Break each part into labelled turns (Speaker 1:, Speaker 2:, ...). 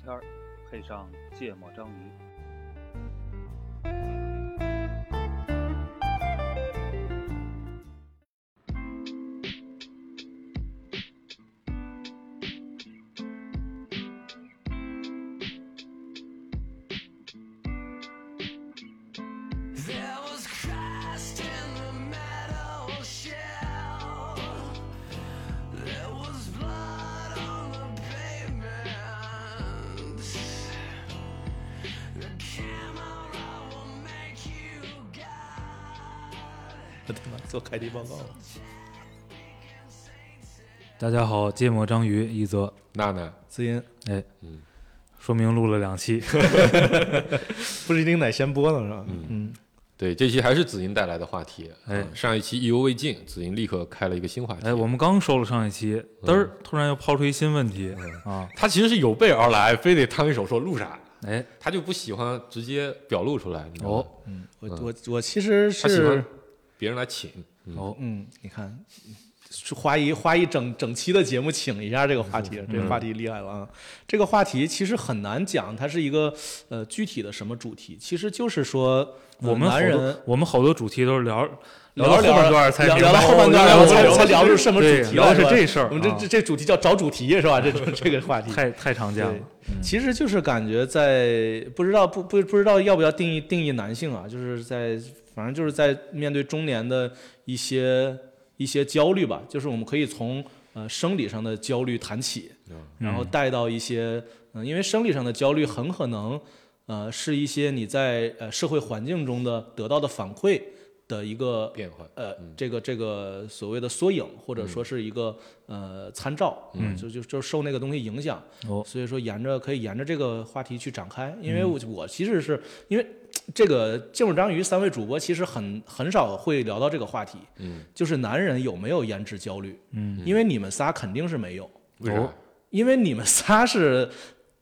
Speaker 1: 片儿，配上芥末章鱼。
Speaker 2: There was Christ in the metal shell. There was blood on the pavement. The camera will make you God.
Speaker 3: 我他妈做开题报告了。
Speaker 4: 大家好，芥末章鱼一泽，
Speaker 5: 娜娜，
Speaker 3: 子音
Speaker 4: 哎，
Speaker 3: 嗯
Speaker 4: 说明录了 两期，
Speaker 3: 不是一定得先播呢是吧？嗯，
Speaker 5: 对，这期还是子银带来的话题。
Speaker 4: 哎
Speaker 5: 嗯上一期意犹未尽，子银立刻开了一个新话题。
Speaker 4: 哎，我们刚收了上一期，
Speaker 3: 嗯
Speaker 4: 嘚儿突然又抛出一新问题啊，
Speaker 5: 他其实是有备而来，非得摊一手说录啥，
Speaker 4: 哎，
Speaker 5: 他就不喜欢直接表露出来。你知道吗
Speaker 4: 哦，
Speaker 3: 我我我其实
Speaker 5: 嗯他喜
Speaker 3: 是
Speaker 5: 欢别人来请。
Speaker 4: 哦，
Speaker 3: 嗯，你看，是花一花一整整期的节目请一下这个话题，
Speaker 5: 嗯
Speaker 3: 这个话题厉害了啊！这个话题其实很难讲，它是一个呃具体的什么主题，其实就是说呃
Speaker 4: 我们好
Speaker 3: 男人
Speaker 4: 多我们好多主题都是聊
Speaker 3: 聊
Speaker 4: 到
Speaker 3: 着聊
Speaker 4: 后半
Speaker 3: 着
Speaker 4: 段儿才
Speaker 3: 聊
Speaker 4: 明白
Speaker 3: 聊到后半段，
Speaker 4: 哦
Speaker 3: 然后
Speaker 4: 原
Speaker 3: 才
Speaker 4: 来我
Speaker 3: 才
Speaker 4: 们
Speaker 3: 聊出什么
Speaker 4: 对
Speaker 3: 主题
Speaker 4: 聊
Speaker 3: 来
Speaker 4: 的是
Speaker 3: 吧
Speaker 4: 这事儿
Speaker 3: 我们这
Speaker 4: 啊
Speaker 3: 这这主题叫找主题是吧？这这这个话题
Speaker 4: 太太常见
Speaker 3: 对
Speaker 4: 了，，
Speaker 3: 其实就是感觉在不知道不不不知道要不要定义定义男性啊，就是在反正就是在面对中年的一些一些焦虑吧，就是我们可以从呃生理上的焦虑谈起，然后带到一些嗯、因为生理上的焦虑很可能呃是一些你在呃社会环境中的得到的反馈的一个
Speaker 5: 变化
Speaker 3: 呃，这个这个所谓的缩影，或者说是一个、呃参照，嗯，就就就受那个东西影响，
Speaker 4: 哦
Speaker 3: 所以说沿着可以沿着这个话题去展开，因为我、我其实是因为这个芥末章鱼三位主播其实很很少会聊到这个话题，嗯，就是男人有没有颜值焦虑，嗯，因为你们仨肯定是没有，
Speaker 5: 为啥？
Speaker 3: 因为你们仨是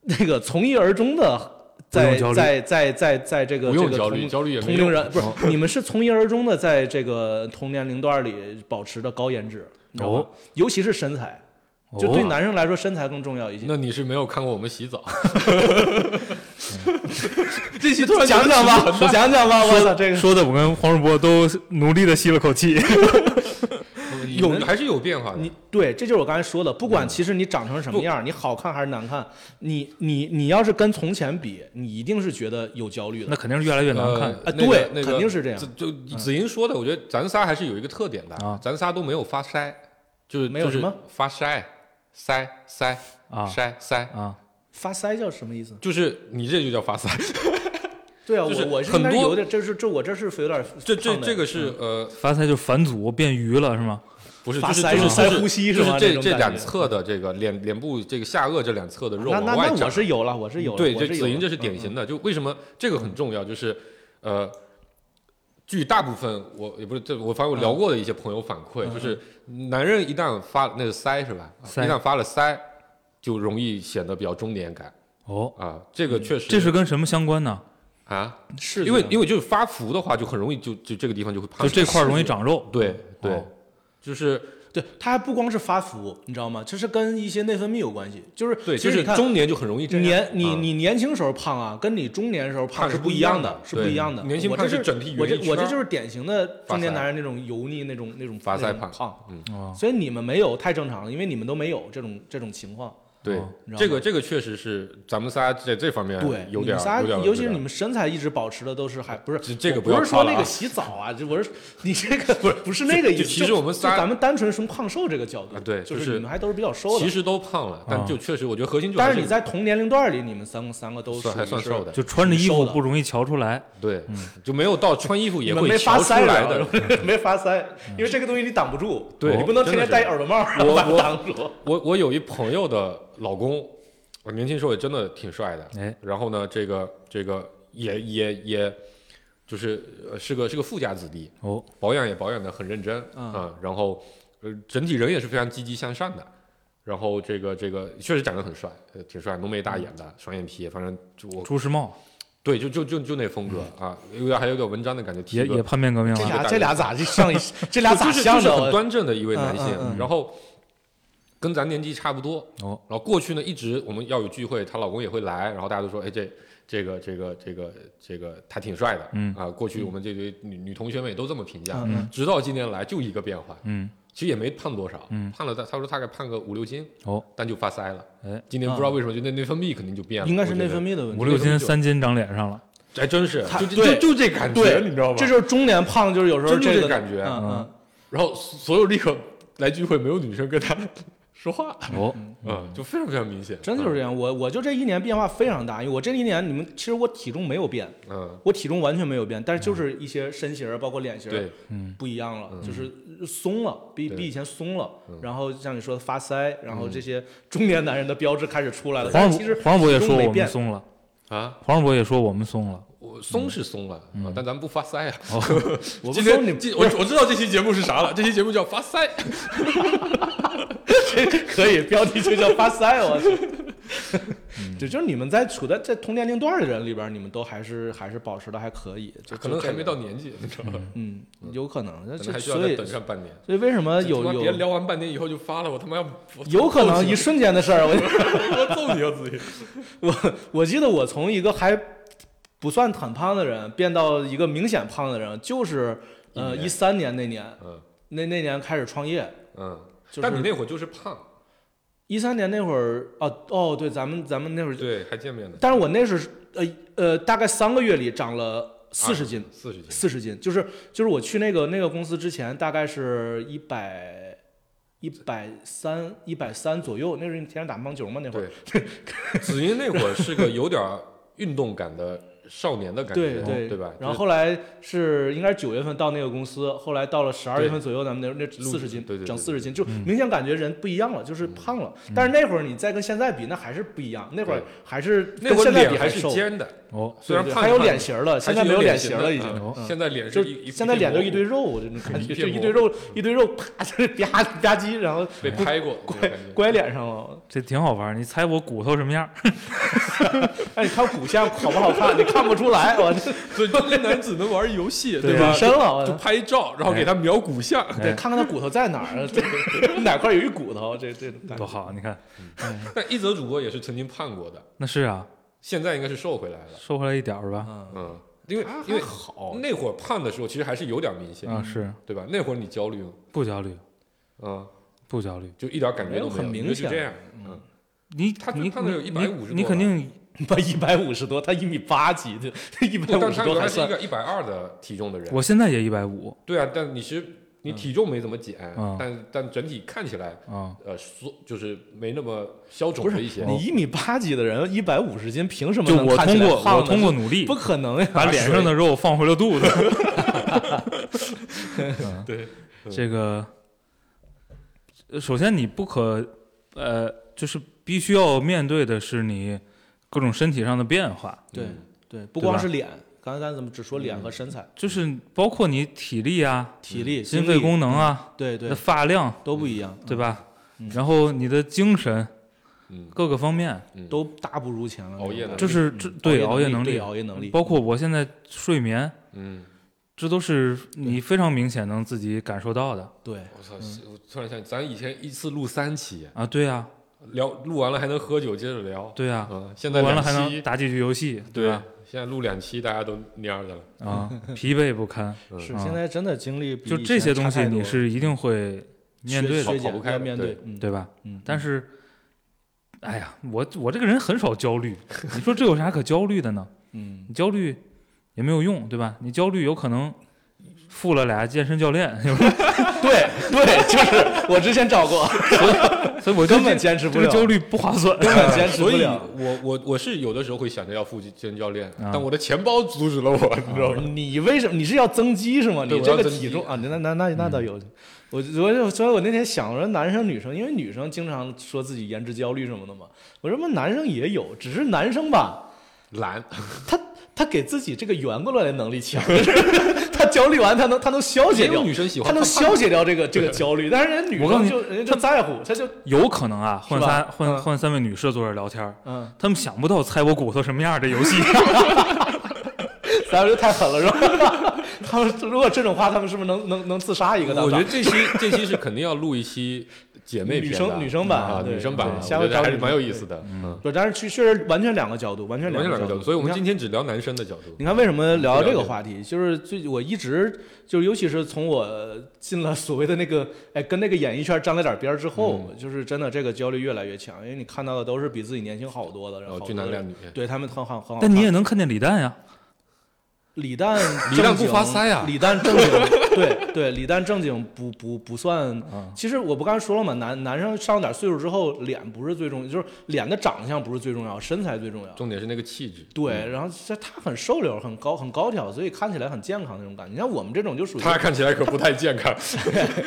Speaker 3: 那个从一而终的。在
Speaker 4: 不用焦虑
Speaker 3: 在在在在这个
Speaker 5: 不用
Speaker 3: 这个
Speaker 5: 焦虑
Speaker 3: 同
Speaker 5: 焦虑也
Speaker 3: 同
Speaker 5: 没用哦
Speaker 3: 龄人 不是你们是从一而终的在这个同年龄段里保持着高颜值，你知道吗
Speaker 4: 哦
Speaker 3: 尤其是身材，
Speaker 4: 哦
Speaker 3: 就对男生来说身材更重要一些。
Speaker 5: 那你是没有看过我们 洗澡？
Speaker 3: 这期突然讲讲吧，我讲讲吧，我操这个
Speaker 4: 说的我跟黄世波都努力的吸了 口气，
Speaker 5: 有还是有变化的
Speaker 3: 你。对，这就是我刚才说的，不
Speaker 5: 嗯
Speaker 3: 管其实你长成什么样儿，你好看还是难看，你你你要是跟从前比，你一定是觉得有焦虑的
Speaker 4: 那。肯定是越来越难看，
Speaker 5: 呃
Speaker 3: 啊
Speaker 5: 那个
Speaker 3: 对
Speaker 5: 那个
Speaker 3: 肯定是这样
Speaker 5: 子就子银说的，我觉得咱仨还是有一个特点的
Speaker 4: 啊
Speaker 5: 咱仨都没有发腮，就是
Speaker 3: 没有
Speaker 5: 就是
Speaker 3: 什么
Speaker 5: 发腮腮腮
Speaker 4: 啊
Speaker 5: 腮腮，
Speaker 4: 啊，
Speaker 3: 发腮叫什么意思？
Speaker 5: 就是你这就叫发腮。
Speaker 3: 对啊，
Speaker 5: 就是
Speaker 3: 我我是
Speaker 5: 很
Speaker 3: 应该是
Speaker 5: 多
Speaker 3: 有点，这是这我这是有点
Speaker 5: 这这
Speaker 3: 胖的
Speaker 5: 这个是呃，
Speaker 4: 发财就返祖变鱼了是吗？
Speaker 5: 不是
Speaker 3: 发
Speaker 5: 就是
Speaker 3: 腮
Speaker 5: 就是
Speaker 3: 嘛
Speaker 5: 就是
Speaker 3: 腮呼吸是
Speaker 5: 就是
Speaker 3: 吧那
Speaker 5: 这
Speaker 3: 种
Speaker 5: 这
Speaker 3: 感
Speaker 5: 两
Speaker 3: 觉
Speaker 5: 侧的这个脸脸部这个下颚这两侧的肉
Speaker 3: 那
Speaker 5: 往
Speaker 3: 那
Speaker 5: 外
Speaker 3: 那
Speaker 5: 长
Speaker 3: 我，是有了，我是有了，
Speaker 5: 对，
Speaker 3: 我
Speaker 5: 这
Speaker 3: 是有嗯
Speaker 5: 子银
Speaker 3: 了
Speaker 5: 这是典型的，就为什么这个很重要，就是呃。据大部分我也不是这我反正我
Speaker 3: 嗯
Speaker 5: 聊过的一些朋友反馈，就是男人一旦发那是腮是吧？啊
Speaker 4: 腮
Speaker 5: 一旦发了腮，就容易显得比较中年感
Speaker 4: 哦，
Speaker 5: 啊。这个确实
Speaker 4: 这是跟什么相关呢？
Speaker 5: 啊，
Speaker 3: 嗯是
Speaker 5: 因为
Speaker 3: 的
Speaker 5: 因为就是发福的话，就很容易就就这个地方就会胖，
Speaker 4: 就这块儿容易。长肉，
Speaker 5: 对对
Speaker 4: 哦，
Speaker 5: 就是
Speaker 3: 对，它还不光是发福，你知道吗？这是跟一些内分泌有关系，就是
Speaker 5: 对，
Speaker 3: 其
Speaker 5: 就
Speaker 3: 实
Speaker 5: 是
Speaker 3: 你看
Speaker 5: 中年就很容易这样。
Speaker 3: 年你
Speaker 5: 嗯
Speaker 3: 你年轻时候胖啊，跟你中年时候
Speaker 5: 胖
Speaker 3: 胖
Speaker 5: 是
Speaker 3: 不
Speaker 5: 不
Speaker 3: 一
Speaker 5: 一
Speaker 3: 样
Speaker 5: 样
Speaker 3: 的
Speaker 5: 的，
Speaker 3: 是不一
Speaker 5: 对
Speaker 3: 样的。
Speaker 5: 年轻
Speaker 3: 我
Speaker 5: 胖
Speaker 3: 这
Speaker 5: 是
Speaker 3: 是
Speaker 5: 整体
Speaker 3: 我这
Speaker 5: 圆一
Speaker 3: 我这
Speaker 5: 圈
Speaker 3: 就是典型的中年
Speaker 5: 发腮
Speaker 3: 男人那种油腻那种那种
Speaker 5: 发
Speaker 3: 那
Speaker 5: 腮
Speaker 3: 种
Speaker 5: 胖
Speaker 3: 胖，
Speaker 5: 嗯，
Speaker 4: 哦
Speaker 3: 所以你们没有太正常了，因为你们都没有这种这种情况。
Speaker 5: 对
Speaker 4: 哦
Speaker 3: 你知道，
Speaker 5: 这个
Speaker 3: 吗
Speaker 5: 这个确实是咱们仨在这方面
Speaker 3: 对，
Speaker 5: 哎有
Speaker 3: 你
Speaker 5: 点
Speaker 3: 们
Speaker 5: 儿
Speaker 3: 仨，
Speaker 5: 有点儿，
Speaker 3: 尤其是
Speaker 5: 有点儿
Speaker 3: 你们身材一直保持的都是还不是
Speaker 5: 这这个
Speaker 3: 我
Speaker 5: 不
Speaker 3: 不
Speaker 5: 要
Speaker 3: 是说
Speaker 5: 夸了
Speaker 3: 那
Speaker 5: 啊
Speaker 3: 个洗澡啊， 这我是你这个不是不是那个意思。
Speaker 5: 就其
Speaker 3: 就
Speaker 5: 实我们
Speaker 3: 就
Speaker 5: 仨
Speaker 3: 咱们单纯从胖瘦这个角度
Speaker 5: 啊，对
Speaker 3: 就
Speaker 5: 就是是
Speaker 3: 你们还都是比较瘦的嗯
Speaker 5: 其，实都胖了，
Speaker 4: 啊
Speaker 5: 但就确实我觉得核心就
Speaker 3: 但
Speaker 5: 还
Speaker 3: 是你在同年龄段里，你们三个三个都属
Speaker 5: 算还
Speaker 3: 于
Speaker 5: 算
Speaker 3: 是
Speaker 5: 瘦的，
Speaker 4: 就穿着衣
Speaker 3: 瘦
Speaker 4: 服
Speaker 3: 的
Speaker 4: 不容易瞧出来，
Speaker 5: 对，就没有到穿衣服
Speaker 3: 你
Speaker 5: 也
Speaker 3: 们
Speaker 5: 会
Speaker 3: 没发
Speaker 5: 瞧出
Speaker 3: 腮
Speaker 5: 来的。
Speaker 3: 的， 没发腮，因为这个东西你挡不住，
Speaker 5: 对
Speaker 3: 你不能天天
Speaker 5: 真的是
Speaker 3: 戴耳朵帽儿然后
Speaker 5: 我
Speaker 3: 把它
Speaker 5: 我
Speaker 3: 挡住。
Speaker 5: 我我有一朋友的老公，我年轻时候也真的挺帅的，
Speaker 4: 哎，
Speaker 5: 然后呢，这个这个也也也，就是呃是个是个富家子弟，
Speaker 4: 哦，
Speaker 5: 保养也保养的很认真啊、
Speaker 3: 嗯
Speaker 5: 然后呃整体人也是非常积极向上的，然后这个这个确实长得很帅，呃挺帅，浓眉大眼的，双眼皮，反正就我
Speaker 4: 朱时茂
Speaker 5: 对就就就就那风格、啊，有点还有点文章的感觉，提
Speaker 4: 嗯也
Speaker 5: 个
Speaker 4: 也叛变革命
Speaker 3: 这
Speaker 4: 了，
Speaker 3: 俩
Speaker 5: 大
Speaker 3: 这俩咋就上一这俩咋
Speaker 5: 就是
Speaker 3: 像
Speaker 5: 就是
Speaker 3: 的？嗯
Speaker 5: 很
Speaker 3: 我
Speaker 5: 端正的一位男性，
Speaker 3: 嗯嗯嗯
Speaker 5: 然后跟咱年纪差不多。
Speaker 4: 哦，
Speaker 5: 然后过去呢，一直我们要有聚会，她老公也会来，然后大家都说，哎，这这个这个这个这个他挺帅的，
Speaker 4: 嗯
Speaker 5: 啊，过去我们这堆女女同学们也都这么评价，
Speaker 3: 嗯
Speaker 5: 直到今年来就一个变化，
Speaker 4: 嗯，
Speaker 5: 其实也没胖多少，
Speaker 4: 嗯
Speaker 5: 胖了大，他说大概胖个五六斤，
Speaker 4: 哦，
Speaker 5: 但就发腮了，
Speaker 4: 哎，
Speaker 5: 今年不知道为什么就内内分泌肯定就变了，
Speaker 3: 嗯应该是
Speaker 5: 我觉
Speaker 3: 内
Speaker 5: 得
Speaker 3: 分，泌的问
Speaker 4: 五
Speaker 3: 题。
Speaker 4: 六斤
Speaker 5: 就
Speaker 4: 三斤长脸上了，
Speaker 5: 还真是，
Speaker 3: 他
Speaker 5: 就就
Speaker 3: 对
Speaker 5: 就就这感觉，
Speaker 3: 对
Speaker 5: 你知道吗？
Speaker 3: 这就是中年胖，就是有时候
Speaker 5: 真是
Speaker 3: 这个
Speaker 5: 这感觉
Speaker 3: 嗯嗯，
Speaker 5: 然后所有立刻来聚会没有女生跟他 说话，
Speaker 4: 哦，
Speaker 5: 嗯，就非常非常明显，
Speaker 3: 真的就是这样。我我就这一年变化非常大，因为我这一年你们其实我体重没有变，
Speaker 5: 嗯，
Speaker 3: 我体重完全没有变，但是就是一些身形儿包括脸型
Speaker 5: 嗯，
Speaker 3: 儿
Speaker 5: 对，
Speaker 3: 不一样
Speaker 4: 嗯
Speaker 3: 了，就是松了，比
Speaker 5: 对
Speaker 3: 比以前松了
Speaker 5: 嗯。
Speaker 3: 然后像你说的发腮，然后这些中年男人的标志开始出来了。 但
Speaker 4: 嗯黄
Speaker 3: 是其实
Speaker 4: 黄渤也说
Speaker 3: 体重
Speaker 4: 我
Speaker 3: 没
Speaker 4: 们
Speaker 3: 变
Speaker 4: 松了，
Speaker 5: 啊，
Speaker 4: 黄渤也说我们松了，
Speaker 5: 我松是松了啊，但咱们不发腮啊。
Speaker 3: 我不
Speaker 5: 今
Speaker 3: 说
Speaker 5: 天
Speaker 3: 嗯哦你
Speaker 5: 今我我知道这期节目是啥了，这期节目叫发腮。
Speaker 3: 可以，标题就叫发腮，我 去。对，就是你们在处在在同年龄段的人里边儿，你们都还是还是保持的还可以，就
Speaker 5: 可能还没，
Speaker 3: 就
Speaker 5: 到年纪，你知道吧？
Speaker 3: 这个嗯，有可能，那
Speaker 5: 可
Speaker 3: 就
Speaker 5: 能还需要
Speaker 3: 所
Speaker 5: 再
Speaker 3: 以
Speaker 5: 等上半年。
Speaker 3: 所以为什么
Speaker 5: 他
Speaker 3: 有
Speaker 5: 妈别
Speaker 3: 有
Speaker 5: 聊完半年以后就发了，我他妈要我
Speaker 3: 有可能一瞬间的事儿？我
Speaker 5: 我揍你啊自己！
Speaker 3: 我我记得我从一个还不算很胖的人变到一个明显胖的人，就是呃
Speaker 5: 一
Speaker 3: 一
Speaker 5: 年
Speaker 3: 三年那年，
Speaker 5: 嗯
Speaker 3: 那那年开始创业，
Speaker 5: 嗯，
Speaker 3: 就
Speaker 5: 但你
Speaker 3: 是
Speaker 5: 那会儿就是胖，
Speaker 3: 一三年那会儿，哦哦，对，咱们咱们那会儿，
Speaker 5: 对，还见面呢，
Speaker 3: 但是我那是呃呃，大概三个月里长了四十斤，
Speaker 5: 啊四十斤，
Speaker 3: 四十斤，就是就是我去那个那个公司之前，大概是一百。一百三，一百三左右，那时候你天天打乒乓球嘛，那会儿，
Speaker 5: 子英那会儿是个有点儿运动感的少年的感
Speaker 3: 对
Speaker 5: 觉，对
Speaker 3: 对
Speaker 5: 吧？
Speaker 3: 然后后来是应该是九月份到那个公司，后来到了十二
Speaker 5: 对
Speaker 3: 月份左右，咱们那那
Speaker 5: 录
Speaker 3: 四十斤，
Speaker 5: 对对对
Speaker 3: 整
Speaker 5: 对嗯
Speaker 3: 四十斤，就明显感觉人不一样了，就是胖了。但是那会儿你再跟现在比，那还是不一样，那会儿
Speaker 5: 对
Speaker 3: 还是跟
Speaker 5: 就是那会儿
Speaker 3: 现在
Speaker 5: 脸
Speaker 3: 比
Speaker 5: 还是
Speaker 3: 瘦，
Speaker 5: 尖的，
Speaker 4: 哦，
Speaker 5: 虽然
Speaker 3: 对对
Speaker 5: 胖
Speaker 3: 还有
Speaker 5: 胖
Speaker 3: 脸
Speaker 5: 的
Speaker 3: 型儿了，现
Speaker 5: 还
Speaker 3: 在
Speaker 5: 是
Speaker 3: 没有
Speaker 5: 脸
Speaker 3: 脸
Speaker 5: 型
Speaker 3: 型
Speaker 5: 的
Speaker 3: 了已经。
Speaker 5: 嗯
Speaker 3: 嗯
Speaker 5: 现在脸
Speaker 3: 就是
Speaker 5: 一
Speaker 3: 现在脸就一堆
Speaker 5: 片
Speaker 3: 肉，这种感觉， 就
Speaker 5: 一片
Speaker 3: 一
Speaker 5: 膜
Speaker 3: 堆肉，一堆肉，啪，就是 吧吧唧，然后
Speaker 5: 被拍过，那种
Speaker 3: 拐
Speaker 5: 感觉
Speaker 3: 拐脸上了。
Speaker 4: 这挺好玩儿，你猜我骨头什么样？
Speaker 3: 哎，你看骨相好不好看？你看不出来，我这
Speaker 5: 所以就 那男只能玩游戏，对吧
Speaker 3: 隐？身了，
Speaker 5: 就
Speaker 3: 我
Speaker 5: 拍照，然后给他描骨像，
Speaker 4: 哎
Speaker 3: 对，看看他骨头在哪儿，啊对哪块有一骨头，这这种感觉
Speaker 4: 多好，你看，
Speaker 5: 但一泽主播也是曾经胖过的，
Speaker 4: 那是啊，
Speaker 5: 现在应该是瘦回来了。
Speaker 4: 收回来一点儿吧，
Speaker 3: 嗯，
Speaker 5: 嗯，因为
Speaker 3: 还
Speaker 5: 因为
Speaker 3: 还好嗯
Speaker 5: 那会儿胖的时候，其实还是有点明显，
Speaker 4: 啊，是
Speaker 5: 对吧？那会儿你焦虑吗？
Speaker 4: 不焦虑，
Speaker 5: 嗯，
Speaker 4: 不焦虑，
Speaker 5: 就一点感
Speaker 3: 没
Speaker 5: 觉都
Speaker 3: 有很
Speaker 5: 没有
Speaker 3: 明
Speaker 5: 就是
Speaker 3: 显
Speaker 5: 这样。嗯
Speaker 3: 嗯，
Speaker 4: 你
Speaker 5: 他最
Speaker 4: 你
Speaker 5: 胖的有
Speaker 4: 你
Speaker 5: 150
Speaker 4: 你
Speaker 5: 多
Speaker 4: 肯
Speaker 5: 吧
Speaker 4: 定
Speaker 3: 他一百五十多，他一米八几，就一百
Speaker 5: 但
Speaker 3: 五 十
Speaker 5: 他
Speaker 3: 多嗯
Speaker 5: 原来
Speaker 3: 还
Speaker 5: 是一
Speaker 3: 算
Speaker 5: 个一百二的体重的人，
Speaker 4: 我现在也一百五
Speaker 5: 对啊，但你是你体重没怎么减，
Speaker 4: 嗯
Speaker 5: 但但整体看起来
Speaker 4: 啊，
Speaker 5: 呃缩就是没那么消肿
Speaker 3: 不
Speaker 5: 了
Speaker 3: 是
Speaker 5: 一些。
Speaker 3: 你一米八几的人，一百五十斤，凭什么
Speaker 4: 就
Speaker 3: 能
Speaker 4: 我
Speaker 3: 看
Speaker 4: 通
Speaker 3: 起来
Speaker 4: 过
Speaker 3: 胖
Speaker 4: 我
Speaker 3: 呢
Speaker 4: 通过努力
Speaker 3: 不可能呀，
Speaker 4: 把脸上的肉放回了 肚子。
Speaker 5: 对，
Speaker 4: 这个，呃首先你不可，呃，就是必须要面对的是你各种身体上的变化，
Speaker 3: 对
Speaker 5: 嗯
Speaker 3: 对，不
Speaker 4: 对
Speaker 3: 光
Speaker 4: 吧
Speaker 3: 是脸，刚才咱怎么只说脸和身材、
Speaker 4: 就是包括你体力啊、
Speaker 3: 体力、
Speaker 4: 心
Speaker 3: 力
Speaker 4: 肺功能，啊、
Speaker 3: 对
Speaker 4: 那
Speaker 3: 对，
Speaker 4: 发量，
Speaker 3: 都不一样，
Speaker 4: 对吧
Speaker 3: 嗯？
Speaker 4: 然后你的精神
Speaker 5: 嗯
Speaker 4: 各个方面，
Speaker 5: 嗯，
Speaker 3: 都大不如前了。
Speaker 5: 熬夜
Speaker 3: 那种
Speaker 5: 能力
Speaker 4: 这是这对熬夜能
Speaker 3: 对
Speaker 4: 力，
Speaker 3: 嗯熬夜能力，
Speaker 4: 包括我现在睡眠，
Speaker 5: 嗯，
Speaker 4: 这都是你非常明显能自己感受到的
Speaker 3: 对，
Speaker 5: 我操！是我突然想起，咱以前一次录三期，
Speaker 4: 啊！对啊，
Speaker 5: 聊录完了还能喝酒，接着聊。
Speaker 4: 对啊，
Speaker 5: 嗯，现在
Speaker 4: 完了
Speaker 5: 两
Speaker 4: 还能
Speaker 5: 期，
Speaker 4: 打几局游戏，
Speaker 5: 对啊
Speaker 4: 吧？，
Speaker 5: 现在录两期大家都蔫的了。
Speaker 4: 啊，疲惫不堪，
Speaker 5: 嗯
Speaker 3: 是
Speaker 4: 啊
Speaker 3: 现在真的精力比
Speaker 4: 就
Speaker 3: 以
Speaker 4: 这些
Speaker 3: 前
Speaker 4: 东
Speaker 3: 差
Speaker 4: 西
Speaker 3: 太
Speaker 4: 你
Speaker 3: 多
Speaker 4: 是一定会面对
Speaker 3: 削削
Speaker 4: 的，
Speaker 5: 跑
Speaker 3: 减
Speaker 5: 不开
Speaker 3: 要
Speaker 5: 的
Speaker 3: 面
Speaker 5: 对
Speaker 3: 对，嗯
Speaker 4: 对吧？
Speaker 3: 嗯，
Speaker 4: 但是，哎呀，我我这个人很少焦虑，你说这有啥可焦虑的呢？
Speaker 3: 嗯
Speaker 4: 你焦虑也没有用，对吧？你焦虑有可能付了俩健身教练， 有时
Speaker 3: 对对，就是我之前找过，
Speaker 4: 候所以我就
Speaker 3: 根本
Speaker 4: 这
Speaker 3: 坚持不
Speaker 4: 这个
Speaker 3: 了，
Speaker 4: 焦虑不划算。
Speaker 3: 根本坚持不
Speaker 5: 所以
Speaker 3: 了。
Speaker 5: 我我我是有的时候会想着要复健身教练，
Speaker 4: 啊
Speaker 5: 但我的钱包阻止了我，你知道
Speaker 3: 不是
Speaker 5: 吗？
Speaker 3: 你为什么？你是要增肌是吗？
Speaker 5: 对
Speaker 3: 你
Speaker 5: 我
Speaker 3: 这
Speaker 5: 要
Speaker 3: 个
Speaker 5: 增肌
Speaker 3: 体重啊，你那那那那倒有。我我就所以，我那天想，我说男生女生，因为女生经常说自己颜值焦虑什么的嘛。我说嘛，男生也有，只是男生吧，
Speaker 5: 懒，
Speaker 3: 他他给自己这个圆过来的能力强， 他焦虑完，他能他能消
Speaker 5: 也
Speaker 3: 解
Speaker 5: 有
Speaker 3: 掉
Speaker 5: 女，生喜
Speaker 3: 他
Speaker 5: 欢
Speaker 3: 能
Speaker 5: 胖
Speaker 3: 消解掉这 个这个焦虑。但是人家女
Speaker 4: 我告诉
Speaker 3: 生
Speaker 4: 你
Speaker 3: 就人家就在乎，他就
Speaker 4: 有可能啊，换
Speaker 3: 是吧
Speaker 4: 三换
Speaker 3: 嗯
Speaker 4: 换三位女士坐这儿聊天儿，
Speaker 3: 嗯，
Speaker 4: 他们想不到猜我骨头什么样儿这游戏。
Speaker 3: 咱们就太狠了是吧？ 他们如果这种话，他们是不是能能能自杀一个？
Speaker 5: 我觉
Speaker 3: 当
Speaker 5: 得
Speaker 3: 场
Speaker 5: 这期这期是肯定要录一期姐妹篇
Speaker 3: 女
Speaker 5: 的
Speaker 3: 生女生版
Speaker 5: 啊，
Speaker 3: 对
Speaker 5: 女生版
Speaker 3: 对
Speaker 5: 啊，我
Speaker 3: 下
Speaker 5: 觉
Speaker 3: 回
Speaker 5: 得还是
Speaker 3: 找
Speaker 5: 蛮有
Speaker 3: 女
Speaker 5: 意
Speaker 3: 生
Speaker 5: 思的，嗯，
Speaker 3: 对，但是确确实完全两个角度，完全
Speaker 5: 完
Speaker 3: 两
Speaker 5: 全嗯两个角
Speaker 3: 角
Speaker 5: 度。所以我们
Speaker 3: 你看
Speaker 5: 今天只聊男生的角度。
Speaker 3: 你看，为什么聊这个
Speaker 5: 了解
Speaker 3: 话题？就是最我一直就是，尤其是从我进了所谓的那个， 哎，跟那个演艺圈沾了点边儿之后，
Speaker 5: 嗯
Speaker 3: 就是真的这个焦虑越来越强，因为你看到的都是比自己年轻好多的，然
Speaker 5: 然
Speaker 3: 后
Speaker 5: 后
Speaker 3: 好
Speaker 5: 哦俊
Speaker 3: 多
Speaker 5: 男
Speaker 3: 的
Speaker 5: 靓
Speaker 3: 人
Speaker 5: 女，
Speaker 3: 对他们很好很好看。
Speaker 4: 但你也能看见李诞呀，
Speaker 3: 李诞
Speaker 5: 李诞
Speaker 3: 正
Speaker 5: 不
Speaker 3: 经
Speaker 5: 发腮啊
Speaker 3: 李诞正 经，对对，李诞正经不不不算。
Speaker 5: 啊
Speaker 3: 其实我不刚才说了嘛，男男生上点岁数之后，脸不是最重要，就是脸的长相不是最重要，身材最重要。
Speaker 5: 重嗯点是那个气质。
Speaker 3: 对，然后这他很瘦溜，很高很高挑，所以看起来很健康那种感觉。你像我们这种就属于，
Speaker 5: 他看起来可不太健康，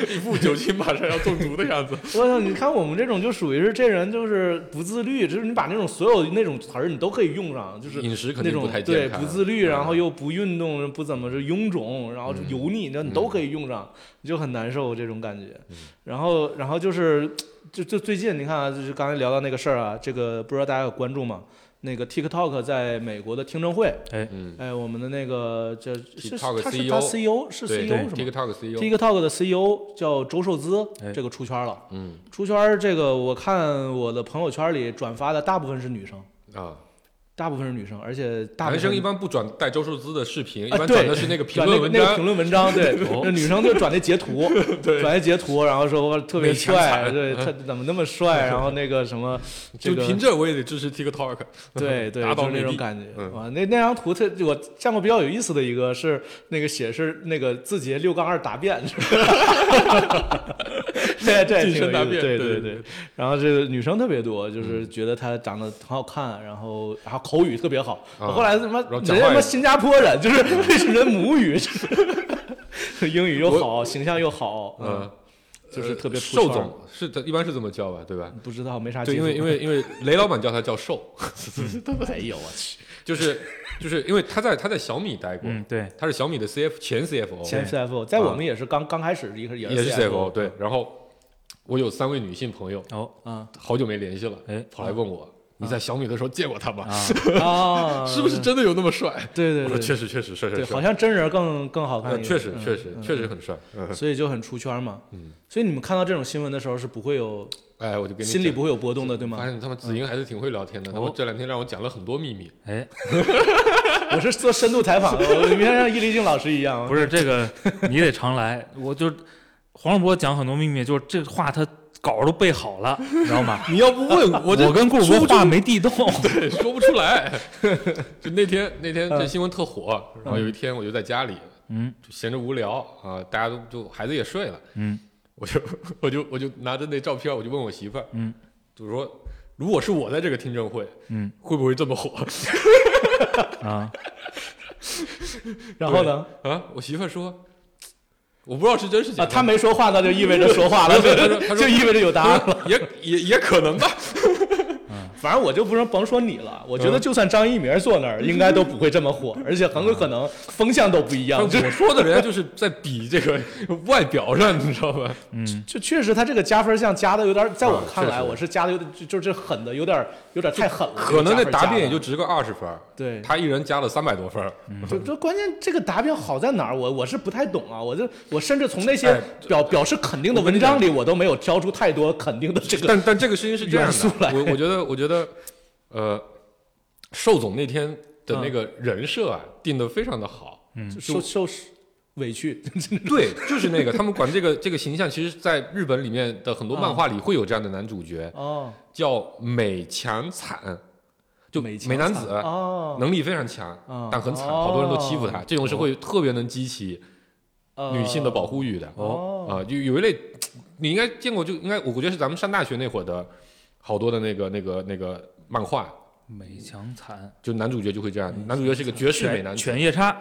Speaker 5: 一副酒精马上要中毒的样子。
Speaker 3: 我操，你看我们这种就属于是这人就是不自律，就是你把那种所有那种词儿你都可以用上，就是
Speaker 5: 饮食肯
Speaker 3: 那
Speaker 5: 定
Speaker 3: 种
Speaker 5: 不太
Speaker 3: 对
Speaker 5: 健康，
Speaker 3: 不自律，
Speaker 5: 嗯
Speaker 3: 然后又不运动，不怎么是臃肿，然后就油腻，那你都可以用上，你就很难受这种感觉。
Speaker 5: 嗯
Speaker 3: 然后，然后就是，就就最近你看啊，就是刚才聊到那个事儿啊，这个不知道大家有关注吗？那个 TikTok 在美国的听证会，
Speaker 5: 嗯，
Speaker 3: 哎，我们的那个这是
Speaker 5: TikTok E
Speaker 3: 他是他 CEO 是
Speaker 5: 对
Speaker 3: CEO 是吗
Speaker 5: ，TikTok E CEO，
Speaker 3: ？TikTok 的 CEO 叫周受资
Speaker 4: 哎，
Speaker 3: 这个出圈了。
Speaker 5: 嗯
Speaker 3: 出圈儿这个，我看我的朋友圈里转发的大部分是女生，
Speaker 5: 啊，
Speaker 3: 大部分是女生，而且大部
Speaker 5: 男
Speaker 3: 分
Speaker 5: 生一般不转带周受资的视频，一
Speaker 3: 啊
Speaker 5: 般
Speaker 3: 对
Speaker 5: 转的是那个评
Speaker 3: 转那
Speaker 5: 论
Speaker 3: 个那
Speaker 5: 文
Speaker 3: 个
Speaker 5: 章
Speaker 3: 评。论文章， 对，那女生就转那截 图，
Speaker 5: 对
Speaker 3: 转那截图，然后说特别
Speaker 5: 那强
Speaker 3: 帅，
Speaker 5: 惨
Speaker 3: 对，他怎么那么 帅，然后那个什么，这
Speaker 5: 就
Speaker 3: 个
Speaker 5: 凭这我也得支持 TikTok，
Speaker 3: 对对，
Speaker 5: 打
Speaker 3: 就
Speaker 5: 倒
Speaker 3: 是那
Speaker 5: 内
Speaker 3: 种
Speaker 5: 地
Speaker 3: 感觉
Speaker 5: 嗯
Speaker 3: 哇，那那张图特我见过比较有意思的一个是那个写是那个字节六杠二答辩， 这这也挺有
Speaker 5: 晋
Speaker 3: 意
Speaker 5: 升
Speaker 3: 思
Speaker 5: 答 辩
Speaker 3: 对
Speaker 5: 对对嗯
Speaker 3: 对。然后这个女生特别多，就是觉得她长得很好看，然后然后口语特别好。我
Speaker 5: 啊
Speaker 3: 后来他妈
Speaker 5: 然后
Speaker 3: 人
Speaker 5: 讲
Speaker 3: 家他
Speaker 5: 话
Speaker 3: 妈
Speaker 5: 也嗯
Speaker 3: 新加坡人，就是那是 人母语，就是英语又好，形象又好，嗯
Speaker 5: 嗯，，
Speaker 3: 就是特别出
Speaker 5: 瘦
Speaker 3: 圈儿
Speaker 5: 总是的，一般是这么叫吧，对吧？
Speaker 3: 不知道没啥
Speaker 5: 对，
Speaker 3: 接
Speaker 5: 因
Speaker 3: 触
Speaker 5: 为因为因为雷老板叫他叫瘦，
Speaker 3: 哎呦我去，
Speaker 5: 就是就是因为他在他在小米待过，
Speaker 4: 嗯，对，
Speaker 5: 他是小米的 CF 前 CFO，
Speaker 3: 前 CFO 在我们也是刚刚开始一个也
Speaker 5: 也是
Speaker 3: CFO
Speaker 5: CFO 对。然后我有三位女性朋友，
Speaker 4: 哦
Speaker 3: 啊
Speaker 5: 好久没联系了，
Speaker 4: 哎
Speaker 5: 跑来问我，你在小米的时候见过他吗？
Speaker 4: 啊，
Speaker 3: 啊，
Speaker 5: 是不是真的有那么帅？
Speaker 3: 对对
Speaker 5: 我
Speaker 3: 对，
Speaker 5: 说确实确实帅帅
Speaker 3: 对，好
Speaker 5: 帅，
Speaker 3: 像真人更更好看一
Speaker 5: 呃
Speaker 3: 点，
Speaker 5: 确实
Speaker 3: 嗯
Speaker 5: 确实确实很帅。
Speaker 3: 所以就很出圈嘛。
Speaker 5: 嗯，
Speaker 3: 所以你们看到这种新闻的时候是不会有
Speaker 5: 哎，我就跟你
Speaker 3: 心里
Speaker 5: 讲
Speaker 3: 不嗯会有波动的，对
Speaker 5: 发
Speaker 3: 吗？
Speaker 5: 现他们子英还是挺会聊天的，他
Speaker 4: 哦
Speaker 5: 们这两天让我讲了很多秘密。
Speaker 4: 哎，
Speaker 3: 我是做深度采访， 我明天像易立竞老师一样，
Speaker 4: 不是这个，你得常来。我就黄世博讲很多秘密，就是这话他稿儿都背好了，你知道吗？
Speaker 5: 你要不问 我
Speaker 4: 我跟顾主
Speaker 5: 说
Speaker 4: 播
Speaker 5: 不
Speaker 4: 话没地动，
Speaker 5: 对，说不出来。就那天那天
Speaker 3: 嗯
Speaker 5: 这新闻特火，然后有一天我就在家里，
Speaker 4: 嗯，
Speaker 5: 就闲着无聊啊，大家都就孩子也睡了，
Speaker 4: 嗯，
Speaker 5: 我就我就我就拿着那照片，我就问我媳妇儿，
Speaker 4: 嗯，
Speaker 5: 就说如果是我在这个听证会，
Speaker 4: 嗯
Speaker 5: 会不会这么火
Speaker 4: 啊，
Speaker 3: 然后呢？
Speaker 5: 啊？我媳妇儿说，我不知道是真是假
Speaker 3: 啊，
Speaker 5: 的。
Speaker 3: 他没说话，那就意味着说话了，
Speaker 5: 对他说他说
Speaker 3: 就意味着有答案了。
Speaker 5: 也也也可能 吧，
Speaker 3: 反正我就不能甭说你了，我觉
Speaker 5: 嗯
Speaker 3: 得就算张一鸣坐那儿，应该都不会这么火，而且很有可
Speaker 5: 嗯
Speaker 3: 能风向都不一样。
Speaker 5: 但
Speaker 3: 就
Speaker 5: 我说的人家就是在比这个 外表上，你知道吧？
Speaker 3: 就确实他这个加分项加的有点，在我
Speaker 5: 啊
Speaker 3: 看来，
Speaker 5: 确实
Speaker 3: 我是加的有点，就就是狠的有点有点太狠了。
Speaker 5: 可能
Speaker 3: 这
Speaker 5: 那
Speaker 3: 个加分
Speaker 5: 答
Speaker 3: 加
Speaker 5: 辩也
Speaker 3: 的
Speaker 5: 就值个二十分儿，
Speaker 3: 对嗯
Speaker 5: 他一人加了三百多分儿，
Speaker 3: 就就关键这个答辩好在哪儿？我我是不太懂啊，我就我甚至从那些
Speaker 5: 哎
Speaker 3: 表、表示肯定的文章里，我都没有挑出太多肯定的这个。
Speaker 5: 但但这个事情是这样
Speaker 3: 元素来
Speaker 5: 的，我我觉得我觉得，呃，寿总那天的
Speaker 3: 嗯
Speaker 5: 那个人设啊，定的非常的好。
Speaker 3: 受受委屈，
Speaker 5: 对，就是那个他们管这个这个形象，其实在日本里面的很多
Speaker 3: 啊
Speaker 5: 漫画里会有这样的男主角，
Speaker 3: 哦，
Speaker 5: 叫美强惨，就
Speaker 3: 美强
Speaker 5: 美男
Speaker 3: 惨
Speaker 5: 子，
Speaker 3: 哦，
Speaker 5: 能力非常强
Speaker 3: 啊，
Speaker 5: 但很惨，
Speaker 3: 哦
Speaker 5: 好多人都欺负他，这种是会特别能激起
Speaker 3: 呃
Speaker 5: 女性的保护欲的。
Speaker 3: 哦
Speaker 5: 啊，就有一类，你应该见过，就应该我我觉得是咱们上大学那会儿的好多的那个那个那个漫画，
Speaker 4: 美强惨，
Speaker 5: 就男主角就会这样，
Speaker 3: 嗯
Speaker 5: 男主角是个绝世美男
Speaker 4: 犬
Speaker 5: 子
Speaker 4: 犬夜叉，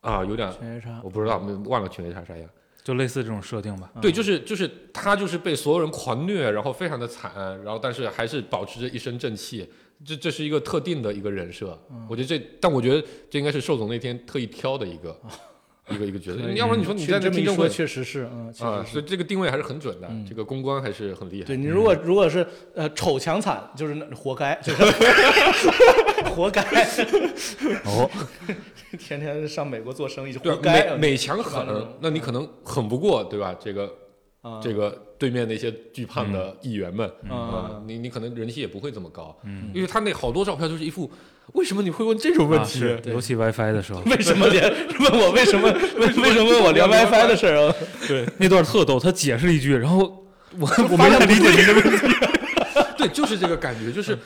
Speaker 5: 啊，有点
Speaker 3: 全是啥？
Speaker 5: 我不知道，忘了犬夜叉啥样。
Speaker 4: 就类似这种设定吧。
Speaker 3: 嗯
Speaker 5: 对，就是就是他就是被所有人狂虐，然后非常的惨，然后但是还是保持着一身正气，这这是一个特定的一个人设。
Speaker 3: 嗯
Speaker 5: 我觉得这，但我觉得这应该是寿总那天特意挑的一个一个一个角色，要不然你说
Speaker 3: 嗯
Speaker 5: 你
Speaker 3: 确
Speaker 5: 在
Speaker 3: 这
Speaker 5: 那
Speaker 3: 么
Speaker 5: 听
Speaker 3: 一
Speaker 5: 证
Speaker 3: 说，
Speaker 5: 会
Speaker 3: 确实是，嗯，确
Speaker 5: 啊，
Speaker 3: 实是。嗯
Speaker 5: 所以这个定位还是很准的，这个公关还是很厉害啊
Speaker 3: 对。你如果
Speaker 5: 嗯
Speaker 3: 如果是呃丑强惨，就是那活 该，就是活该，
Speaker 4: 哦，
Speaker 3: 天天上美国做生意就
Speaker 5: 对
Speaker 3: 活
Speaker 5: 啊，
Speaker 3: 该
Speaker 5: 美。美强狠
Speaker 3: 完了之后，
Speaker 5: 那你可能狠不过，对吧？这个
Speaker 3: 啊，
Speaker 5: 这个对面那些巨胖的议员们
Speaker 3: 嗯
Speaker 5: 啊
Speaker 3: 嗯，
Speaker 5: 你你可能人气也不会这么高，
Speaker 4: 嗯
Speaker 5: 因为他那好多照片就是一副为什么你会问这种问
Speaker 4: 啊
Speaker 5: 题？
Speaker 4: 是
Speaker 3: 对
Speaker 4: 尤其 WiFi 的时候，
Speaker 3: 为什么连问我为什 么为为什么问我聊 WiFi 的事儿啊？对，
Speaker 4: 那段特逗，他解释了一句，然后我我
Speaker 5: 发
Speaker 4: 没
Speaker 5: 现
Speaker 4: 太理解您的问题，
Speaker 5: 对，就是这个感觉，就是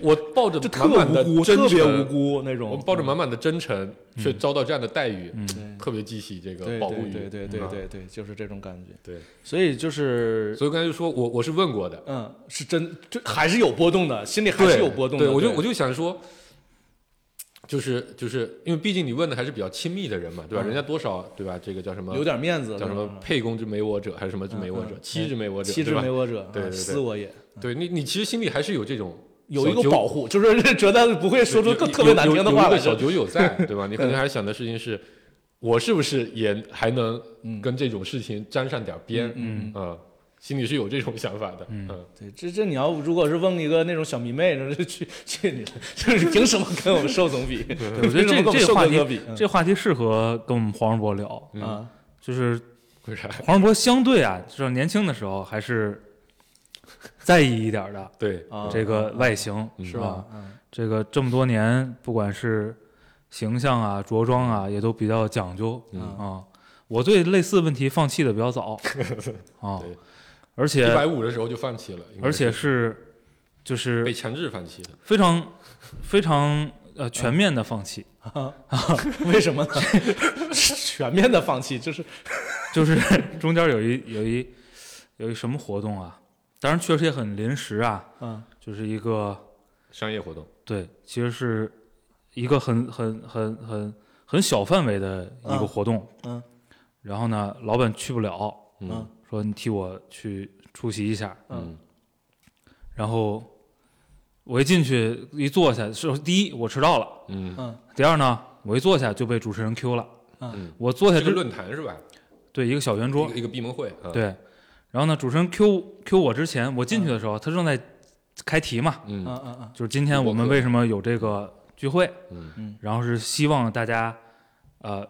Speaker 5: 我抱着
Speaker 3: 就特
Speaker 5: 满满的
Speaker 3: 无辜，
Speaker 5: 真
Speaker 3: 特别无
Speaker 5: 诚，
Speaker 3: 辜那种。
Speaker 5: 我抱着满满的真诚，却遭到这样的待遇，特别激起这个
Speaker 3: 嗯对
Speaker 5: 保护欲。
Speaker 3: 对对对对
Speaker 5: 嗯
Speaker 3: 对对，就是这种感觉。
Speaker 5: 对
Speaker 3: 所以就是，
Speaker 5: 所以我刚才就说我我是问过的，
Speaker 3: 嗯，是真，就还是有波动的，心里还
Speaker 5: 对
Speaker 3: 是有波动的。
Speaker 5: 对，我就我
Speaker 3: 就
Speaker 5: 就想说，就是就是因为毕竟你问的还是比较亲密的人嘛，对吧？人家多少对吧？这个叫什么？
Speaker 3: 留嗯点面子，
Speaker 5: 叫
Speaker 3: 对
Speaker 5: 什么
Speaker 3: 吧？
Speaker 5: 沛公之没我者，还是什么之
Speaker 3: 嗯
Speaker 5: 没我者
Speaker 3: 嗯？
Speaker 5: 妻之没我者，
Speaker 3: 妻之
Speaker 5: 对吧
Speaker 3: 没我者，
Speaker 5: 对对对
Speaker 3: 私我也
Speaker 5: 对你你其实心里还是有这种
Speaker 3: 有
Speaker 5: 小
Speaker 3: 一个
Speaker 5: 九
Speaker 3: 保护， 就是觉得不会说出
Speaker 5: 有
Speaker 3: 更
Speaker 5: 有
Speaker 3: 特别难听的话来。
Speaker 5: 有有有一个小九九在，对吧？你可能还想的事情是，我是不是也还能跟这种事情沾上点边？
Speaker 3: 嗯
Speaker 5: 嗯心里是有这种想法的。嗯，
Speaker 3: 对，这这你要如果是问一个那种小迷妹，这就去去你， 就是凭什么跟我们瘦总比？
Speaker 4: 我觉得
Speaker 3: 凭什么
Speaker 4: 这
Speaker 3: 跟我们
Speaker 4: 这
Speaker 3: 瘦
Speaker 4: 个话
Speaker 3: 哥哥
Speaker 4: 题
Speaker 3: 比，
Speaker 5: 嗯
Speaker 4: 这话题适合跟我们黄世博聊，
Speaker 3: 嗯啊，
Speaker 4: 就是
Speaker 5: 为啥？
Speaker 4: 黄世博相对啊，至少年轻的时候还是在意一点的
Speaker 5: 对，
Speaker 3: 啊
Speaker 4: 这
Speaker 5: 嗯
Speaker 4: 个外形，
Speaker 5: 是
Speaker 3: 是吧
Speaker 4: 啊？？
Speaker 3: 嗯
Speaker 4: 这个这么多年，不管是形象啊、着装啊，也都比较讲究
Speaker 5: 嗯
Speaker 4: 啊。我对类似问题放弃的比较 早啊
Speaker 5: 对，
Speaker 4: 而
Speaker 5: 一百
Speaker 4: 且
Speaker 5: 五的时候就放弃了，应该
Speaker 4: 而且
Speaker 5: 是
Speaker 4: 是就是
Speaker 5: 被强制放弃
Speaker 3: 嗯
Speaker 5: 的。
Speaker 4: 非常非常呃全面的放弃，
Speaker 3: 啊，为什么呢？ 全面的放弃，就是
Speaker 4: 就是 中间有一有一有一什么活动啊，当然确实也很临时啊，
Speaker 3: 嗯
Speaker 4: 就是一个
Speaker 5: 商业活动，
Speaker 4: 对，其实是一个很很很很很小范围的一
Speaker 5: 啊
Speaker 4: 个
Speaker 3: 嗯
Speaker 4: 活动，
Speaker 3: 嗯
Speaker 4: 然后呢，老板去不了，
Speaker 5: 嗯
Speaker 4: 说你替我去出席一下，
Speaker 3: 嗯
Speaker 5: 嗯
Speaker 4: 然后我一进去一坐下，是第一我迟到了，
Speaker 5: 嗯，
Speaker 3: 嗯
Speaker 4: 第二呢，我一坐下就被主持人 Q 了，
Speaker 5: 嗯
Speaker 4: 我坐下
Speaker 5: 这个
Speaker 4: 之
Speaker 5: 论坛是吧？
Speaker 4: 对一个小圆
Speaker 5: 一
Speaker 4: 桌
Speaker 5: 个，一个闭门会，嗯，
Speaker 4: 对，然后呢，主持人 Q Q 我之前，我进去的时候，他正在开题嘛，
Speaker 3: 嗯
Speaker 5: 嗯
Speaker 3: 嗯嗯
Speaker 4: 就是今天我们为什么有这个聚会，
Speaker 5: 嗯
Speaker 3: 嗯
Speaker 4: 然后是希望大家呃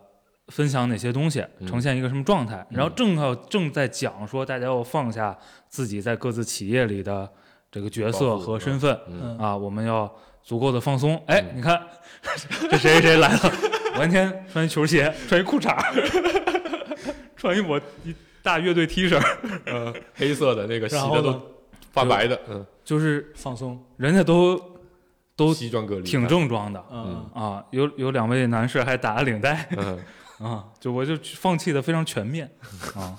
Speaker 4: 分享哪些东西，
Speaker 5: 嗯
Speaker 4: 呈现一个什么状态，
Speaker 5: 嗯
Speaker 4: 然后正好正在讲说大家要放下自己在各自企业里的这个角色
Speaker 5: 保护
Speaker 4: 和身份
Speaker 3: 嗯
Speaker 4: 啊，我们要足够的放松。哎，
Speaker 5: 嗯
Speaker 4: 你看 这谁谁谁来了， 完全穿一球 鞋，穿一裤衩儿， 穿一我一大乐队 T 恤，
Speaker 5: 嗯，黑色的那个洗
Speaker 3: 然
Speaker 5: 的
Speaker 3: 后
Speaker 5: 都
Speaker 3: 呢
Speaker 5: 发白的，嗯，
Speaker 4: 就是
Speaker 3: 放松，
Speaker 4: 人家都都
Speaker 5: 西装革履，啊
Speaker 4: 挺，正装的。
Speaker 3: 嗯
Speaker 4: 啊，有有两位男士还打了领带，
Speaker 5: 嗯，
Speaker 4: 啊，就我就放弃的非常全面 啊，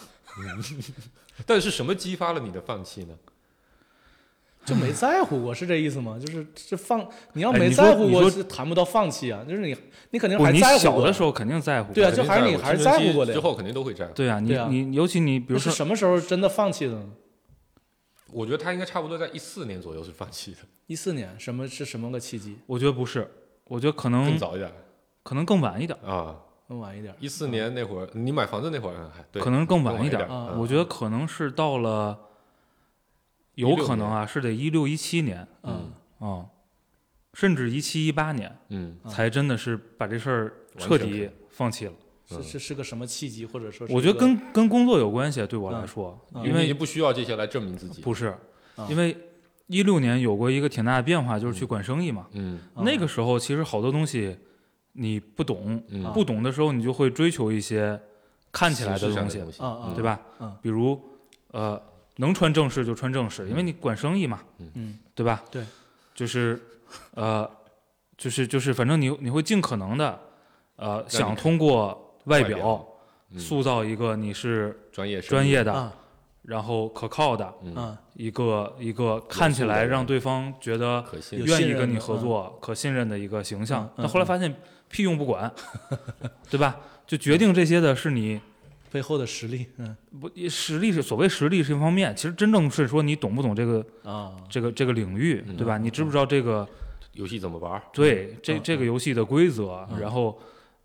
Speaker 5: 但是什么激发了你的放弃呢？
Speaker 3: 就没在乎过，是这意思 吗？就是这放，你要
Speaker 4: 哎
Speaker 3: 没
Speaker 4: 你说
Speaker 3: 在乎
Speaker 4: 你
Speaker 3: 过，
Speaker 4: 说
Speaker 3: 是谈不到放弃啊。就是你，你肯定
Speaker 4: 不，
Speaker 3: 还
Speaker 4: 你
Speaker 3: 在乎
Speaker 4: 小
Speaker 3: 过
Speaker 4: 的时候肯定在乎，
Speaker 3: 对啊
Speaker 5: 肯定
Speaker 3: 就还是
Speaker 5: 在
Speaker 3: 你
Speaker 5: 乎
Speaker 3: 还是
Speaker 5: 青春
Speaker 3: 在乎
Speaker 5: 期
Speaker 3: 过的呀
Speaker 5: 之后肯定都会在乎。
Speaker 4: 对啊，你
Speaker 3: 对啊
Speaker 4: 你尤其你比
Speaker 3: 那
Speaker 4: 如
Speaker 3: 是
Speaker 4: 说
Speaker 3: 什么时候真的放弃的呢？
Speaker 5: 我觉得他应该差不多在一四年左右是放弃的，
Speaker 3: 一四年，什么是什么个契机？
Speaker 4: 我觉得不是，我觉得可
Speaker 5: 更
Speaker 4: 能
Speaker 5: 早一点
Speaker 4: 可能更晚一点，
Speaker 5: 啊。
Speaker 3: 更嗯晚一点，
Speaker 5: 一四年那会儿，你买房子那会儿，还对，
Speaker 4: 可能更晚
Speaker 5: 晚
Speaker 4: 一
Speaker 5: 一
Speaker 4: 点，
Speaker 5: 点
Speaker 3: 啊
Speaker 5: 嗯
Speaker 4: 我觉得可能是到了，有
Speaker 5: 16
Speaker 4: 可能啊，是得一六一七年
Speaker 3: 嗯
Speaker 4: 啊，甚至一七一八年
Speaker 5: 嗯，
Speaker 3: 啊
Speaker 4: 才真的是把这事儿
Speaker 5: 完
Speaker 4: 彻
Speaker 5: 全
Speaker 4: 底
Speaker 5: 看
Speaker 4: 放弃了。
Speaker 3: 是
Speaker 5: 嗯
Speaker 3: 是是个什么契机，或者说是一个，
Speaker 4: 我觉得跟跟工作有关系，对我来
Speaker 3: 嗯
Speaker 4: 说，
Speaker 3: 嗯
Speaker 5: 因
Speaker 4: 因
Speaker 5: 为你已
Speaker 4: 为
Speaker 5: 经不需要这些来证明自己。
Speaker 4: 不是，
Speaker 3: 啊
Speaker 4: 因为一六年有过一个挺大的变化，就是去管生意嘛。
Speaker 5: 嗯
Speaker 3: 啊
Speaker 4: 那个时候其实好多东西你不懂，
Speaker 5: 嗯，
Speaker 3: 啊
Speaker 4: 不懂的时候你就会追求一些看起来
Speaker 5: 形
Speaker 4: 的
Speaker 5: 式上
Speaker 4: 东
Speaker 5: 的
Speaker 4: 西，
Speaker 5: 东
Speaker 3: 啊啊，
Speaker 4: 对吧？
Speaker 3: 嗯
Speaker 4: 比如呃，能穿正式就穿正式，因为你管生意嘛，
Speaker 3: 嗯，
Speaker 4: 对吧？
Speaker 3: 对，
Speaker 4: 就是呃，就是就是，反正你你会尽可能的呃，
Speaker 5: 你
Speaker 4: 想通过外
Speaker 5: 外表嗯
Speaker 4: 塑造一个你是
Speaker 5: 专业
Speaker 4: 专业的，
Speaker 3: 啊
Speaker 4: 然后可靠的，
Speaker 5: 嗯
Speaker 3: 啊，
Speaker 4: 一个一个看起来让对方觉得
Speaker 5: 可信
Speaker 3: 有
Speaker 4: 愿
Speaker 3: 信
Speaker 4: 意
Speaker 3: 任
Speaker 4: 跟你
Speaker 3: 的
Speaker 4: 合作、可信任的一个形象
Speaker 3: 嗯，
Speaker 4: 但
Speaker 3: 嗯
Speaker 4: 后来发现屁用不管，对吧？就决定这些的是你
Speaker 3: 背后的实力，嗯
Speaker 4: 不实力是所谓实力是一方面，其实真正是说你懂不懂这个
Speaker 3: 啊，
Speaker 4: 这个这个领域，对吧？你知不知道这个
Speaker 5: 游戏怎么玩儿？
Speaker 4: 对这
Speaker 3: 嗯嗯
Speaker 4: 这个游戏的规则？
Speaker 3: 嗯
Speaker 4: 然后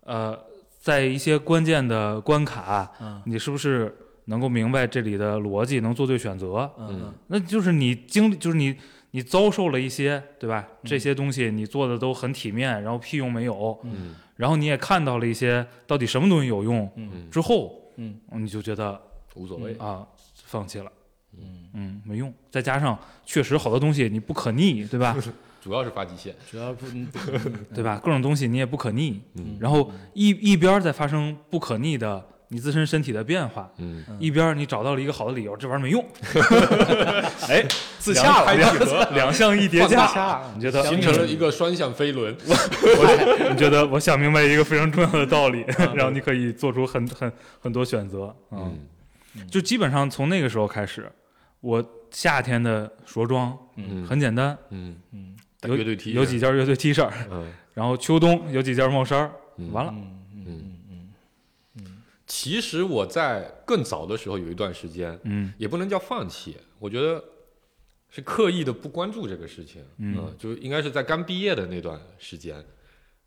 Speaker 4: 呃，在一些关键的关卡，
Speaker 3: 嗯
Speaker 4: 你是不是能够明白这里的逻辑，能做对选择？
Speaker 3: 嗯
Speaker 4: 那就是你经历，就是你你遭受了一些，对吧？这些东西你做的都很体面，然后屁用没有，
Speaker 5: 嗯
Speaker 4: 然后你也看到了一些到底什么东西有用，
Speaker 3: 嗯
Speaker 5: 嗯，
Speaker 4: 之后
Speaker 3: 嗯
Speaker 4: 你就觉得
Speaker 5: 无所谓。
Speaker 4: 啊，放弃了。嗯嗯，没用。再加上确实好多东西你不可逆，对吧？
Speaker 5: 主要是发际线，
Speaker 3: 主要 不，
Speaker 4: 对吧？各种东西你也不可逆，
Speaker 5: 嗯
Speaker 4: 然后一一边儿在发生不可逆的你自身身体的变化，
Speaker 5: 嗯，
Speaker 4: 一边儿你找到了一个好的理由，这玩意儿没 用，
Speaker 3: 哎，自洽了，
Speaker 4: 两两项一叠
Speaker 3: 放
Speaker 4: 加
Speaker 3: 大，
Speaker 4: 你觉得
Speaker 5: 形成了一个双向飞轮。
Speaker 4: 我你觉得我想明白一个非常重要的道理， 然后你可以做出很很很多选择，嗯，
Speaker 5: 嗯
Speaker 4: 就基本上从那个时候开始，我夏天的着装
Speaker 5: 嗯
Speaker 4: 很简单，
Speaker 5: 嗯
Speaker 3: 嗯，
Speaker 5: 带乐队 T
Speaker 4: 有几件乐队 T 恤儿，
Speaker 5: 嗯，
Speaker 4: 然后秋冬有几件帽衫儿，
Speaker 5: 嗯
Speaker 4: 完了，
Speaker 5: 其实我在更早的时候有一段时间，
Speaker 4: 嗯
Speaker 5: 也不能叫放弃，我觉得是刻意的不关注这个事情。啊
Speaker 4: 嗯
Speaker 5: 就应该是在刚毕业的那段时间，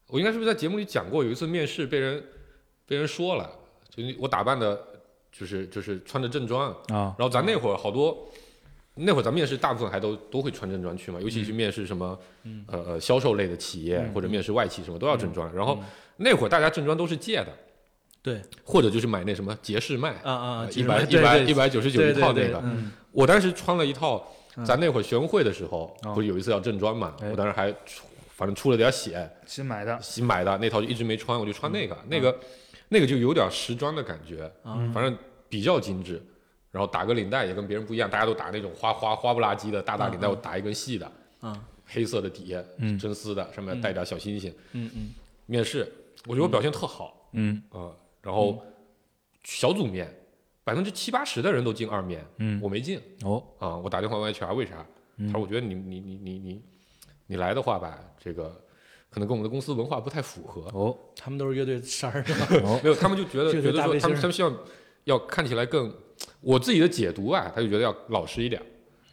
Speaker 5: 我应该是不是在节目里讲过，有一次面试被人被人说了，就你我打扮的，就是就是穿着正装，
Speaker 4: 啊，
Speaker 5: 然后咱那会儿好多，那会儿咱面试大部分还都都会穿正装去嘛，尤其是面试什么，
Speaker 4: 嗯
Speaker 5: 呃呃销售类的企业、或者面试外企什么都要正装。然
Speaker 4: 嗯
Speaker 5: 后那会儿大家正装都是借的，
Speaker 3: 对，
Speaker 5: 或者就是买那什么杰士迈，
Speaker 3: 啊啊，
Speaker 5: 呃一百一
Speaker 3: 对
Speaker 5: 百
Speaker 3: 对
Speaker 5: 一百九十九一
Speaker 3: 对对
Speaker 5: 套那
Speaker 3: 对
Speaker 5: 个。
Speaker 3: 嗯
Speaker 5: 我当时穿了一套，咱那会儿学生会的时候，
Speaker 3: 哦
Speaker 5: 不是有一次要正装嘛，
Speaker 4: 哎
Speaker 5: 我当时还出反正出了点血，
Speaker 4: 新买的，
Speaker 5: 新买的那套就一直没穿，我就穿那个，那个那个就有点时装的感觉，
Speaker 3: 嗯
Speaker 5: 反正比较精致。然后打个领带也跟别人不一样，大家都打那种花花花不拉几的大大领
Speaker 3: 嗯
Speaker 5: 带，我打一根细的，
Speaker 3: 啊，
Speaker 5: 黑色的底，
Speaker 4: 嗯
Speaker 5: 真丝的，上面带点小星星。
Speaker 3: 嗯嗯
Speaker 5: 面试，我觉得我表现特好
Speaker 4: 嗯
Speaker 5: 啊、然后
Speaker 3: 嗯
Speaker 5: 小组面，百分之七八十的人都进二面，
Speaker 4: 嗯，
Speaker 5: 我没进
Speaker 4: 哦，
Speaker 5: 啊、我打电话问 HR 为啥，
Speaker 3: 嗯
Speaker 5: 他说我觉得你你你你你你来的话吧，这个可能跟我们的公司文化不太符合。
Speaker 4: 哦，
Speaker 3: 他们都是乐队衫儿，
Speaker 5: 没有，他们就觉得
Speaker 3: 哦 就
Speaker 5: 觉
Speaker 3: 是
Speaker 5: 得
Speaker 3: 大
Speaker 5: 说，
Speaker 3: 背
Speaker 5: 他
Speaker 3: 心
Speaker 5: 们
Speaker 3: 儿
Speaker 5: 他们希望要看起来更，我自己的解读啊，他就觉得要老实一点，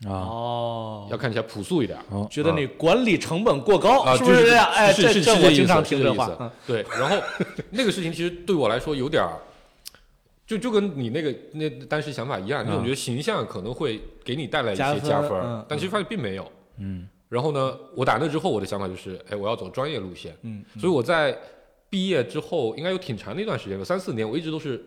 Speaker 4: 啊，
Speaker 3: 哦，
Speaker 5: 要看起来朴素一点。
Speaker 3: 觉得你管理成本过高，
Speaker 5: 啊，
Speaker 3: 是
Speaker 5: 就
Speaker 3: 不
Speaker 5: 是
Speaker 3: 这样？哎，
Speaker 5: 是
Speaker 3: 这
Speaker 5: 是
Speaker 3: 这
Speaker 5: 是
Speaker 3: 我
Speaker 5: 意
Speaker 3: 经
Speaker 5: 思
Speaker 3: 常
Speaker 5: 是
Speaker 3: 听
Speaker 5: 这
Speaker 3: 这
Speaker 5: 意
Speaker 3: 话
Speaker 5: 思，
Speaker 3: 嗯
Speaker 5: 对，然后那个事情其实对我来说有点儿，就就跟你那个那当时想法一样，你总觉得形象可能会给你带来一
Speaker 3: 嗯加
Speaker 5: 些
Speaker 3: 分
Speaker 5: 加
Speaker 3: 儿
Speaker 5: 分儿
Speaker 3: 嗯，
Speaker 5: 但其实发现并没有。
Speaker 4: 嗯
Speaker 5: 然后呢，我打那之后，我的想法就是，哎，我要走专业路线。
Speaker 3: 嗯，
Speaker 5: 所以我在毕业之后，应该有挺长的一段时间，有三四年，我一直都是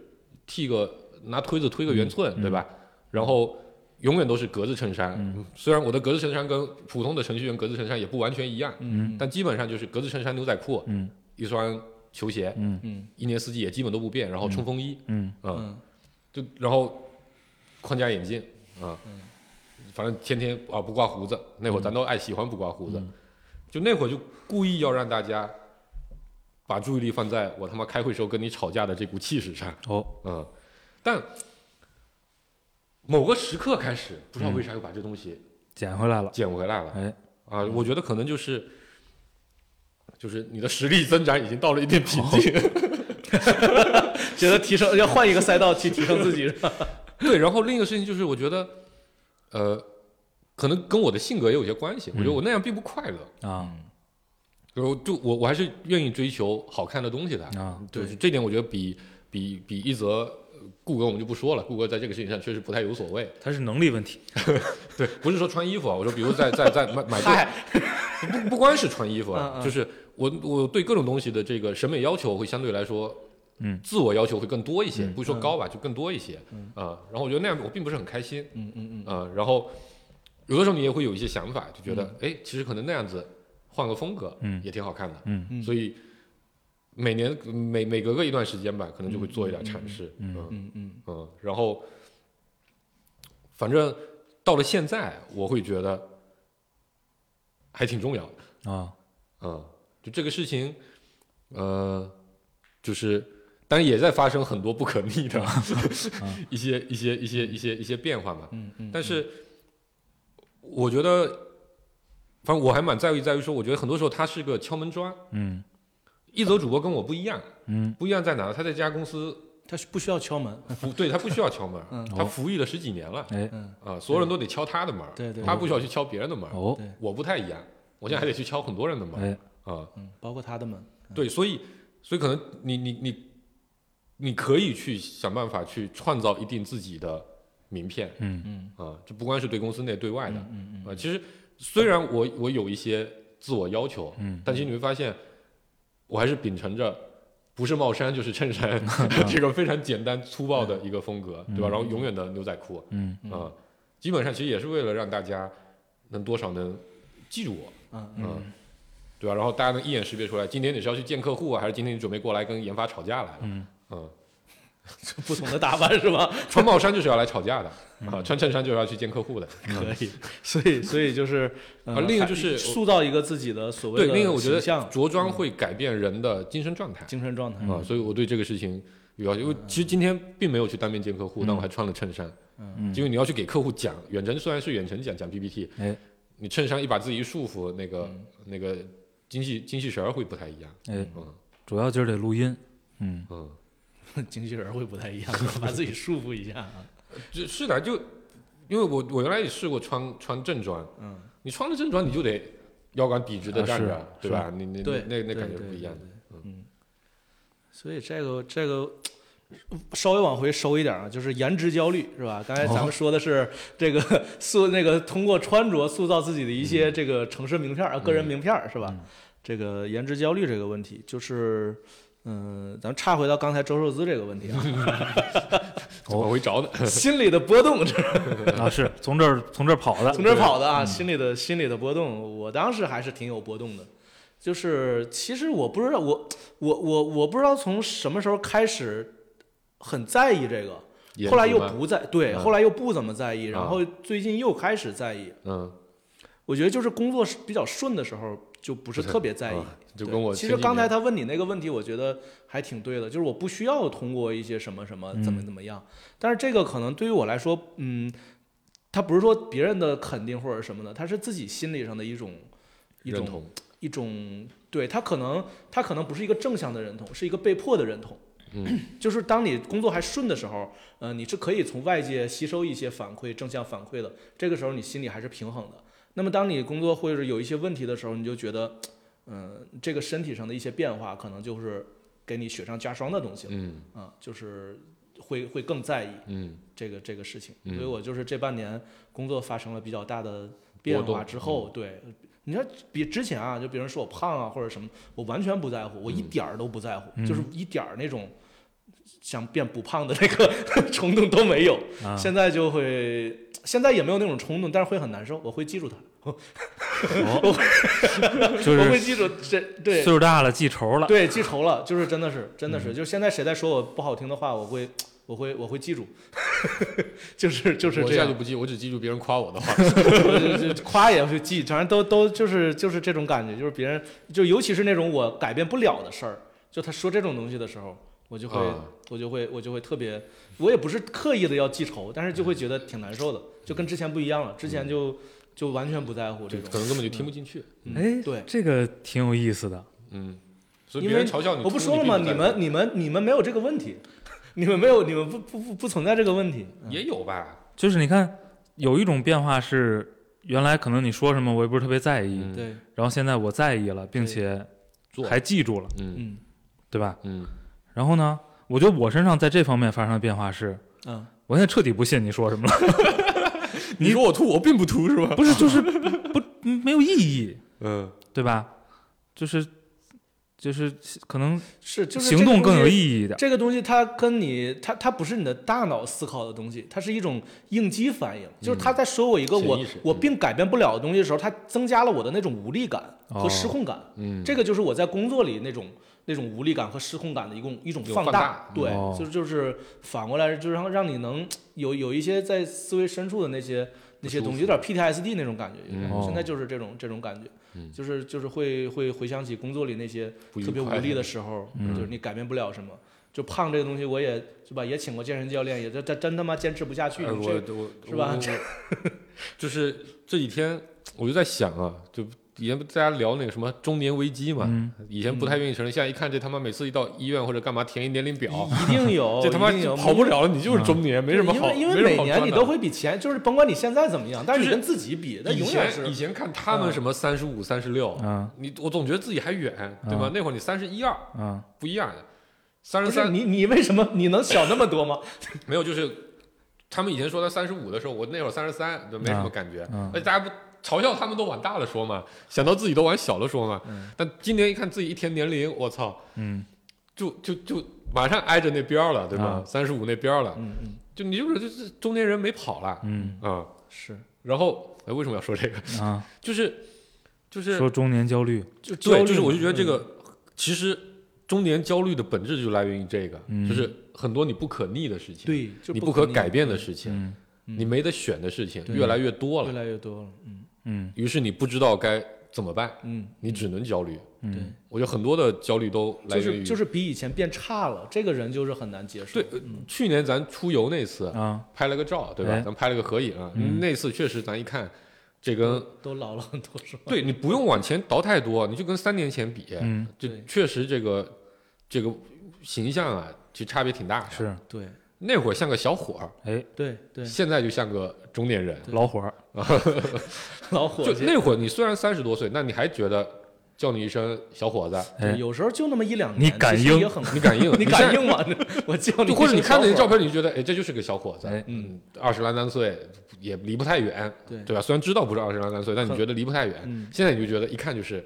Speaker 5: 剃个拿推子推个
Speaker 3: 嗯
Speaker 5: 圆寸，对吧？然后永远都是格子衬衫，
Speaker 3: 嗯
Speaker 5: 虽然我的格子衬衫跟普通的程序员格子衬衫也不完全一样，
Speaker 4: 嗯
Speaker 5: 但基本上就是格子衬衫、牛仔裤、
Speaker 4: 嗯
Speaker 5: 一双球鞋，
Speaker 4: 嗯
Speaker 3: 嗯
Speaker 5: 一年四季也基本都不变，然后冲锋衣，
Speaker 4: 嗯
Speaker 5: 嗯，
Speaker 3: 嗯
Speaker 5: 就然后框架眼镜啊，反正天天啊不刮胡子，那会儿咱都爱喜欢不刮胡子，
Speaker 4: 嗯
Speaker 5: 就那会儿就故意要让大家把注意力放在我他妈开会时候跟你吵架的这股气势上，
Speaker 4: 哦，
Speaker 5: 嗯，但某个时刻开始，不知道为啥又把这东西
Speaker 4: 捡回来了，
Speaker 5: 捡回来了，
Speaker 4: 哎，
Speaker 5: 啊，我觉得可能就是。就是你的实力增长已经到了一定瓶颈，
Speaker 3: 觉得提升要换一个赛道去提升自己， 是吧？
Speaker 5: 对，然后另一个事情就是，我觉得，呃，可能跟我的性格也有些关系。我觉得我那样并不快乐，
Speaker 4: 啊
Speaker 5: 就是我就我我还是愿意追求好看的东西的。
Speaker 4: 啊，
Speaker 5: 就是这点，我觉得比比比一则呃顾哥我们就不说了，顾哥在这个事情上确实不太有所谓。
Speaker 4: 他是能力问题，
Speaker 5: 对，不是说穿衣服啊，我说比如在在在买买对，不不光是穿衣服啊
Speaker 3: 嗯，嗯
Speaker 5: 就是我我对各种东西的这个审美要求会相对来说。
Speaker 4: 嗯，
Speaker 5: 自我要求会更多一些，不是说高吧，就更多一些，啊，然后我觉得那样我并不是很开心，
Speaker 3: 嗯嗯
Speaker 5: 啊、然后有的时候你也会有一些想法，就觉得哎、诶其实可能那样子换个风格，
Speaker 4: 嗯
Speaker 5: 也挺好看的，
Speaker 4: 嗯
Speaker 3: 嗯
Speaker 5: 所以每年每每隔个一段时间吧，可能就会做一点尝试，嗯嗯
Speaker 3: 嗯嗯
Speaker 5: 然后反正到了现在，我会觉得还挺重要的，
Speaker 4: 啊，
Speaker 5: 嗯，就这个事情，呃，就是。当然也在发生很多不可逆 的一些一些一些一些一些变化嘛，
Speaker 3: 嗯嗯，
Speaker 5: 但是我觉得，反正我还蛮在意，在于说，我觉得很多时候他是个敲门砖。
Speaker 4: 嗯
Speaker 5: 一则主播跟我不一样，
Speaker 4: 嗯
Speaker 5: 不一样在哪呢？他在这家公司
Speaker 3: 他是不需要敲门，嗯
Speaker 5: 服，对他不需要敲门，他服役了十几年了，
Speaker 4: 哦哎
Speaker 5: 啊、所有人都得敲他的门，
Speaker 3: 对对
Speaker 5: 他不需要去敲别人的门。
Speaker 4: 哦
Speaker 3: 对
Speaker 5: 我不太一样，我现在还得去敲很多人的门
Speaker 4: 哎
Speaker 5: 啊、
Speaker 3: 嗯，包括他的门，
Speaker 5: 对，所以所以可能你你你你可以去想办法去创造一定自己的名片，
Speaker 4: 嗯
Speaker 5: 嗯啊，这不光是对公司内对外的，嗯嗯啊，其实虽然我我有一些自我要求，
Speaker 4: 嗯，
Speaker 5: 但其实你会发现，我还是秉承着。不是帽衫就是衬 衫，这个非常简单粗暴的一个风格，对吧？
Speaker 3: 嗯
Speaker 5: 然后永远的牛仔裤，
Speaker 4: 嗯
Speaker 5: 啊、基本上其实也是为了让大家能多少能记住我，
Speaker 3: 嗯
Speaker 5: 嗯。对吧？然后大家能一眼识别出来，今天你是要去见客户啊，还是今天你准备过来跟研发吵架 来了？
Speaker 4: 嗯
Speaker 5: 嗯
Speaker 3: 不同的打扮是 吧？
Speaker 5: 穿帽衫就是要来吵架的、
Speaker 3: 嗯
Speaker 5: 啊，穿衬衫就是要去见客户的。
Speaker 3: 可以，所以所以就是，
Speaker 5: 嗯啊
Speaker 3: 呃，
Speaker 5: 另一个
Speaker 3: 还
Speaker 5: 就是
Speaker 3: 塑造一个自己的所谓
Speaker 5: 对，
Speaker 3: 的
Speaker 5: 另一个我觉得
Speaker 3: 形象嗯
Speaker 5: 着装会改变人的精神状态
Speaker 3: 精神状态，
Speaker 4: 嗯
Speaker 5: 啊，所以我对这个事情有要求。因为其实今天并没有去当面见客户，但我还穿了衬衫，
Speaker 4: 嗯
Speaker 5: 因为你要去给客户讲远程，虽然是远程讲讲 PPT，
Speaker 4: 哎嗯
Speaker 5: 你衬衫一把自己一束缚，那个那个精气精气神儿会不太一样。
Speaker 4: 哎，
Speaker 5: 嗯
Speaker 4: 主要就是得录音，嗯，
Speaker 5: 嗯，
Speaker 3: 经纪人会不太一 样，把自己束缚一下啊。
Speaker 5: 这是的，就因为我我原来也试过穿穿正装，
Speaker 3: 嗯，
Speaker 5: 你穿了正装你就得腰杆笔直的
Speaker 4: 啊
Speaker 5: 站
Speaker 4: 是
Speaker 5: 着，对吧？你你
Speaker 3: 对，
Speaker 5: 那
Speaker 3: 对
Speaker 5: 那感觉
Speaker 3: 对
Speaker 5: 不一样
Speaker 3: 对
Speaker 5: 的。
Speaker 3: 对嗯，所以这个这个。稍微往回收一点啊，就是颜值焦虑是吧？刚才咱们说的是这个 塑、那个通过穿着塑造自己的一些这个城市名片儿、呃个人名片儿是吧？这个颜值焦虑这个问题，就是嗯、咱们岔回到刚才周寿滋这个问题啊，
Speaker 4: 哦
Speaker 5: 怎么会着呢？
Speaker 3: 心理的波动，
Speaker 4: 啊是从这儿从这儿跑的，
Speaker 3: 从这儿跑的啊，心里的心里的波动，我当时还是挺有波动的。就是其实我不知道，我我我我不知道从什么时候开始很在意这个，
Speaker 5: 颜
Speaker 3: 后 来
Speaker 5: 值
Speaker 3: 又
Speaker 5: 吗
Speaker 3: 不在，对，
Speaker 5: 嗯
Speaker 3: 后来又不怎么在意，
Speaker 5: 啊
Speaker 3: 然后最近又开始在意。
Speaker 5: 嗯。
Speaker 3: 我觉得就是工作是比较顺的时候，就不是
Speaker 5: 不是
Speaker 3: 特别在意
Speaker 5: 啊。就
Speaker 3: 对
Speaker 5: 跟我
Speaker 3: 其
Speaker 5: 前
Speaker 3: 实
Speaker 5: 几
Speaker 3: 刚才
Speaker 5: 年
Speaker 3: 他问你那个问题，我觉得还挺对的，就是我不需要通过一些什么什么怎
Speaker 5: 嗯
Speaker 3: 么怎么样，但是这个可能对于我来说，嗯，他不是说别人的肯定或者什么的，他是自己心理上的一种一
Speaker 5: 认
Speaker 3: 种
Speaker 5: 同，
Speaker 3: 一种，对他可能他可能不是一个正向的认同，是一个被迫的认同。
Speaker 5: 嗯，
Speaker 3: 就是当你工作还顺的时候，呃，你是可以从外界吸收一些反馈、正向反馈的。这个时候你心里还是平衡的。那么当你工作或者有一些问题的时候，你就觉得，嗯、这个身体上的一些变化，可能就是给你雪上加霜的东西了
Speaker 5: 嗯
Speaker 3: 啊、就是会会更在意
Speaker 5: 嗯
Speaker 3: 这个这个事情。
Speaker 5: 嗯
Speaker 3: 所以我就是这半年工作发生了比较大的变
Speaker 5: 波
Speaker 3: 化
Speaker 5: 动
Speaker 3: 之后，
Speaker 4: 嗯
Speaker 3: 对。你看，比之前啊，就别人说我胖啊或者什么，我完全不在乎，我一点儿都不在乎，
Speaker 4: 嗯
Speaker 3: 就是一点儿那种想变不胖的那个 冲动都没有。
Speaker 4: 啊，
Speaker 3: 现在就会，现在也没有那种冲动，但是会很难受，我会记住它，
Speaker 4: 就
Speaker 3: 我会
Speaker 4: 是
Speaker 3: 记住这对
Speaker 4: 岁数大了记仇了，
Speaker 3: 对记仇了，就是真的是真的
Speaker 4: 嗯
Speaker 3: 是，就是现在谁在说我不好听的话，我会我会我会记住， 就是就是
Speaker 5: 我
Speaker 3: 这
Speaker 5: 现在
Speaker 3: 样
Speaker 5: 就，不记，我只记住别人夸我的话。
Speaker 3: 就就夸也会记，反正都都就是就是这种感觉，就是别人就尤其是那种我改变不了的事儿，就他说这种东西的时候，我就会、
Speaker 5: 啊
Speaker 3: 我就会我就会特别，我也不是刻意的要记仇，但是就会觉得挺难受的，就跟之前不一样了，之前就。就完全不在乎这
Speaker 5: 就
Speaker 3: 种，
Speaker 5: 可能根本就听不进去。
Speaker 4: 哎，
Speaker 3: 对
Speaker 4: 这个挺有意思的，
Speaker 5: 嗯，所以
Speaker 3: 因
Speaker 5: 别人
Speaker 3: 为
Speaker 5: 嘲笑你，
Speaker 3: 我不说了吗？你们、你们、你们没有这个问题，你们没有，你们不不不不存在这个问题。
Speaker 5: 也有吧？
Speaker 4: 就是你看有一种变化是。原来可能你说什么我也不是特别在意，
Speaker 5: 嗯，
Speaker 3: 对，
Speaker 4: 然后现在我在意了，并且
Speaker 5: 做
Speaker 4: 还记住了，
Speaker 5: 嗯
Speaker 3: 嗯
Speaker 4: 对吧？
Speaker 5: 嗯
Speaker 4: 然后呢，我觉得我身上在这方面发生的变化是，
Speaker 3: 嗯，
Speaker 4: 我现在彻底不信你说什么了， 你
Speaker 5: 说我秃，我并不秃，是吧？
Speaker 4: 不是就是不没有意义，
Speaker 5: 嗯，
Speaker 4: 对吧？就是就是可能
Speaker 3: 是就是
Speaker 4: 行动更有
Speaker 3: 义。
Speaker 4: 意义一点，
Speaker 3: 这个东西它跟你，它它不是你的大脑思考的东西，它是一种应激反应。就是他在说我一个我
Speaker 5: 嗯潜意识
Speaker 3: 我
Speaker 5: 嗯
Speaker 3: 并改变不了的东西的时候，它增加了我的那种无力感
Speaker 4: 哦
Speaker 3: 和失控感。
Speaker 5: 嗯
Speaker 3: 这个就是我在工作里那种那种无力感和失控感的一种一种
Speaker 5: 有
Speaker 3: 放
Speaker 5: 放大嗯
Speaker 3: 对，
Speaker 4: 哦
Speaker 3: 就是就是反过来，就是让让你能有有一些在思维深处的那些那些东西，有点 PTSD 那种感觉。有点
Speaker 5: 嗯
Speaker 4: 哦
Speaker 3: 现在就是这种这种感觉，
Speaker 5: 嗯
Speaker 3: 就是就是会会回想起工作里那些
Speaker 5: 不愉
Speaker 3: 特别无
Speaker 5: 快
Speaker 3: 力的时候，
Speaker 4: 嗯
Speaker 3: 就是你改变不了什么。就胖这个东西，我也是吧，也请过健身教练，也真真真他妈坚持不下去。
Speaker 5: 哎
Speaker 3: 你这
Speaker 5: 我我
Speaker 3: 是吧？
Speaker 5: 我就是这几天我就在想啊，就以前不大家聊那个什么中年危机嘛，
Speaker 4: 嗯
Speaker 5: 以前不太愿意承认，现在一看这他妈每次一到医院或者干嘛填一年龄表，
Speaker 3: 一定有，
Speaker 5: 这他妈
Speaker 3: 哦一定有嗯
Speaker 5: 跑不了了，你就是中年，没什么
Speaker 3: 因
Speaker 5: 好，
Speaker 3: 为因为
Speaker 5: 没什么
Speaker 3: 每
Speaker 5: 好
Speaker 3: 年
Speaker 5: 钻
Speaker 3: 你
Speaker 5: 的
Speaker 3: 都会比前，就是甭管你现在怎么样，但是你
Speaker 5: 就是
Speaker 3: 跟自己比，那
Speaker 5: 以
Speaker 3: 永远
Speaker 5: 前
Speaker 3: 是嗯
Speaker 5: 以前看他们什么三十五、三十六，
Speaker 4: 嗯
Speaker 5: 你我总觉得自己还远，对吧？那会儿你三十一二
Speaker 4: 嗯，
Speaker 5: 不一样，三
Speaker 3: 不
Speaker 5: 十
Speaker 3: 是
Speaker 5: 三
Speaker 3: 你，你为什么你能小那么多 吗？
Speaker 5: 没有，就是他们以前说他三十五的时候，我那会儿三十三，就没什么感觉
Speaker 4: 嗯，
Speaker 5: 而且大家不。嘲笑他们都往大了说嘛，想到自己都往小了说嘛。但今年一看自己一填年龄，我操，
Speaker 4: 嗯，
Speaker 5: 就就就马上挨着那边儿了，对吧
Speaker 4: 啊？
Speaker 5: 三十五那边儿了，
Speaker 3: 嗯嗯，
Speaker 5: 就你就是就是中年人没跑了，
Speaker 4: 嗯
Speaker 5: 啊，
Speaker 3: 是
Speaker 5: 然后哎，为什么要说这个？
Speaker 4: 啊，
Speaker 5: 就是就是
Speaker 4: 说中年焦虑，
Speaker 5: 就
Speaker 3: 焦虑
Speaker 5: 对，就是我就觉得
Speaker 3: 嘛嗯
Speaker 5: 这个其实中年焦虑的本质就来源于这个，
Speaker 4: 嗯
Speaker 5: 就是很多你不可逆的事情，
Speaker 3: 对，就
Speaker 5: 你
Speaker 3: 不
Speaker 5: 可
Speaker 3: 逆
Speaker 5: 改变的事情，
Speaker 4: 嗯
Speaker 5: 你没得选的事情
Speaker 3: 对
Speaker 5: 越来越多
Speaker 3: 越
Speaker 5: 了，
Speaker 3: 来越多了，嗯
Speaker 4: 嗯
Speaker 5: 于是你不知道该怎么办，
Speaker 3: 嗯，
Speaker 5: 你只能焦虑。
Speaker 4: 嗯，
Speaker 5: 我觉得很多的焦虑都来
Speaker 3: 就
Speaker 5: 源于
Speaker 3: 是就是比以前变差了，这个人就是很难接受，
Speaker 5: 对，呃去年咱出游那次
Speaker 4: 嗯啊，
Speaker 5: 拍了个照，对吧
Speaker 4: 哎？嗯
Speaker 5: 咱拍了个合影，那次确实咱一看，这跟
Speaker 3: 都老了很多是吧？
Speaker 5: 对你不用往前倒太多，你就跟三年前比，
Speaker 4: 嗯
Speaker 5: 就
Speaker 3: 对
Speaker 5: 确实这个这个形象啊，就差别挺大的。
Speaker 4: 是，
Speaker 3: 对
Speaker 5: 那会儿像个小伙儿，
Speaker 4: 哎，
Speaker 3: 对对，
Speaker 5: 现在就像个中年人。
Speaker 4: 老伙儿，
Speaker 3: 老伙
Speaker 5: 就
Speaker 3: 计，
Speaker 5: 那会儿你虽然三十多岁，那你还觉得叫你一声小伙子，
Speaker 3: 对
Speaker 4: 哎，
Speaker 3: 有时候就那么一两
Speaker 4: 你
Speaker 3: 年，
Speaker 4: 敢
Speaker 3: 其实
Speaker 4: 应
Speaker 3: 也很？
Speaker 5: 你敢应
Speaker 3: 你
Speaker 5: 现
Speaker 3: 敢
Speaker 5: 在
Speaker 3: 硬吗？我叫你
Speaker 5: 就
Speaker 3: 一
Speaker 5: 或者
Speaker 3: 声
Speaker 5: 你看
Speaker 3: 小
Speaker 5: 那些
Speaker 3: 伙
Speaker 5: 照
Speaker 3: 儿，
Speaker 5: 片，你就觉得哎，这就是个小伙子，
Speaker 4: 哎
Speaker 3: 嗯，
Speaker 5: 二十来三岁也离不太远，
Speaker 3: 对
Speaker 5: 对吧？虽然知道不是二十来三岁，但你觉得离不太远。
Speaker 3: 嗯
Speaker 5: 现在你就觉得一看就是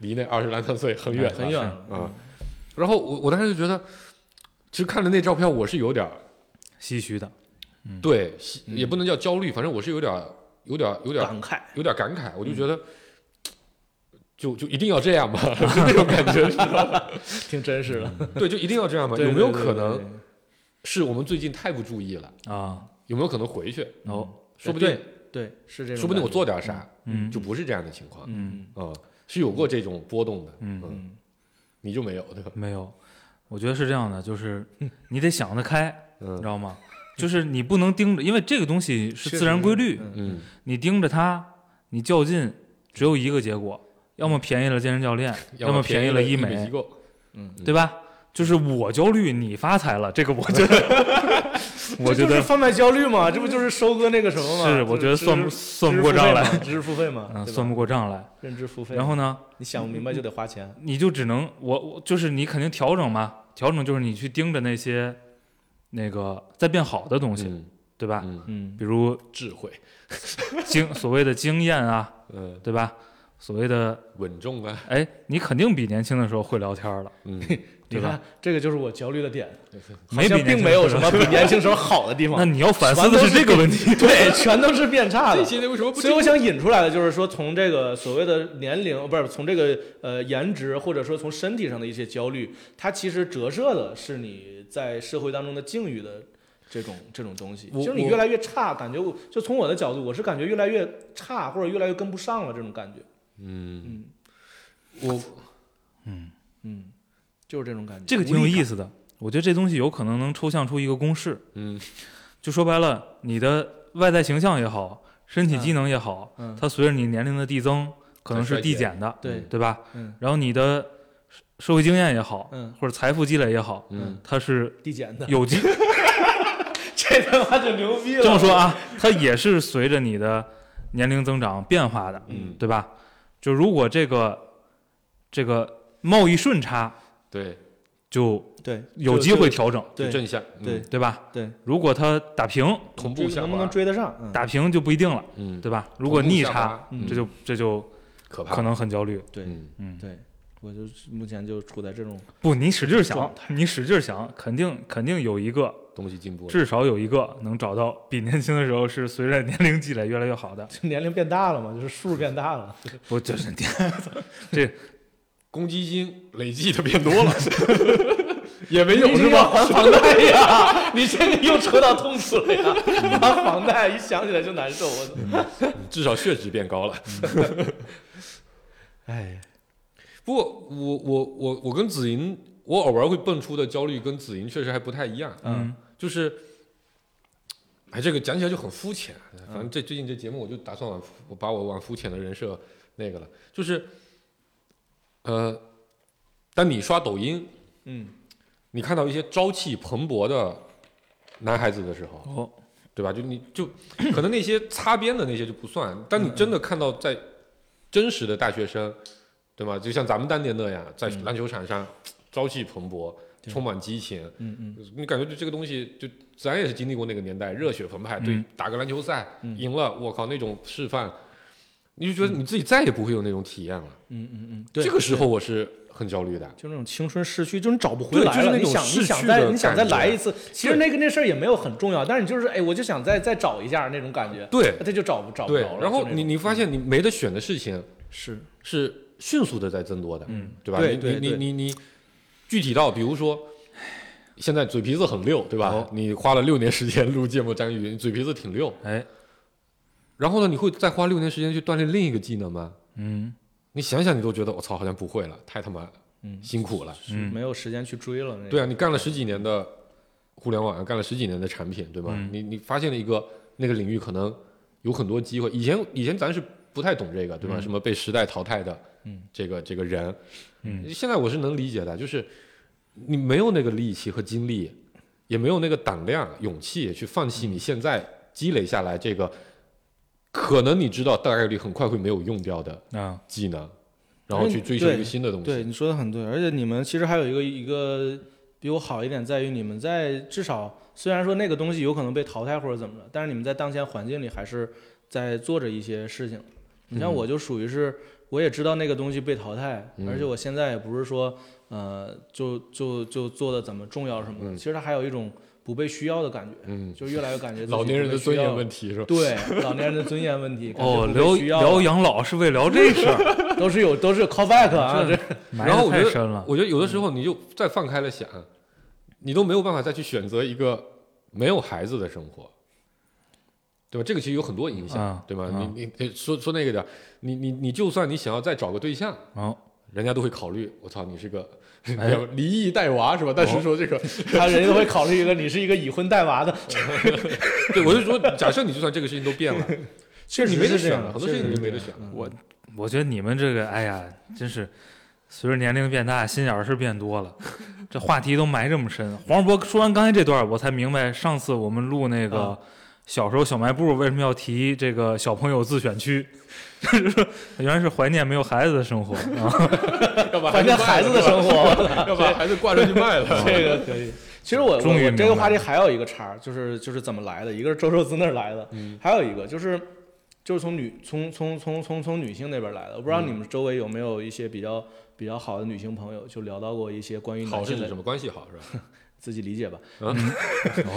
Speaker 5: 离那二十来三岁很远了，
Speaker 3: 很远了，
Speaker 5: 啊。然后我我当时就觉得，其实看了那照片，我是有点儿
Speaker 4: 唏嘘的，
Speaker 5: 对，喜也不能叫焦虑，反正我是有点儿有点儿有点儿
Speaker 3: 嗯感嗯慨，
Speaker 5: 有点儿感慨，我就觉得。就就一定要这 样吗？ 就那种感觉是吧？
Speaker 3: 挺真实的。
Speaker 5: 对，就一定要这样吗？
Speaker 3: 对
Speaker 5: 嗯有没有
Speaker 3: 对
Speaker 5: 可
Speaker 3: 对对
Speaker 5: 能是我们最近太不注意了？
Speaker 4: 啊，哦
Speaker 5: 有没有可能回去？
Speaker 4: 然后，
Speaker 5: 说不定
Speaker 3: 哎对，对是这种感觉，
Speaker 5: 说不定我做点啥，
Speaker 4: 嗯
Speaker 5: 就不是这样的情况。
Speaker 4: 嗯，
Speaker 5: 啊、是有过这种波动的，
Speaker 4: 嗯
Speaker 3: 嗯
Speaker 5: 你就没有对吧？
Speaker 4: 没有，我觉得是这样的，就是你得想得开，你知
Speaker 5: 嗯
Speaker 4: 道吗？就是你不能盯着，因为这个东西是
Speaker 3: 确
Speaker 4: 自然
Speaker 3: 实
Speaker 4: 规律，
Speaker 3: 嗯，
Speaker 5: 嗯，
Speaker 4: 你盯着它，你较劲，只有一个结果，要么便宜了健身教练，嗯要么便宜了嗯医
Speaker 5: 医
Speaker 4: 美
Speaker 5: 机，构，
Speaker 4: 对吧？就是我焦虑，你发财了，这个我觉 得我
Speaker 3: 这就
Speaker 4: 觉
Speaker 3: 是
Speaker 4: 得
Speaker 3: 贩卖焦虑嘛，这不就是收割那个什么嘛？
Speaker 4: 是，
Speaker 3: 就
Speaker 4: 我觉得
Speaker 3: 知
Speaker 4: 算不
Speaker 3: 识
Speaker 4: 算不过账来，，
Speaker 3: 知识付费嘛，
Speaker 4: 嗯，
Speaker 3: 对吧
Speaker 4: 算不过账来。
Speaker 3: 认知付费。
Speaker 4: 然后呢，
Speaker 3: 你想不明白就得花钱，
Speaker 4: 你就只能我我就是你肯定调整嘛，调整就是你去盯着那些那个在变好的东西，
Speaker 5: 嗯
Speaker 4: 对吧？
Speaker 5: 嗯，
Speaker 3: 嗯，
Speaker 4: 比如
Speaker 5: 智慧，
Speaker 4: 经 所谓的经验啊，
Speaker 5: 嗯，
Speaker 4: 对吧？所谓的
Speaker 5: 稳重啊，
Speaker 4: 哎，你肯定比年轻的时候会聊天了，
Speaker 5: 嗯，
Speaker 3: 你
Speaker 4: 对吧
Speaker 3: 看这个就是我焦虑的点，好
Speaker 4: 没比
Speaker 3: 像
Speaker 4: 年轻
Speaker 3: 并没有什
Speaker 4: 的时
Speaker 3: 么比年轻时候好的地
Speaker 4: 候。
Speaker 3: 方
Speaker 4: 那。你要反思的是这个问 题，
Speaker 3: 对，全都是变差
Speaker 5: 这
Speaker 3: 了。
Speaker 5: 些年为什么不
Speaker 3: 所以我想引出来的就是说，从这个所谓的年龄，呃不是从这个呃颜值，或者说从身体上的一些焦虑，它其实折射的是你在社会当中的境遇的这种这种东西。
Speaker 5: 我
Speaker 3: 就是你
Speaker 5: 我
Speaker 3: 越来越差，感觉我就从我的角度，我是感觉越来越差，或者越来越跟不上了这种感觉。
Speaker 5: 嗯
Speaker 3: 嗯
Speaker 5: 我
Speaker 3: 嗯，就是这种感觉。
Speaker 4: 这个挺有意
Speaker 3: 思。
Speaker 4: 思的。我觉得这东西有可能能抽象出一个公式，
Speaker 5: 嗯
Speaker 4: 就说白了，你的外在形象也好，身体机能也好，
Speaker 3: 嗯，
Speaker 4: 它随着你年龄的递增，可能
Speaker 5: 在衰
Speaker 4: 是递
Speaker 5: 减
Speaker 4: 减的，
Speaker 3: 对，
Speaker 4: 对吧？
Speaker 3: 嗯
Speaker 4: 然后你的社社会经验也好，
Speaker 3: 嗯
Speaker 4: 或者财富积累也好，
Speaker 5: 嗯
Speaker 4: 它是
Speaker 3: 递减的，
Speaker 4: 有机
Speaker 3: 这他妈就牛逼了。
Speaker 4: 这么说，啊，它也是随着你的年龄增长变化的，
Speaker 5: 嗯，
Speaker 4: 对吧？就如果这个这个贸易顺差
Speaker 5: 对，
Speaker 4: 就
Speaker 3: 对，
Speaker 4: 有机会调整，
Speaker 5: 就
Speaker 3: 对
Speaker 5: 正向，
Speaker 3: 对
Speaker 5: 嗯
Speaker 4: 对吧？
Speaker 3: 对，
Speaker 4: 如果它打平，
Speaker 5: 同步下
Speaker 3: 能不能
Speaker 5: 滑，
Speaker 3: 追得上？嗯
Speaker 4: 打平就不一定了，
Speaker 5: 嗯，
Speaker 4: 对吧？
Speaker 5: 同
Speaker 4: 如
Speaker 5: 步
Speaker 4: 果
Speaker 5: 下滑，嗯
Speaker 4: 逆差，
Speaker 3: 嗯
Speaker 4: 这就这就
Speaker 5: 可怕，
Speaker 4: 可能很焦虑。
Speaker 3: 对
Speaker 5: 嗯，
Speaker 4: 嗯，
Speaker 3: 对，我就目前就处在这种
Speaker 4: 不，你使劲
Speaker 3: 状。
Speaker 4: 想，你使劲想，肯定肯定有一个
Speaker 5: 东西进步了，
Speaker 4: 至少有一个能找到比年轻的时候是随着年龄积累越来越好的
Speaker 3: 就年龄变大了嘛，就是数变大了。
Speaker 4: 不就是你
Speaker 5: 公积金累计的变多了， 也没有
Speaker 3: 你这
Speaker 5: 是
Speaker 3: 要
Speaker 5: 吧？
Speaker 3: 还房贷呀？你这个又戳到痛处了呀！还房贷，一想起来就难受。我操！
Speaker 5: 至少血脂变高了。
Speaker 3: 哎，
Speaker 5: 嗯不过我我我我跟子莹，我偶尔会蹦出的焦虑跟子莹确实还不太一样，
Speaker 4: 嗯
Speaker 5: 就是，哎，这个讲起来就很肤浅。反正这最近这节目，我就打算往我把我往肤浅的人设那个了，就是，呃，当你刷抖音，
Speaker 3: 嗯，
Speaker 5: 你看到一些朝气蓬勃的男孩子的时候，
Speaker 4: 哦
Speaker 5: 对吧？就你就可能那些擦边的那些就不算，但你真的看到在真实的大学生，对吗？就像咱们当年那样，在篮球场上朝气蓬勃，充满激情。
Speaker 3: 嗯嗯，
Speaker 5: 你感觉就这个东西，就咱也是
Speaker 3: 嗯
Speaker 5: 经历过那个年代，热血澎湃，对，打个篮球赛赢了，我靠，那种示范。你就觉得你自己再也不会有那种体验了。
Speaker 3: 嗯嗯嗯，对，
Speaker 5: 这个时候我是很焦虑的。
Speaker 3: 就那种青春逝去，就你找不回来
Speaker 5: 对就
Speaker 3: 了。
Speaker 5: 是那
Speaker 3: 你
Speaker 5: 种
Speaker 3: 想，
Speaker 5: 逝
Speaker 3: 你
Speaker 5: 去
Speaker 3: 想再，
Speaker 5: 的
Speaker 3: 你想再
Speaker 5: 感觉
Speaker 3: 来一次。其实那个那事儿也没有很重要，但是你就是哎，我就想再再找一下那种感觉。
Speaker 5: 对
Speaker 3: 他就找不找不
Speaker 5: 对
Speaker 3: 着了。，
Speaker 5: 然后
Speaker 3: 就那种嗯
Speaker 5: 你你发现你没得选的事情
Speaker 3: 是
Speaker 5: 是迅速的在增多的，嗯，对吧？
Speaker 3: 对
Speaker 5: 你
Speaker 3: 对
Speaker 5: 你
Speaker 3: 对
Speaker 5: 你你你具体到比如说。现在嘴皮子很溜，对吧？
Speaker 4: 哦
Speaker 5: 你花了六年时间录芥末章鱼，你嘴皮子挺溜。
Speaker 4: 哎，
Speaker 5: 然后呢，你会再花六年时间去锻炼另一个技能吗？
Speaker 4: 嗯，
Speaker 5: 你想想，你都觉得我操，好像不会了，太他妈
Speaker 3: 嗯
Speaker 5: 辛苦了。
Speaker 3: 是没有时间去追了。那个
Speaker 5: 对啊，你干了十几年的互联网，干了十几年的产品，对吧？你你发现了一个那个领域可能有很多机会。以前以前咱是不太懂这个，对吧？什么被时代淘汰的，这个这个人，嗯，现在我是能理解的，就是你没有那个力气和精力，也没有那个胆量、勇气去放弃你现在积累下来这个。可能你知道大概率很快会没有用掉的
Speaker 4: 啊，
Speaker 5: 技能，然后去追求一个新的东西。
Speaker 3: 对，你说的很对，而且你们其实还有一个一个比我好一点，在于你们在至少虽然说那个东西有可能被淘汰或者怎么着，但是你们在当前环境里还是在做着一些事情。你像我就属于是，我也知道那个东西被淘汰，
Speaker 5: 嗯
Speaker 3: 而且我现在也不是说呃就就就做的怎么重要什么的，
Speaker 5: 嗯
Speaker 3: 其实它还有一种不被需要的感觉，
Speaker 5: 嗯，
Speaker 3: 就越来越感觉自己
Speaker 5: 老年人的尊严
Speaker 3: 题。
Speaker 5: 问题是吧？
Speaker 3: 对老年人的尊严问题，感觉
Speaker 4: 哦，
Speaker 3: 不被
Speaker 4: 聊
Speaker 3: 需要
Speaker 4: 聊
Speaker 3: 了
Speaker 4: 养老是为聊这事 儿，
Speaker 3: 都是有都是有 callback 啊，这
Speaker 4: 埋
Speaker 5: 然后
Speaker 4: 得
Speaker 5: 我
Speaker 4: 太
Speaker 5: 觉
Speaker 4: 深
Speaker 5: 得
Speaker 4: 了，，
Speaker 5: 我觉得有的
Speaker 3: 嗯
Speaker 5: 时候你就再放开了想，你都没有办法再去选择一个没有孩子的生活，对吧？这个其实有很多影响，
Speaker 3: 嗯
Speaker 4: 啊
Speaker 5: 对吧？
Speaker 4: 啊
Speaker 5: 你你说说那个点，你你你就算你想要再找个对象，
Speaker 3: 嗯
Speaker 4: 哦，
Speaker 5: 人家都会考虑，我操，你是个、
Speaker 4: 哎
Speaker 5: 离异带娃是吧？但是说这个，
Speaker 3: 他人家都会考虑一个你是一个已婚带娃的，
Speaker 5: 对我就说，假设你就算这个事情都变了，
Speaker 3: 确
Speaker 5: 你
Speaker 3: 实
Speaker 5: 没得
Speaker 3: 是这
Speaker 5: 选
Speaker 3: 样
Speaker 5: 了，很多事情你
Speaker 3: 确
Speaker 5: 都
Speaker 3: 实
Speaker 5: 没
Speaker 3: 是
Speaker 5: 得
Speaker 3: 这
Speaker 5: 选
Speaker 3: 样嗯
Speaker 5: 了。
Speaker 4: 我我觉得你们这个，哎呀，真是随着年龄变大，心眼儿是变多了，这话题都埋这么深。黄渤说完刚才这段儿，我才明白上次我们录那个
Speaker 3: 啊
Speaker 4: 小时候小卖部为什么要提这个小朋友自选区， 就是说原来是怀念没有孩子的生活 啊。
Speaker 5: 要把
Speaker 3: 怀念嗯孩子的生活，
Speaker 5: 活，要把孩子挂上去卖了。
Speaker 3: 这个可以。其实我我
Speaker 4: 终于
Speaker 3: 我
Speaker 4: 明白
Speaker 3: 这个话题还有一个茬儿，就是就是怎么来的，一个是周寿滋那儿来的，还有一个就是就是从女从从从从从女性那边来的。我不知道你们周围有没有一些比较比较好的女性朋友，就聊到过一些关于
Speaker 5: 好
Speaker 3: 男
Speaker 5: 是
Speaker 3: 性
Speaker 5: 指
Speaker 3: 的
Speaker 5: 什么关系好是吧？
Speaker 3: 自己理解吧。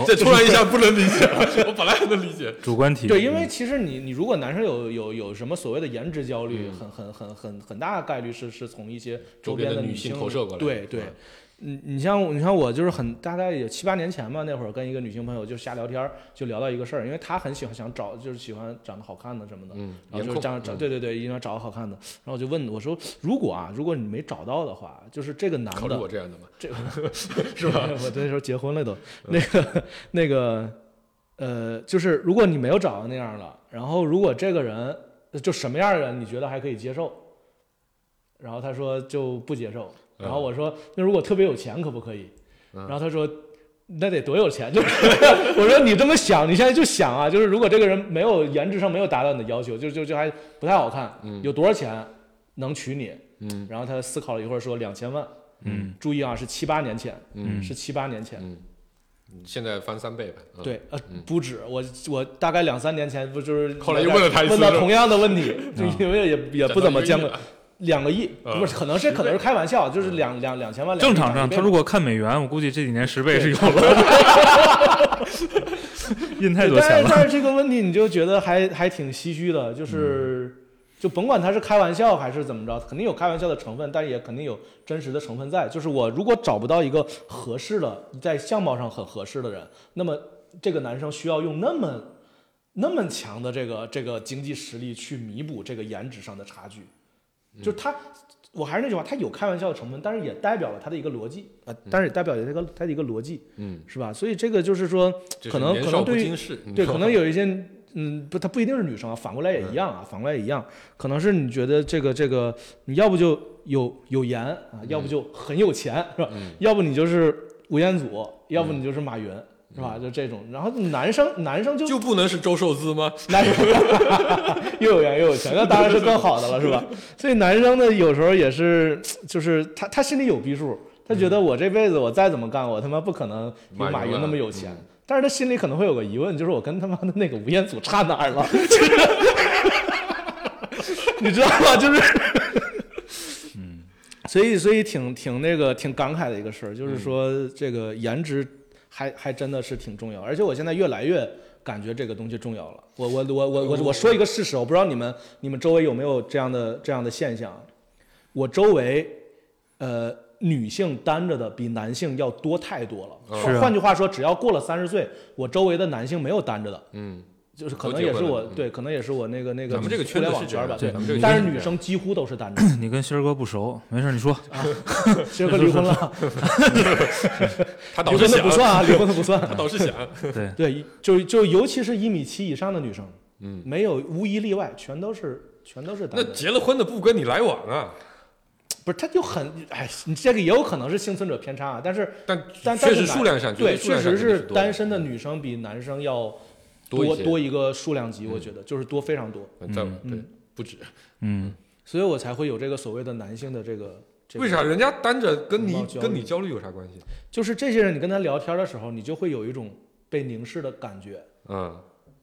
Speaker 5: 这突然一下不能理解了，我本来还能 理解。
Speaker 4: 主观题
Speaker 3: 对，因为其实你你如果男生有有有什么所谓的颜值焦虑，很很很很很大概率是是从一些
Speaker 5: 周边
Speaker 3: 边
Speaker 5: 的
Speaker 3: 女
Speaker 5: 女性投射过来
Speaker 3: 对对，你你像我你像我就是很大概有七八年前吧，那会儿跟一个女性朋友就瞎聊天儿，就聊到一个事儿，因为她很喜欢想找就是喜欢长得好看的什么的，
Speaker 5: 嗯，
Speaker 3: 然后就
Speaker 5: 颜
Speaker 3: 是
Speaker 5: 控
Speaker 3: 这样找，对对对，一定要找个好看的。然后我就问我说，如果啊，如果你没找到的话，就是这个男
Speaker 5: 考虑
Speaker 3: 的
Speaker 5: 我这样的吗？
Speaker 3: 这个
Speaker 5: 是吧？ 嗯
Speaker 3: 我那时候结婚了都，那个 那个呃，就是如果你没有找到那样的，然后如果这个人就什么样的人你觉得还可以接受，然后他说就不接受，
Speaker 5: 嗯
Speaker 3: 然后我说那如果特别有钱可不可以？然后他说。那得多有钱！就是 我说你这么想，你现在就想啊，就是如果这个人没有颜值上没有达到你的要求，就就就还不太好看，
Speaker 5: 嗯
Speaker 3: 有多少钱能娶你？
Speaker 5: 嗯
Speaker 3: 然后他思考了一会儿说两千万，
Speaker 4: 嗯，
Speaker 3: 注意啊，是七八年前，
Speaker 5: 嗯
Speaker 3: 是七八年前，
Speaker 5: 嗯，现在翻三倍吧。嗯，
Speaker 3: 对，呃
Speaker 5: 嗯，
Speaker 3: 不止，我我大概两三年前不就是
Speaker 5: 后来又问了他一次
Speaker 3: 问到同样的问题，就
Speaker 4: 嗯
Speaker 3: 因为也也不怎么见过
Speaker 5: 讲到
Speaker 3: 两个亿，
Speaker 5: 嗯
Speaker 3: 不是，可能是可能是开玩笑，就是两两两千万，
Speaker 4: 正
Speaker 3: 两
Speaker 4: 常
Speaker 3: 千
Speaker 4: 上，
Speaker 3: 万
Speaker 4: 他如果看美元，我估计这几年十倍是有了， 印太
Speaker 3: 对
Speaker 4: 多钱
Speaker 3: 但是
Speaker 4: 了。
Speaker 3: 但是这个问题你就觉得还还挺唏嘘的，就是。
Speaker 4: 嗯
Speaker 3: 就甭管他是开玩笑还是怎么着，肯定有开玩笑的成分，但也肯定有真实的成分在。就是我如果找不到一个合适的，在相貌上很合适的人，那么这个男生需要用那么那么强的这个这个经济实力去弥补这个颜值上的差距，
Speaker 4: 嗯
Speaker 3: 就是他，我还是那句话，他有开玩笑的成分，但是也代表了他的一个逻辑啊、呃
Speaker 4: 嗯
Speaker 3: 但是也代表了这个他的一个逻辑，
Speaker 5: 嗯，
Speaker 3: 是吧？所以这个就是说，
Speaker 5: 这是
Speaker 3: 可能
Speaker 5: 年
Speaker 3: 可
Speaker 5: 少
Speaker 3: 能
Speaker 5: 不
Speaker 3: 对于
Speaker 5: 经事，
Speaker 3: 对，
Speaker 5: 嗯
Speaker 3: 可能有一些，嗯，不，它不一定是女生啊，反过来也一样啊，反过来也一样，可能是你觉得这个这个，你要不就有有颜啊，要不就很有钱是吧？
Speaker 5: 嗯
Speaker 3: 要不你就是吴彦祖，要不你就是马云。是吧？就这种，然后男生男生就
Speaker 5: 就不能是周寿滋吗？
Speaker 3: 男生又有缘又有钱，那当然是更好的了，是吧？所以男生呢，有时候也是，就是他他心里有逼数，他觉得我这辈子我再怎么干，我他妈不可能有马
Speaker 5: 马
Speaker 3: 云
Speaker 5: 云
Speaker 3: 那么
Speaker 5: 了
Speaker 3: 有钱。但是他心里可能会有个疑问，就是我跟他妈的那个吴彦祖差哪儿了？你知道吗？就是，嗯，所以所以挺挺那个挺感慨的一个事儿，
Speaker 5: 嗯
Speaker 3: 就是说这个颜值还还真的是挺重要，而且我现在越来越感觉这个东西重要了。我我我我我我说一个事实，啊我不知道你们你们周围有没有这样的这样的现象，啊我周围呃女性单着的比男性要多太多
Speaker 5: 嗯
Speaker 3: 了。
Speaker 4: 是啊
Speaker 3: 换句话说，只要过了三十岁，我周围的男性没有单着的。
Speaker 5: 嗯，
Speaker 3: 就是可能也是
Speaker 5: 都结
Speaker 3: 我
Speaker 5: 婚了嗯
Speaker 3: 对，可能也是我那个那个
Speaker 5: 咱们这个
Speaker 3: 互
Speaker 5: 圈子
Speaker 3: 联
Speaker 5: 是
Speaker 3: 网
Speaker 5: 这
Speaker 3: 圈吧，
Speaker 5: 样对咱们这
Speaker 3: 对。
Speaker 5: 个
Speaker 3: 但是
Speaker 5: 圈子是
Speaker 3: 女
Speaker 5: 这
Speaker 3: 生几乎都是单 着，
Speaker 4: 你跟新儿哥不熟，没事儿你 说。啊
Speaker 3: 新哥离婚了，
Speaker 5: 他
Speaker 3: 离
Speaker 5: 倒
Speaker 3: 婚
Speaker 5: 是
Speaker 3: 的
Speaker 5: 想
Speaker 3: 不，算啊，离婚的不
Speaker 5: 他
Speaker 3: 算。
Speaker 5: 倒是想，
Speaker 4: 对， 嗯
Speaker 3: 对，就就尤其是一米七以上的女生，
Speaker 5: 嗯，
Speaker 3: 没有无一例外，全都是全都是单
Speaker 5: 那
Speaker 3: 着。
Speaker 5: 结了婚的不跟你来往啊，
Speaker 3: 不是，他就很哎，你这个也有可能是幸存者偏差啊，但是
Speaker 5: 但
Speaker 3: 但
Speaker 5: 确
Speaker 3: 但
Speaker 5: 实
Speaker 3: 是
Speaker 5: 数量上，
Speaker 3: 男对，
Speaker 5: 数量
Speaker 3: 确实
Speaker 5: 上肯定
Speaker 3: 是
Speaker 5: 是多
Speaker 3: 单身的女生比男生要
Speaker 5: 多一
Speaker 3: 多
Speaker 5: 些
Speaker 3: 多一个数量级，我觉得就是多非常多，
Speaker 5: 在
Speaker 3: 嗯
Speaker 5: 对不止，
Speaker 4: 嗯，
Speaker 3: 所以我才会有这个所谓的男性的这个。这个
Speaker 5: 为啥人家单着跟
Speaker 3: 容
Speaker 5: 你
Speaker 3: 貌焦虑
Speaker 5: 跟你焦虑有啥关系？
Speaker 3: 就是这些人，你跟他聊天的时候，你就会有一种被凝视的感觉，
Speaker 5: 嗯，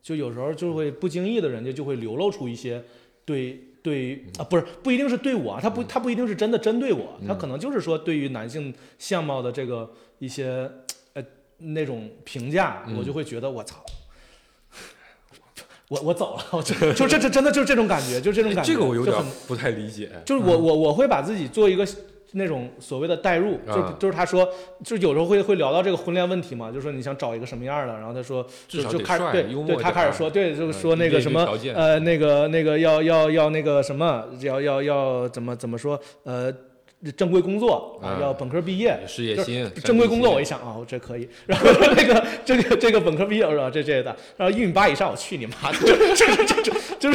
Speaker 3: 就有时候就会不经意的，人家就会流露出一些对对啊，不是不一定是对我啊，他
Speaker 5: 嗯
Speaker 3: 不他不一定是真的针对我，他可能就是说对于男性相貌的这个一些呃那种评价，我
Speaker 5: 嗯
Speaker 3: 就会觉得我操。我我走了，我就就这这真的就是这种感觉，就是这种感觉。
Speaker 5: 哎这个我有
Speaker 3: 就
Speaker 5: 点嗯
Speaker 3: 很
Speaker 5: 不太理解，
Speaker 3: 就是我我我会把自己做一个那种所谓的代入，就
Speaker 5: 啊
Speaker 3: 就是他说，就有时候会会聊到这个婚恋问题嘛，就说你想找一个什么样的，然后他说
Speaker 5: 至
Speaker 3: 就
Speaker 5: 少
Speaker 3: 就
Speaker 5: 得
Speaker 3: 开始
Speaker 5: 帅幽
Speaker 3: 对
Speaker 5: 默
Speaker 3: 对，他
Speaker 5: 点
Speaker 3: 开
Speaker 5: 儿
Speaker 3: 始说对，就
Speaker 5: 嗯
Speaker 3: 是说那
Speaker 5: 这
Speaker 3: 个
Speaker 5: 个
Speaker 3: 什
Speaker 5: 就
Speaker 3: 么
Speaker 5: 条嗯件
Speaker 3: 呃那个那个要要要那个什么要要要怎么怎么说呃正规工作啊
Speaker 5: 啊
Speaker 3: 要本科毕业
Speaker 5: 事业
Speaker 3: 就是
Speaker 5: 心，
Speaker 3: 正规工作，我一
Speaker 5: 也
Speaker 3: 想啊，我这可以。然后说那个这个这个本科毕业，我说这这的，然后一米八以上，我去你妈的， 就是就是就是就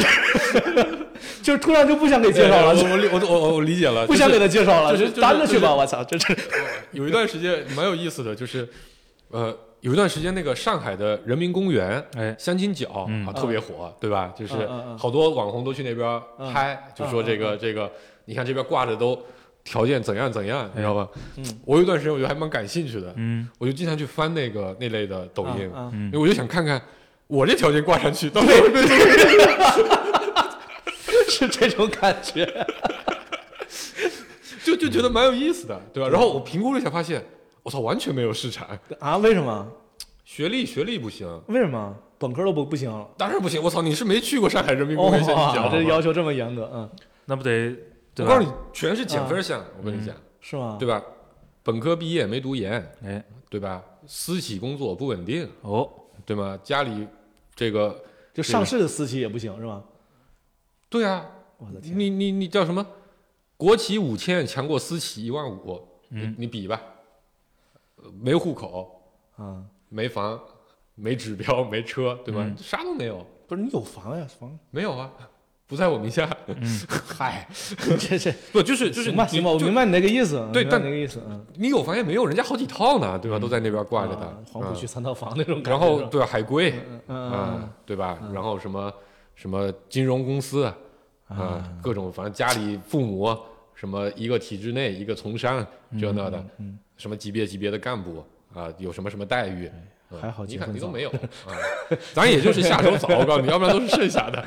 Speaker 3: 是就是突然就不想给介绍了，就
Speaker 5: 我我理我我我我理解了，
Speaker 3: 不想
Speaker 5: 就是
Speaker 3: 给他介绍了，
Speaker 5: 就是
Speaker 3: 就
Speaker 5: 就是
Speaker 3: 单着去
Speaker 5: 就
Speaker 3: 吧，
Speaker 5: 是
Speaker 3: 我操，这这
Speaker 5: 有一段时间蛮有意思的，就是，呃，有一段时间那个上海的人民公园
Speaker 4: 哎，
Speaker 5: 相亲角、
Speaker 4: 嗯
Speaker 5: 啊特别火，对吧？就
Speaker 3: 嗯
Speaker 5: 是
Speaker 3: 嗯嗯嗯
Speaker 5: 好多网红都去那边拍，就说这个、这个，你看这边挂着都条件怎样怎样，你知道吧？
Speaker 3: 嗯
Speaker 5: 我有一段时间我觉得还蛮感兴趣的，
Speaker 4: 嗯，
Speaker 5: 我就经常去翻那个那类的抖音，
Speaker 3: 啊啊
Speaker 5: 因为我就想看看我这条件挂上去到底会被怎么样
Speaker 3: 是这种感觉。
Speaker 5: 就就觉得蛮有意思的，对吧？然后我评估了一下，发现我操，完全没有市场，
Speaker 3: 啊？为什么？
Speaker 5: 学历学历不行。
Speaker 3: 为什么本科都不不行？
Speaker 5: 当然不行，我操！你是没去过上海人民公园相亲角
Speaker 3: 哇，
Speaker 5: 好
Speaker 3: 这
Speaker 5: 吗
Speaker 3: 要求这么严格，嗯，那
Speaker 4: 那不得，
Speaker 5: 我
Speaker 4: 对吧
Speaker 5: 告诉？你，全是减分项。我跟你讲，
Speaker 3: 是吗？
Speaker 5: 对吧？本科毕业没读研，
Speaker 4: 哎，
Speaker 5: 对吧？私企工作不稳定，
Speaker 4: 哦，
Speaker 5: 对吗？家里这个，
Speaker 3: 就上市的私企也不行是吗？
Speaker 5: 对啊，
Speaker 3: 我的天，
Speaker 5: 你你你叫什么？国企五千强过私企一万五，你
Speaker 4: 嗯
Speaker 5: 你比吧。呃没户口，
Speaker 3: 啊，
Speaker 5: 没房，没指标，没车，对吧？
Speaker 4: 嗯
Speaker 5: 啥都没有，
Speaker 3: 不是你有房呀？房，
Speaker 5: 没有啊， 不在我名下。
Speaker 3: 嗯
Speaker 5: 嗨，
Speaker 3: 这这
Speaker 5: 不就是就是
Speaker 3: 行吧
Speaker 5: 你
Speaker 3: 行吧，我
Speaker 5: 就
Speaker 3: 明白你那个意思，嗯
Speaker 5: 对
Speaker 3: 明白
Speaker 5: 但
Speaker 3: 你那个意思，嗯。
Speaker 5: 你有房也没有，人家好几套呢，对吧？都在那边挂着的
Speaker 3: 啊，黄浦
Speaker 5: 嗯
Speaker 3: 区三套房那种感觉。
Speaker 5: 然后对吧，海归，
Speaker 3: 嗯，
Speaker 5: 嗯
Speaker 3: 嗯，
Speaker 5: 对吧？然后什么什么金融公司啊、各种反正家里父母什么一个体制内，一个从商，
Speaker 3: 嗯
Speaker 5: 这那的，什么级别级别的干部啊，有什么什么待遇。嗯
Speaker 3: 还好
Speaker 5: 你
Speaker 3: 结
Speaker 5: 看
Speaker 3: 婚
Speaker 5: 你都
Speaker 3: 早
Speaker 5: 没有，啊咱也就是下手早，我告诉你，要不然都是剩 下的。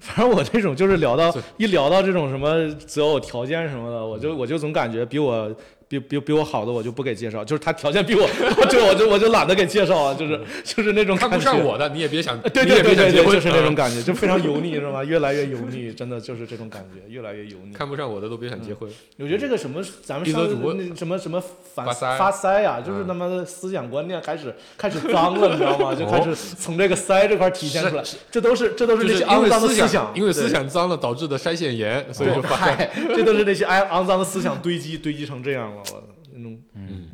Speaker 3: 反正我这种就是聊到一聊到这种什么择偶条件什么的，我
Speaker 5: 嗯
Speaker 3: 就我就总感觉比我比比比我好的我就不给介绍，就是他条件比我， 我就我就我就懒得给介绍啊，就是就是那种
Speaker 5: 嗯看
Speaker 3: 感
Speaker 5: 不
Speaker 3: 觉。
Speaker 5: 上我的，你也别想，
Speaker 3: 对
Speaker 5: 你
Speaker 3: 对对
Speaker 5: 也别想
Speaker 3: 对
Speaker 5: 结
Speaker 3: 对，
Speaker 5: 婚，
Speaker 3: 就是那种
Speaker 5: 嗯
Speaker 3: 感觉，就非常油 腻，知道吗？越来越油腻，真的就是这种感觉，越来越油腻。
Speaker 5: 看不上我的都别想结婚。
Speaker 3: 我觉得这个什么，咱们
Speaker 5: 一
Speaker 3: 上
Speaker 5: 则
Speaker 3: 次
Speaker 5: 主播
Speaker 3: 那什么什么反
Speaker 5: 发嗯腮
Speaker 3: 发腮啊，就是他妈的思想观念开始 开始脏了，你知道 吗？就开始从这个腮这块体现出来，这都是这都是
Speaker 5: 就
Speaker 3: 那
Speaker 5: 是
Speaker 3: 些
Speaker 5: 因
Speaker 3: 肮
Speaker 5: 为
Speaker 3: 脏的
Speaker 5: 思
Speaker 3: 思
Speaker 5: 因
Speaker 3: 对
Speaker 5: 为思想脏了导致的腮腺炎，所以就
Speaker 3: 对嗨，这都是那些肮肮脏的思想堆积堆积成这样了，我那种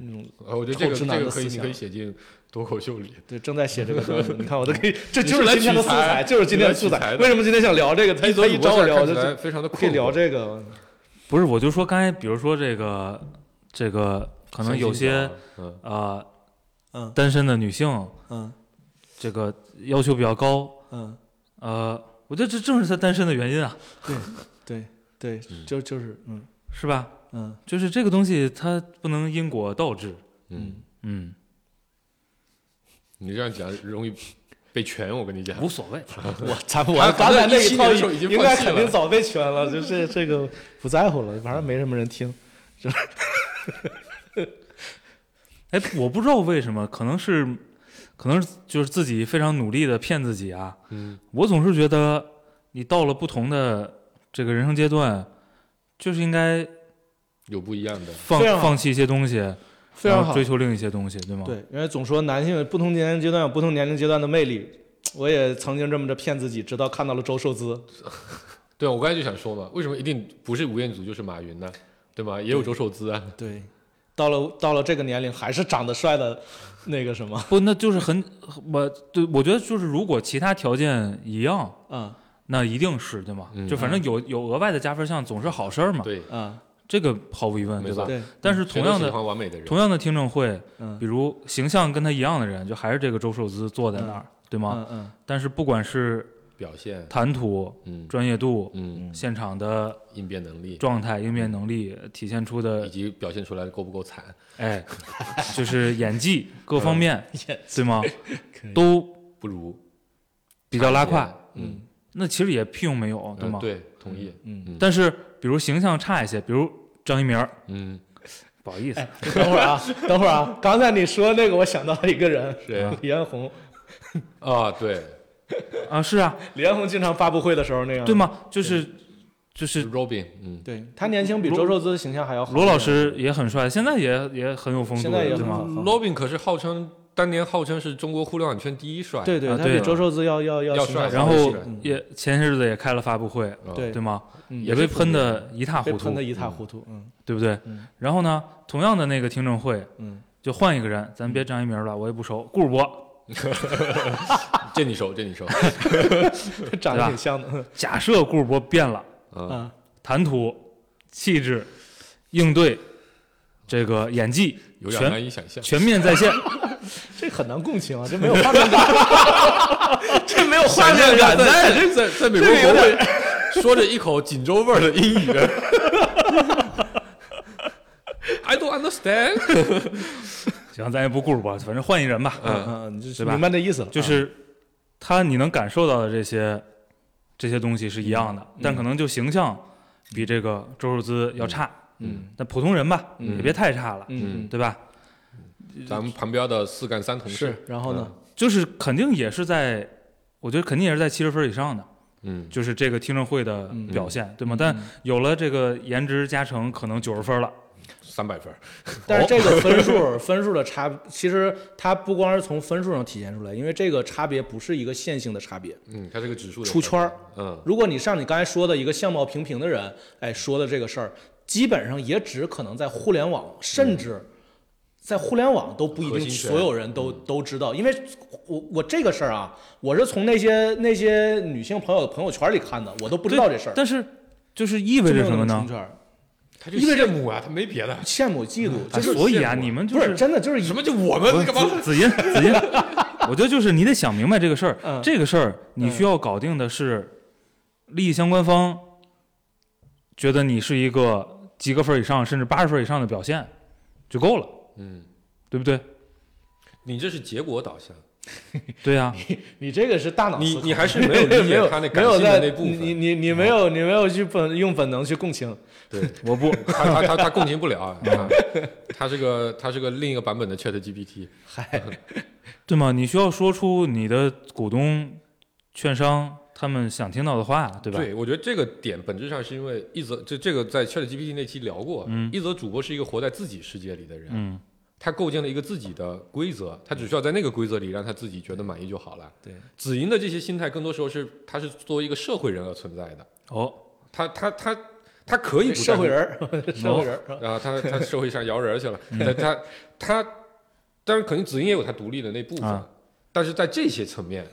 Speaker 3: 那种
Speaker 5: 呃， 我觉得这
Speaker 3: 臭
Speaker 5: 个
Speaker 3: 直
Speaker 5: 这
Speaker 3: 男
Speaker 5: 个
Speaker 3: 的
Speaker 5: 可以，
Speaker 3: 思
Speaker 5: 你可以
Speaker 3: 想
Speaker 5: 写进脱口秀里。
Speaker 3: 对正在写这个段子，你看我都可以，这
Speaker 5: 你
Speaker 3: 就是
Speaker 5: 来
Speaker 3: 今天的
Speaker 5: 取
Speaker 3: 素
Speaker 5: 材
Speaker 3: 材，就是今天的
Speaker 5: 你是来
Speaker 3: 素
Speaker 5: 取材
Speaker 3: 材。
Speaker 5: 的
Speaker 3: 为什么今天想聊这 个？他
Speaker 5: 一
Speaker 3: 他一找我聊，我就就
Speaker 5: 非常的困惑
Speaker 3: 可以聊这个。
Speaker 4: 不是，我就说刚才，比如说这个，这个可能有些
Speaker 5: 相亲角啊，
Speaker 4: 呃，
Speaker 3: 嗯
Speaker 4: 单身的女性，
Speaker 3: 嗯
Speaker 4: 这个要求比较高，
Speaker 3: 嗯，
Speaker 4: 呃，我觉得这正是她单身的原因啊，
Speaker 3: 对对，就就是嗯
Speaker 4: 是吧？
Speaker 3: 嗯
Speaker 4: 就是这个东西它不能因果倒置，
Speaker 5: 嗯，
Speaker 4: 嗯，
Speaker 5: 你这样讲容易被全，我跟你讲，
Speaker 4: 无所谓。
Speaker 3: 我咱们
Speaker 5: 他
Speaker 3: 我咱
Speaker 5: 他
Speaker 3: 俩
Speaker 5: 在
Speaker 3: 那
Speaker 5: 17
Speaker 3: 一套
Speaker 5: 年的时候已经
Speaker 3: 应该
Speaker 5: 放弃
Speaker 3: 肯定
Speaker 5: 了
Speaker 3: 早被圈了，就 这这个不在乎了，反正没什么人 听。
Speaker 4: 哎，我不知道为什么，可能是，可能是就是自己非常努力的骗自己啊。
Speaker 5: 嗯，
Speaker 4: 我总是觉得，你到了不同的这个人生阶段，就是应该
Speaker 5: 有不一样的，
Speaker 4: 放
Speaker 3: 非常好
Speaker 4: 放弃一些东西，
Speaker 3: 非
Speaker 4: 然
Speaker 3: 常
Speaker 4: 后
Speaker 3: 好
Speaker 4: 追求另一些东西，对吗？
Speaker 3: 对，因为总说男性不同年龄阶段有不同年龄阶段的魅力，我也曾经这么着骗自己，直到看到了周受资。
Speaker 5: 对，啊我刚才就想说嘛，为什么一定不是吴彦祖就是马云呢？对吗？也有周受资啊，
Speaker 3: 对，到了到了这个年龄还是长得帅的，那个什 么
Speaker 4: 不，那就是很我对，我觉得就是如果其他条件一样，
Speaker 3: 啊
Speaker 4: 那一定是对吗？
Speaker 5: 嗯
Speaker 4: 就反正有有额外的加分项总是好事儿嘛，
Speaker 5: 对，
Speaker 3: 啊，
Speaker 4: 这个毫无疑问，
Speaker 5: 没
Speaker 4: 对
Speaker 5: 错嗯
Speaker 4: 吧？
Speaker 3: 对，
Speaker 4: 但是
Speaker 5: 谁
Speaker 4: 同
Speaker 5: 都
Speaker 4: 样
Speaker 5: 喜
Speaker 4: 的
Speaker 5: 欢完美的人，
Speaker 4: 同样的听证会，
Speaker 3: 嗯
Speaker 4: 比如形象跟他一样的人，就还是这个周受资坐在那儿，对吗？
Speaker 3: 嗯嗯，
Speaker 4: 但是不管是
Speaker 5: 表现，
Speaker 4: 谈吐、
Speaker 5: 嗯
Speaker 4: 专业度、
Speaker 5: 嗯，
Speaker 4: 现场的
Speaker 5: 应变能力，
Speaker 4: 状态、应变能力，体现出
Speaker 5: 以
Speaker 4: 的
Speaker 5: 及表现出来的够不够惨，
Speaker 3: 嗯
Speaker 4: 哎，就是演技各方面，
Speaker 3: 也
Speaker 4: 对吗？
Speaker 3: 嗯 可以
Speaker 4: 都
Speaker 5: 不如
Speaker 4: 比较拉
Speaker 3: 啊
Speaker 4: 胯，
Speaker 5: 嗯，
Speaker 4: 那其实也屁用没有，对
Speaker 5: 嗯
Speaker 4: 吗？
Speaker 5: 对，同意，
Speaker 3: 嗯，
Speaker 4: 但是比如形象差一些，比如张一鸣儿，
Speaker 5: 嗯，
Speaker 4: 不好意思，
Speaker 3: 等会儿啊，等会儿啊，刚才你说那个，我想到了一个人，
Speaker 5: 谁啊
Speaker 3: 李彦宏。
Speaker 5: 啊，对，
Speaker 4: 啊，是啊，
Speaker 3: 李彦宏经常发布会的时候那样，
Speaker 4: 对？吗？就是就是
Speaker 5: 是 Robin，嗯，
Speaker 3: 对他年轻比周受资的形象还要好。
Speaker 4: 罗老师也很帅，现在也也很有风度
Speaker 3: 现
Speaker 4: 的，
Speaker 3: 在也
Speaker 4: 对
Speaker 3: 很好
Speaker 4: 吗？
Speaker 3: 看，
Speaker 5: Robin 可是号称当年号称是中国互联网圈第一帅，
Speaker 3: 对对，
Speaker 4: 啊
Speaker 3: 他
Speaker 4: 对
Speaker 3: 比周受资要要
Speaker 5: 要
Speaker 3: 要形象
Speaker 5: 帅
Speaker 4: 然
Speaker 3: 好
Speaker 4: 后
Speaker 5: 是
Speaker 3: 嗯
Speaker 4: 也前些日子也开了发布会，
Speaker 5: 啊
Speaker 3: 对
Speaker 4: 对吗？
Speaker 3: 嗯
Speaker 4: 也被喷的一塌
Speaker 3: 被
Speaker 4: 糊
Speaker 3: 喷
Speaker 4: 涂
Speaker 3: 的，一塌糊涂，嗯
Speaker 4: 对不对
Speaker 3: 嗯？
Speaker 4: 然后呢，同样的那个听证会，
Speaker 3: 嗯，
Speaker 4: 就换一个人，咱别张一鸣了，我也不熟，顾主播。
Speaker 5: 这你熟，这你熟，
Speaker 3: 长得挺像的
Speaker 4: 假设顾主播变了，
Speaker 5: 嗯，
Speaker 3: 啊，
Speaker 4: 谈吐、气质、应对、这个演技，
Speaker 5: 有点
Speaker 4: 全
Speaker 5: 难以想象，
Speaker 4: 全面在线。
Speaker 3: 这很难共情啊，这没有画面感， 这没有画
Speaker 5: 闪
Speaker 3: 面
Speaker 5: 电
Speaker 3: 感
Speaker 5: 感
Speaker 3: 在。
Speaker 5: 在在在在美国国会 说着一口锦州味儿的 英语。I don't understand。
Speaker 4: 行，咱也不顾主播，反正换一人吧。
Speaker 3: 嗯
Speaker 5: 嗯，
Speaker 3: 嗯，你
Speaker 4: 对
Speaker 3: 就
Speaker 4: 吧
Speaker 3: 明白这意思了，啊
Speaker 4: 就是他你能感受到的这些这些东西是一样的，
Speaker 3: 嗯
Speaker 4: 但可能就形象比这个周受资要差。
Speaker 3: 嗯，
Speaker 4: 但普通人吧，
Speaker 5: 嗯
Speaker 4: 也别太差了，
Speaker 3: 嗯
Speaker 4: 对吧？
Speaker 5: 咱们旁边的四干三同
Speaker 3: 嗯
Speaker 5: 事，
Speaker 3: 是，然后呢，
Speaker 4: 就是肯定也是在，我觉得肯定也是在七十分以上的，
Speaker 5: 嗯，
Speaker 4: 就是这个听证会的
Speaker 3: 嗯
Speaker 4: 表现，对吗？但有了这个颜值加成，可能九十分了。
Speaker 5: 三百分儿。
Speaker 3: 但是这个分 数分数的差，其实它不光是从分数上体现出来，因为这个差别不是一个线性的差别，
Speaker 5: 嗯，它是个指数的
Speaker 3: 出圈儿。
Speaker 5: 嗯，
Speaker 3: 如果你像你刚才说的一个相貌平平的人，哎，说的这个事儿，基本上也只可能在互联网，甚至在互联网都不一
Speaker 5: 核
Speaker 3: 定
Speaker 5: 心圈
Speaker 3: 所有人都都知道，因为我我这个事儿啊，我是从那些那些女性朋友朋友圈里看的，我都不知道这事儿，
Speaker 4: 但是就是意味着什么
Speaker 3: 真正
Speaker 4: 呢
Speaker 3: 能出？圈儿？
Speaker 5: 它就羡慕啊，它没别的。
Speaker 3: 羡慕嫉妒，
Speaker 4: 啊
Speaker 3: 这就是
Speaker 4: 所以
Speaker 5: 羡
Speaker 4: 啊，
Speaker 5: 慕
Speaker 4: 你们就
Speaker 3: 不是真的就是
Speaker 5: 什
Speaker 3: 一
Speaker 5: 么就我们干嘛？
Speaker 4: 子音，子音，我觉得就是你得想明白这个事儿。
Speaker 3: 嗯
Speaker 4: 这个事儿你需要搞定的是，利益相关方觉得你是一个及格分以上，甚至八十分以上的表现就够了，
Speaker 5: 嗯，
Speaker 4: 对不对？
Speaker 5: 你这是结果导向，
Speaker 4: 对啊呀、
Speaker 5: 嗯
Speaker 3: 你这个是大脑思
Speaker 5: 你
Speaker 3: 考
Speaker 5: 你还是没有理
Speaker 3: 没有
Speaker 5: 解他那
Speaker 3: 没
Speaker 5: 感
Speaker 3: 有
Speaker 5: 性
Speaker 3: 在
Speaker 5: 的那部
Speaker 3: 你
Speaker 5: 分。
Speaker 3: 你你没有你没有去本用本能去共情，
Speaker 5: 对，
Speaker 4: 我 不，
Speaker 5: 他他他他共情不了啊，
Speaker 3: 嗯
Speaker 5: 啊他是个他是个另一个版本的 Chat GPT。
Speaker 3: 嗨，
Speaker 4: 对吗？你需要说出你的股东、券商他们想听到的话，对吧？
Speaker 5: 对，我觉得这个点本质上是因为一则这这个在 ChatGPT 那期聊过，
Speaker 4: 嗯
Speaker 5: 一则主播是一个活在自己世界里的人，
Speaker 4: 嗯，
Speaker 5: 他构建了一个自己的规则，他只需要在那个规则里让他自己觉得满意就好了。
Speaker 3: 对，
Speaker 5: 子莹的这些心态，更多时候是他是作为一个社会人而存在的，
Speaker 4: 哦，
Speaker 5: 他他他他可以不
Speaker 3: 社会
Speaker 5: 在
Speaker 3: 人儿社会人儿。嗯
Speaker 5: 乎，啊， 他他社会上摇人儿去了，他他他，当然肯定子莹也有他独立的那部分，
Speaker 4: 啊
Speaker 5: 但是在这些层 面。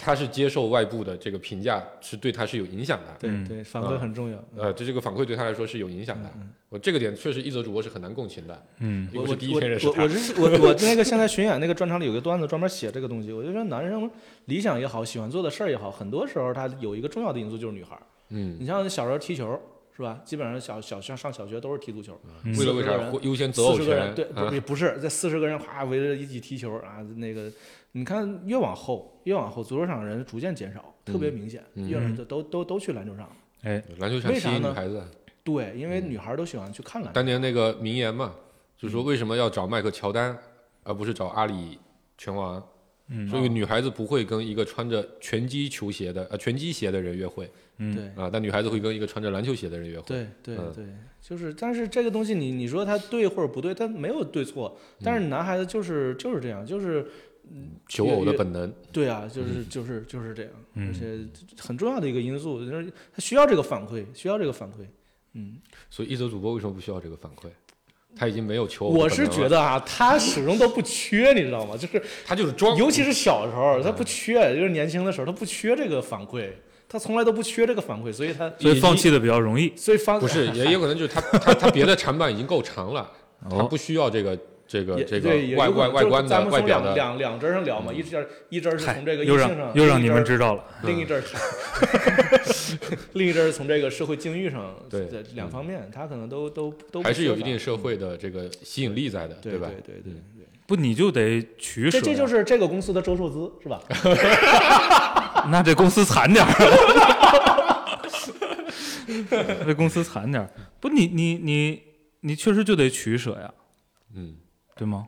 Speaker 5: 他是接受外部的这个评价，是对他是有影响的。
Speaker 3: 对
Speaker 4: 嗯
Speaker 3: 对，反馈很重要。嗯
Speaker 5: 呃，这这个反馈对他来说是有影响的。我这个点确实一则主播是很难共情的，
Speaker 4: 嗯，
Speaker 5: 因
Speaker 3: 我
Speaker 5: 为
Speaker 3: 我
Speaker 5: 第一天认识
Speaker 3: 我
Speaker 5: 他
Speaker 3: 我。 是我 我那个现在巡演那个专场里有个段子专门写这个东西，我就说男生理想也好，喜欢做的事儿也好，很多时候他有一个重要的因素就是女孩儿。
Speaker 5: 嗯
Speaker 3: 你像小时候踢球是吧？基本上小小上上小学都是踢足球，
Speaker 4: 嗯
Speaker 5: 为了为
Speaker 3: 40个
Speaker 5: 啥
Speaker 3: 人
Speaker 5: 优先择
Speaker 3: 四
Speaker 5: 偶
Speaker 3: 十个
Speaker 5: 权
Speaker 3: 人？对，
Speaker 5: 啊
Speaker 3: 不是不是，在四十个人哗围着一起踢球啊，那个你看越往后越往后，足球场人逐渐减少，特别明显，
Speaker 5: 嗯
Speaker 3: 越往
Speaker 4: 嗯
Speaker 3: 后都都都去篮球场了。
Speaker 4: 哎，
Speaker 5: 篮球场
Speaker 3: 为
Speaker 5: 吸
Speaker 3: 啥
Speaker 5: 引女
Speaker 3: 呢
Speaker 5: 孩子啊，
Speaker 3: 对，因为女孩都喜欢去看篮球。
Speaker 5: 当年那个名言嘛，
Speaker 3: 嗯
Speaker 5: 就是说为什么要找迈克乔丹，而不是找阿里拳王？
Speaker 4: 嗯
Speaker 5: 所以女孩子不会跟一个穿着拳击球鞋的呃拳击鞋的人约会
Speaker 4: 嗯
Speaker 3: 对
Speaker 5: 啊，但女孩子会跟一个穿着篮球鞋的人约会。
Speaker 3: 对对
Speaker 5: 嗯
Speaker 3: 对，就是，但是这个东西你你说它对或者不对，它没有对错，但是
Speaker 5: 嗯
Speaker 3: 男孩子就是就是这样，就是
Speaker 5: 求偶的
Speaker 3: 越
Speaker 5: 本能，
Speaker 3: 对啊，就是就是就是这样，
Speaker 4: 嗯
Speaker 3: 而且很重要的一个因素，就是他需要这个反馈，需要这个反馈。嗯，
Speaker 5: 所以一泽主播为什么不需要这个反馈？他已经没有求偶的
Speaker 3: 我
Speaker 5: 本能了，
Speaker 3: 是觉得啊，他始终都不缺，你知道吗？就是
Speaker 5: 他就是装，
Speaker 3: 尤其是小时候，
Speaker 5: 嗯
Speaker 3: 他不缺，就是年轻的时候，他不缺这个反馈，他从来都不缺这个反馈，所以他
Speaker 4: 所以放
Speaker 3: 以及，
Speaker 4: 弃的比较容易。
Speaker 3: 所以放
Speaker 5: 不是， 也有可能就是他他他别的长板已经够长了，他
Speaker 4: 哦
Speaker 5: 不需要这个这个
Speaker 3: 也
Speaker 5: 这
Speaker 3: 对也
Speaker 5: 个
Speaker 3: 有
Speaker 5: 外
Speaker 3: 可
Speaker 5: 外
Speaker 3: 能
Speaker 5: 外
Speaker 3: 就是
Speaker 5: 观
Speaker 3: 咱
Speaker 5: 的
Speaker 3: 们
Speaker 5: 外
Speaker 3: 从
Speaker 5: 表
Speaker 3: 两
Speaker 5: 的。嗯
Speaker 3: 两两针上聊嘛，一针一针是
Speaker 4: 嗨
Speaker 3: 从这个
Speaker 4: 又
Speaker 3: 异性
Speaker 4: 让
Speaker 3: 上，
Speaker 4: 又
Speaker 3: 另
Speaker 4: 让
Speaker 3: 一
Speaker 4: 你
Speaker 3: 针
Speaker 4: 们
Speaker 3: 是
Speaker 4: 知道了，
Speaker 3: 另一阵儿是，另一阵儿是从 这个社会境遇上，
Speaker 5: 对嗯
Speaker 3: 在两方面，他可能都都都不
Speaker 5: 还是有
Speaker 3: 缺
Speaker 5: 一
Speaker 3: 乏
Speaker 5: 定社会的这个吸引力在的，
Speaker 3: 嗯对
Speaker 5: 吧？
Speaker 3: 对对对
Speaker 4: 不你就得取舍
Speaker 3: 这
Speaker 4: 呀，
Speaker 3: 这就是这个公司的周受资 是吧？
Speaker 4: 那这公司惨点儿， 这公司惨点儿。不，你你你你确实就得取舍呀，
Speaker 5: 嗯，
Speaker 4: 对吗？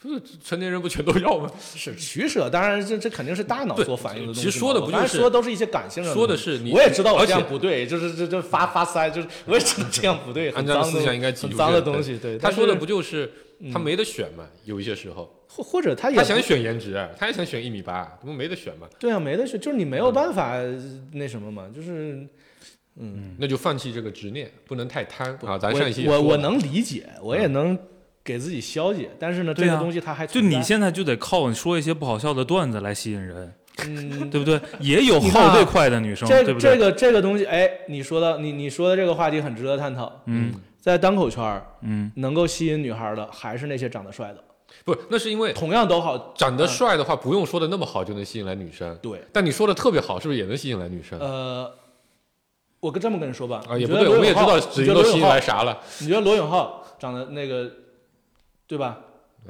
Speaker 5: 不是成年人不全都要吗？
Speaker 3: 是取舍，当然这这肯定是大脑所反映的东西嘛。
Speaker 5: 其实说的不
Speaker 3: 我刚才
Speaker 5: 就是
Speaker 3: 说都是一些感性上
Speaker 5: 说的
Speaker 3: 的东西
Speaker 5: 是你
Speaker 3: 我也知道我这
Speaker 5: 而
Speaker 3: 样
Speaker 5: 且
Speaker 3: 不对，就是这这发发腮，就是我也知道这样不对，
Speaker 5: 按
Speaker 3: 很
Speaker 5: 照
Speaker 3: 脏
Speaker 5: 思想应
Speaker 3: 的
Speaker 5: 该记
Speaker 3: 很
Speaker 5: 住
Speaker 3: 脏的
Speaker 5: 这个
Speaker 3: 东西。对，
Speaker 5: 他
Speaker 3: 但
Speaker 5: 说的
Speaker 3: 是嗯
Speaker 5: 不就是他没得选嘛？有一些时候，
Speaker 3: 或或者他也
Speaker 5: 他想选颜值，啊他也想选一米八，怎么没得选嘛？
Speaker 3: 对啊，没得选，就是你没有办法那什么嘛，就是嗯。
Speaker 5: 那就放弃这个执念，不能太贪
Speaker 3: 不
Speaker 5: 啊！咱
Speaker 3: 我
Speaker 5: 上一期也
Speaker 3: 我
Speaker 5: 说
Speaker 3: 我
Speaker 5: 了嗯
Speaker 3: 能理解，我也能给自己消解，但是呢，这
Speaker 4: 对啊
Speaker 3: 个东西它还
Speaker 4: 就
Speaker 3: 存在
Speaker 4: 你现在就得靠你说一些不好笑的段子来吸引人，
Speaker 3: 嗯，
Speaker 4: 对不对？也有
Speaker 3: 你看啊
Speaker 4: 好这块的女生，
Speaker 3: 这
Speaker 4: 对不
Speaker 3: 这
Speaker 4: 对？
Speaker 3: 个这个东西，哎，你说到你你说的这个话题很值得探讨。
Speaker 4: 嗯
Speaker 3: 在单口圈儿
Speaker 4: 嗯，
Speaker 3: 能够吸引女孩儿的，还是那些长得帅的，
Speaker 5: 不是，那是因为
Speaker 3: 同样都好。
Speaker 5: 长得帅的话，不用说的那么好就能吸引来女生，
Speaker 3: 对，
Speaker 5: 但你说的特别好，是不是也能吸引来女生？
Speaker 3: 呃，我跟这么跟你说吧，
Speaker 5: 啊，
Speaker 3: 你
Speaker 5: 也
Speaker 3: 觉
Speaker 5: 不
Speaker 3: 得
Speaker 5: 对，
Speaker 3: 罗
Speaker 5: 我们也
Speaker 3: 永
Speaker 5: 知
Speaker 3: 浩
Speaker 5: 道
Speaker 3: 你
Speaker 5: 指
Speaker 3: 觉得
Speaker 5: 定都
Speaker 3: 罗
Speaker 5: 吸
Speaker 3: 永
Speaker 5: 引
Speaker 3: 浩，
Speaker 5: 来啥了。
Speaker 3: 你觉得罗永浩长得那个，对吧？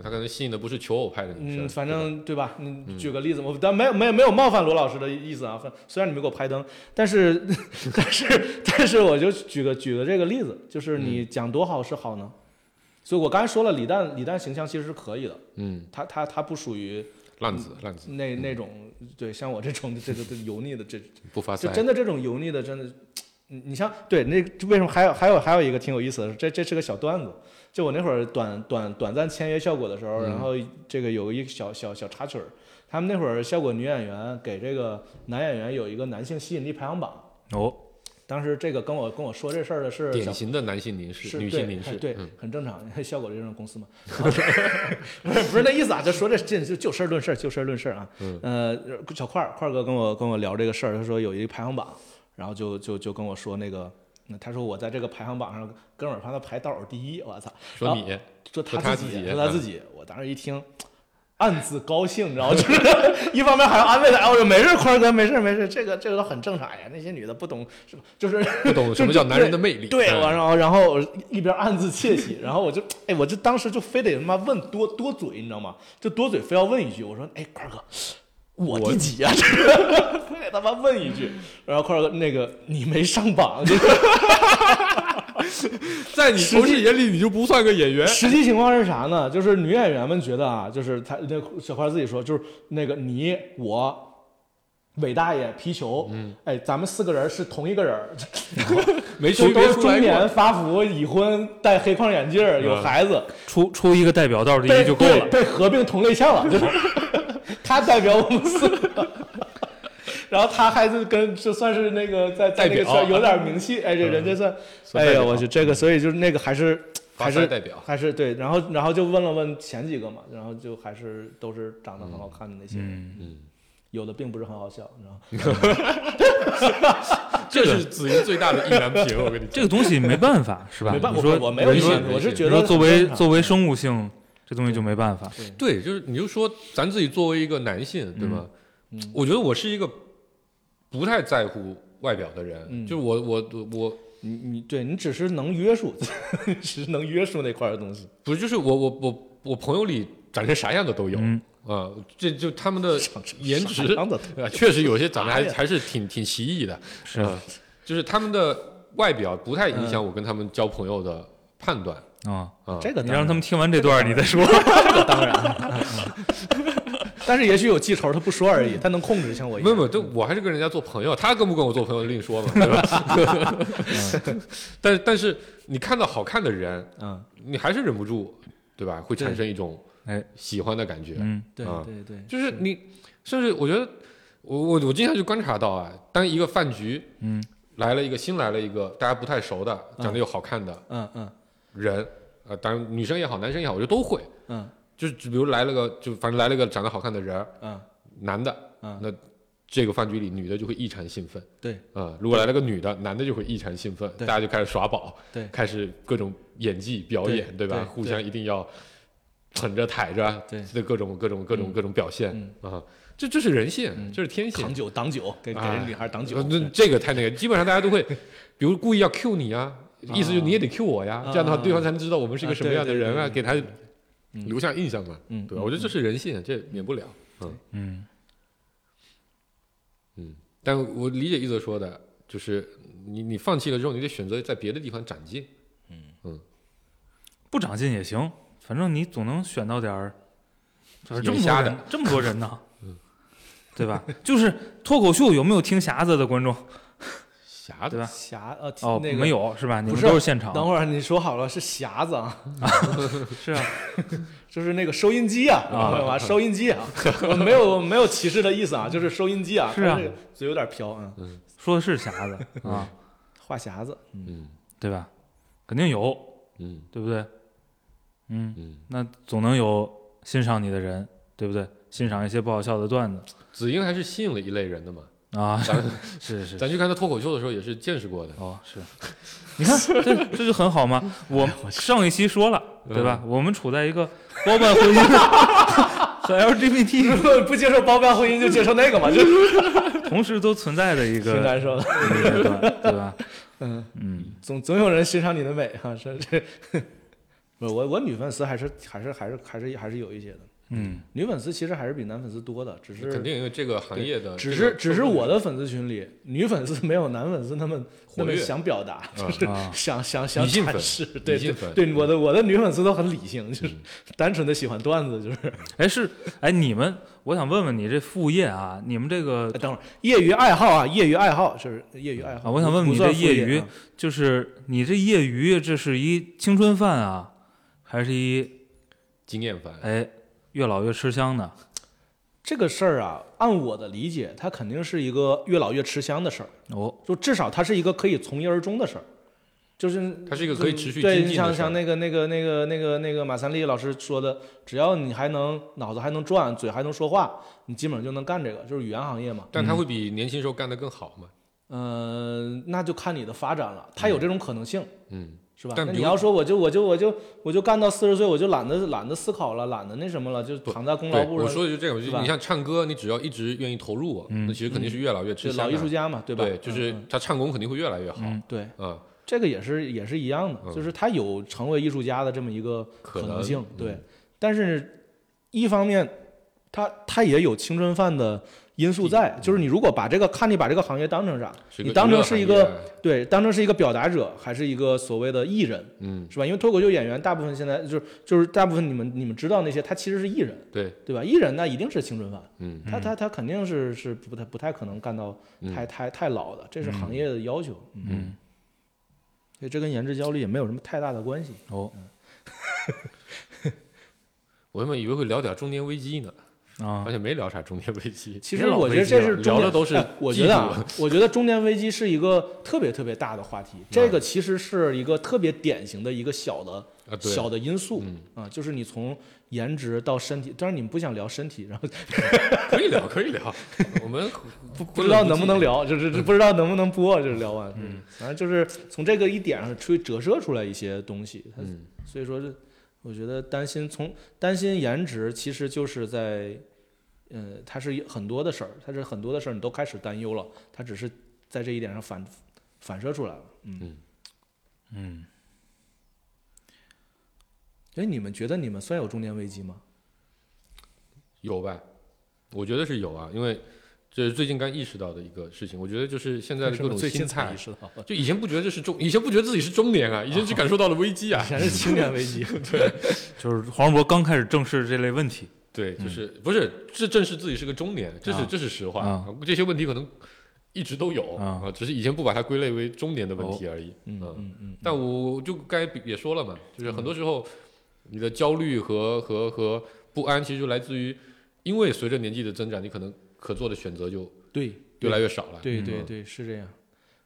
Speaker 5: 他可能吸引的不是求偶派的嗯女生，
Speaker 3: 嗯，反
Speaker 5: 对吧
Speaker 3: 正对吧？你举个例子，我但没有没有没有冒犯罗老师的意思啊。反虽然你没给我拍灯，但 是但是但是我就举个举个这个例子，就是
Speaker 5: 嗯
Speaker 3: 你讲多好是好呢？所以我刚才说了，李诞李诞形象其实是可以的，
Speaker 5: 嗯，
Speaker 3: 他他他不属于
Speaker 5: 浪子浪子
Speaker 3: 那那种对像我这种这个这个油腻的这
Speaker 5: 不发
Speaker 3: 就
Speaker 5: 腮，
Speaker 3: 真的这种油腻的，真的，你你像对那为什么还有还有还有一个挺有意思的，这这是个小段子。就我那会儿短短短暂签约效果的时
Speaker 5: 嗯
Speaker 3: 候，然后这个有一个小小小插曲儿，他们那会儿效果女演员给这个男演员有一个男性吸引力排行榜。
Speaker 4: 哦，
Speaker 3: 当时这个跟我跟我说这事儿的是小
Speaker 5: 典型的男性凝视，
Speaker 3: 是
Speaker 5: 女
Speaker 3: 对
Speaker 5: 性凝
Speaker 3: 哎
Speaker 5: 视，
Speaker 3: 对
Speaker 5: 嗯，
Speaker 3: 很正常。效果这种公 司嘛，不是不是那意思啊，就说这这就就事儿论事儿，就事儿论事儿啊。
Speaker 5: 嗯
Speaker 3: 呃，小块儿块儿哥跟我跟我聊这个事儿，他说有一个排行榜，然后就就就跟我说那个。那他说我在这个排行榜上，哥们儿把他排倒数第一，我操！
Speaker 5: 说你
Speaker 3: 说
Speaker 5: 说他
Speaker 3: 他自
Speaker 5: 自己
Speaker 3: 说他
Speaker 5: 嗯
Speaker 3: 自己，我当时一听，暗自高兴，然后就是 一方面还要安慰他，哎，我说没事儿，宽儿哥，没事儿没事儿，这个这个都很正常哎呀。那些女的不懂是吧？就是
Speaker 5: 不懂什么叫男人的魅力，
Speaker 3: 对，
Speaker 5: 嗯
Speaker 3: 我然后然后我一边暗自窃喜，然后我就哎，我就当时就非得他妈问多多嘴，你知道吗？就多嘴非要问一句，我说哎，块儿哥，我第几 啊？这个非得他妈问一句，然后块儿哥那个你没上榜，这 个
Speaker 5: 在你同事眼里你就不算个演员，
Speaker 3: 实际情况是啥呢？就是女演员们觉得啊，就是她那小块儿自己说，就是那个你我。伟大爷皮球，嗯，哎，咱们四个人是同一个人儿，
Speaker 5: 没
Speaker 3: 都
Speaker 5: 区
Speaker 3: 都
Speaker 5: 别
Speaker 3: 是中
Speaker 5: 出来过
Speaker 3: 年。发福、已婚、戴黑框眼镜儿、有
Speaker 5: 嗯
Speaker 3: 孩子，
Speaker 4: 出出一个代表倒数第
Speaker 3: 被
Speaker 4: 一就够了。
Speaker 3: 对被合并同类项了，就是 他代表我们四个。然后他还是跟就算是那个在在那个
Speaker 5: 代表
Speaker 4: 啊
Speaker 3: 圈有点名气，哎，这人
Speaker 4: 嗯
Speaker 3: 家算，
Speaker 5: 算代
Speaker 3: 哎呀，
Speaker 5: 表
Speaker 3: 我去这个，所以就是那个还是
Speaker 5: 发
Speaker 3: 还
Speaker 5: 腮
Speaker 3: 是
Speaker 4: 啊
Speaker 5: 代表
Speaker 3: 还是对，然后然后就问了问前几个嘛，然后就还是都是长得很好看的那些人，
Speaker 4: 嗯，
Speaker 3: 有的并不是很好笑，你知道吗？
Speaker 5: 这是子怡最大的意难平，我跟你
Speaker 4: 这
Speaker 5: 讲。
Speaker 4: 个东西没办法，是吧？
Speaker 3: 没办
Speaker 4: 你
Speaker 3: 我
Speaker 4: 说
Speaker 3: 我没有意
Speaker 5: 你说
Speaker 3: 见，我是
Speaker 5: 你
Speaker 3: 觉
Speaker 4: 你
Speaker 3: 得
Speaker 4: 说作
Speaker 3: 很
Speaker 4: 为
Speaker 3: 正常
Speaker 4: 作为生物性，这东西就没办法。
Speaker 5: 对，就是你就说咱自己作为一个男性，对吗？嗯我觉得我是一个不太在乎外表的人，
Speaker 3: 嗯
Speaker 5: 就是我我我我
Speaker 3: 你你对你只是能约束， 只是能约束那块儿的东西。
Speaker 5: 不是，就是我我我我朋友里长成啥样的都有
Speaker 4: 嗯，
Speaker 5: 啊，这就他们的颜值
Speaker 3: 啥样的
Speaker 5: 啊确实有些长得
Speaker 3: 啥
Speaker 5: 还
Speaker 3: 呀
Speaker 5: 还是挺挺奇异的，
Speaker 4: 是啊
Speaker 5: 嗯就是他们的外表不太影响我跟他们交朋友的判断
Speaker 4: 啊，
Speaker 5: 啊。
Speaker 3: 这个当
Speaker 4: 你让
Speaker 3: 然
Speaker 4: 他们听完这段，你再说。
Speaker 3: 这个当然。但是也许有记仇，他不说而已，他能控制，像我一
Speaker 5: 没有没
Speaker 3: 样。
Speaker 5: 有，这我还是跟人家做朋友，他跟不跟我做朋友另说嘛，对吧？ 但但是你看到好看的人，
Speaker 3: 嗯，
Speaker 5: 你还是忍不住，对吧？会产
Speaker 3: 对
Speaker 5: 生一种
Speaker 4: 哎
Speaker 5: 喜欢的感觉。
Speaker 4: 嗯，
Speaker 3: 对
Speaker 5: 啊
Speaker 3: 对对，
Speaker 5: 就是你，甚至我觉得，我我我经常就观察到啊，当一个饭局，
Speaker 4: 嗯，
Speaker 5: 来了一个新来了一个大家不太熟的，长得又好看的
Speaker 3: 嗯嗯
Speaker 5: 人，啊，当然女生也好，男生也好，我觉得都会。
Speaker 3: 嗯
Speaker 5: 就是就比如来了个，就反正来了个长得好看的人，
Speaker 3: 嗯，
Speaker 5: 男的，
Speaker 3: 嗯
Speaker 5: 那这个饭局里女的就会异常兴奋，
Speaker 3: 对，
Speaker 5: 啊、如果来了个女的，男的就会异常兴奋，大
Speaker 3: 对
Speaker 5: 家就开始耍宝，
Speaker 3: 对
Speaker 5: 开始各种演技表演，
Speaker 3: 对
Speaker 5: 对吧
Speaker 3: 对
Speaker 5: 互相一定要捧着抬着，
Speaker 3: 对嗯
Speaker 5: 这各种各种各种各种表现啊、这这是人性，这是天性
Speaker 3: 挡。酒挡酒，给给
Speaker 5: 哎
Speaker 3: 人女孩挡酒
Speaker 5: 呃。那这个太那个，基本上大家 都会，比如故意要 Q 你啊，意思就是你也得 Q 我呀，这样的话对方才能知道我们是一个
Speaker 3: 啊
Speaker 5: 什么样的
Speaker 3: 对对
Speaker 5: 人啊，
Speaker 3: 对
Speaker 5: 给他留下印象嘛，
Speaker 3: 嗯
Speaker 5: 对吧？我觉得这是人性，这免不了。啊
Speaker 4: 嗯，
Speaker 5: 嗯但我理解一泽说的，就是你你放弃了之后，你得选择在别的地方长进。
Speaker 4: 不长进也行，反正你总能选到点儿。就是这
Speaker 5: 有
Speaker 4: 么多
Speaker 5: 瞎
Speaker 4: 人
Speaker 5: 的，
Speaker 4: 这么多人 呢，对吧？就是脱口秀有没有听匣子的观众？
Speaker 5: 啥
Speaker 4: 对吧
Speaker 3: 匣呃
Speaker 4: 哦，
Speaker 3: 那个
Speaker 4: 没。有是吧？你
Speaker 3: 不
Speaker 4: 们
Speaker 3: 是
Speaker 4: 都是现场，
Speaker 3: 等会儿你说好了是匣子啊，
Speaker 4: 是啊，
Speaker 3: 就是那个收音机啊，明白吗？收音机啊，我没有我没有歧视的意思啊，就是收音机啊。
Speaker 4: 是啊
Speaker 3: 他这个嘴有点飘，嗯，
Speaker 4: 说的是匣 子啊，
Speaker 3: 话匣子， 嗯
Speaker 5: 嗯
Speaker 4: 对吧？肯定有，
Speaker 5: 嗯
Speaker 4: 对不对？嗯，
Speaker 5: 嗯。
Speaker 4: 那总能有欣赏你的人，对不对？欣赏一些不好笑的段子
Speaker 5: 子英还是吸引了一类人的嘛，
Speaker 4: 啊，
Speaker 5: 咱
Speaker 4: 是是
Speaker 5: 咱去看他脱口秀的时候也是见识过的。
Speaker 4: 哦，是， 你看这这就很好 嘛。我嗯上一期说了，对吧？我们处在一个包办婚姻 和 LGBT
Speaker 3: 如果不接受包办婚姻，就接受那个嘛，就
Speaker 4: 同时都存在的一
Speaker 3: 挺
Speaker 4: 个
Speaker 3: 难受的。
Speaker 4: 一个阶段，对 吧？
Speaker 3: 嗯
Speaker 4: 嗯，
Speaker 3: 总总有人欣赏你的美哈，是这。 不是我我女粉丝还是还是还是还是还是有一些的，
Speaker 4: 嗯
Speaker 3: 女粉丝其实还是比男粉丝多的，只是
Speaker 5: 肯定因为这个行业的，
Speaker 3: 只
Speaker 5: 这
Speaker 3: 是
Speaker 5: 个
Speaker 3: 只是我的粉丝群里，女粉丝没有男粉丝那么
Speaker 5: 活
Speaker 3: 那么
Speaker 5: 跃
Speaker 3: 想表达，就是
Speaker 4: 啊
Speaker 3: 想想想
Speaker 5: 理性
Speaker 3: 阐
Speaker 5: 粉
Speaker 3: 释，对
Speaker 5: 理性
Speaker 3: 对
Speaker 5: 粉嗯
Speaker 3: 对，我的我的女粉丝都很理性，就是单纯的喜欢段子，就是。
Speaker 4: 哎是哎，你们我想问问你这副业啊，你们这个
Speaker 3: 哎等会儿业余爱好啊，业余爱好就是业余爱好
Speaker 4: 啊我想问问
Speaker 3: 不
Speaker 4: 你
Speaker 3: 算
Speaker 4: 这
Speaker 3: 副
Speaker 4: 业
Speaker 3: 业
Speaker 4: 余
Speaker 3: 啊
Speaker 4: 就是你这业余，这是一青春饭啊，还是一
Speaker 5: 经验
Speaker 3: 呃
Speaker 5: 番，
Speaker 4: 哎越老越吃香的？
Speaker 3: 这个事儿啊，按我的理解，它肯定是一个越老越吃香的事儿。
Speaker 4: 哦，
Speaker 3: 就至少它是一个可以从一而终的事儿，就是
Speaker 5: 它是一个可以持续
Speaker 3: 对，
Speaker 5: 精进的
Speaker 3: 像
Speaker 5: 事儿
Speaker 3: 像那个那个那个那个那个马三立老师说的，只要你还能脑子还能转，嘴还能说话，你基本上就能干这个，就是语言行业嘛。
Speaker 5: 但他会比年轻时候干得更好嘛？
Speaker 3: 嗯、那就看你的发展了，它有这种可能性，
Speaker 5: 嗯，
Speaker 3: 是吧？
Speaker 5: 但
Speaker 3: 那
Speaker 5: 比
Speaker 3: 你
Speaker 5: 如
Speaker 3: 要说我就我就我就我就干到四十岁，我就懒得懒得思考了，懒得那什么了，就躺在功劳
Speaker 5: 对，
Speaker 3: 簿
Speaker 5: 我
Speaker 3: 上，
Speaker 5: 说的就这个，就是
Speaker 3: 吧
Speaker 5: 你像唱歌，你只要一直愿意投入，那其实肯定是越老越吃
Speaker 3: 就
Speaker 5: 香
Speaker 3: 嗯老
Speaker 5: 的。
Speaker 3: 艺术家嘛，对
Speaker 5: 对
Speaker 3: 吧？
Speaker 5: 就是
Speaker 3: 嗯嗯
Speaker 5: 他唱功肯定会越来越好。
Speaker 3: 对。
Speaker 5: 嗯，
Speaker 3: 这个也是也是一样的，就是他有成为艺术家的这么一个
Speaker 5: 可能嗯
Speaker 3: 能性，对。但是，一方面，他他也有青春饭的因素在，
Speaker 5: 嗯
Speaker 3: 就是你如果把这个看你把这个行业当成啥，
Speaker 5: 是一
Speaker 3: 你
Speaker 5: 个
Speaker 3: 当
Speaker 5: 娱乐
Speaker 3: 成是一
Speaker 5: 行业
Speaker 3: 个对，当成是一个表达者，还是一个所谓的艺人，
Speaker 5: 嗯，
Speaker 3: 是吧？因为脱口秀演员大部分现在就是就是大部分你们你们知道那些，他其实是艺人，
Speaker 5: 对，
Speaker 3: 对吧？艺人那一定是青春饭，
Speaker 5: 嗯，
Speaker 3: 他他他肯定是是不太不太可能干到太太太老的，这是行业的要求，嗯
Speaker 4: 嗯，
Speaker 3: 所以这跟颜值焦虑也没有什么太大的关系。
Speaker 4: 哦
Speaker 5: 我原本以为会聊点中年危机呢，
Speaker 4: 啊
Speaker 5: 而且没聊啥中年危机。
Speaker 3: 其
Speaker 4: 别
Speaker 3: 实
Speaker 4: 老
Speaker 3: 我
Speaker 4: 飞
Speaker 3: 觉得
Speaker 4: 机
Speaker 3: 这
Speaker 4: 了
Speaker 3: 是中
Speaker 5: 聊的
Speaker 3: 年
Speaker 5: 都是
Speaker 3: 哎我
Speaker 5: 技
Speaker 3: 觉得
Speaker 5: 术
Speaker 3: 啊，我觉得中年危机是一个特别特别大的话题。这个其实是一个特别典型的一个小的、
Speaker 5: 啊，对，
Speaker 3: 小的因素
Speaker 5: 嗯
Speaker 3: 啊、就是你从颜值到身体，当然你们不想聊身体，然后
Speaker 5: 可以聊，可以 聊。我们不
Speaker 3: 不知道能不能，聊，就是不知道能不能播，就是聊完，嗯，反正就是从这个一点上吹折射出来一些东西。它
Speaker 5: 嗯
Speaker 3: 所以说这，我觉得担心从担心颜值，其实就是在，呃，它是一很多的事儿，它是很多的事儿，你都开始担忧了，它只是在这一点上反反射出来了。嗯
Speaker 5: 嗯
Speaker 4: 嗯，
Speaker 3: 哎，你们觉得你们算有中年危机吗？
Speaker 5: 有吧？我觉得是有啊，因为这是最近刚意识到的一个事情。我觉得就是现在的
Speaker 3: 是
Speaker 5: 各种
Speaker 3: 最
Speaker 5: 心
Speaker 3: 近才
Speaker 5: 态
Speaker 3: 意，识到，
Speaker 5: 就以前不觉得这是中，以前不觉得自己是中年啊，以前只感受到了危 机啊。
Speaker 3: 全是青年危 机。
Speaker 4: 就是黄渤刚开始正视这类问题，
Speaker 5: 对，
Speaker 3: 嗯
Speaker 5: 就是不是这正是自己是个中年，这是
Speaker 4: 啊
Speaker 5: 这是实话
Speaker 4: 啊。
Speaker 5: 这些问题可能一直都有
Speaker 4: 啊，
Speaker 5: 只是以前不把它归类为中年的问题而已。
Speaker 3: 嗯
Speaker 5: 嗯，
Speaker 3: 嗯嗯，
Speaker 5: 但我就该也说了嘛，就是很多时候你的焦虑和和和不安，其实就来自于，因为随着年纪的增长，你可能可做的选择就
Speaker 3: 对，嗯
Speaker 5: 越来越少了。
Speaker 3: 对对对，是这样。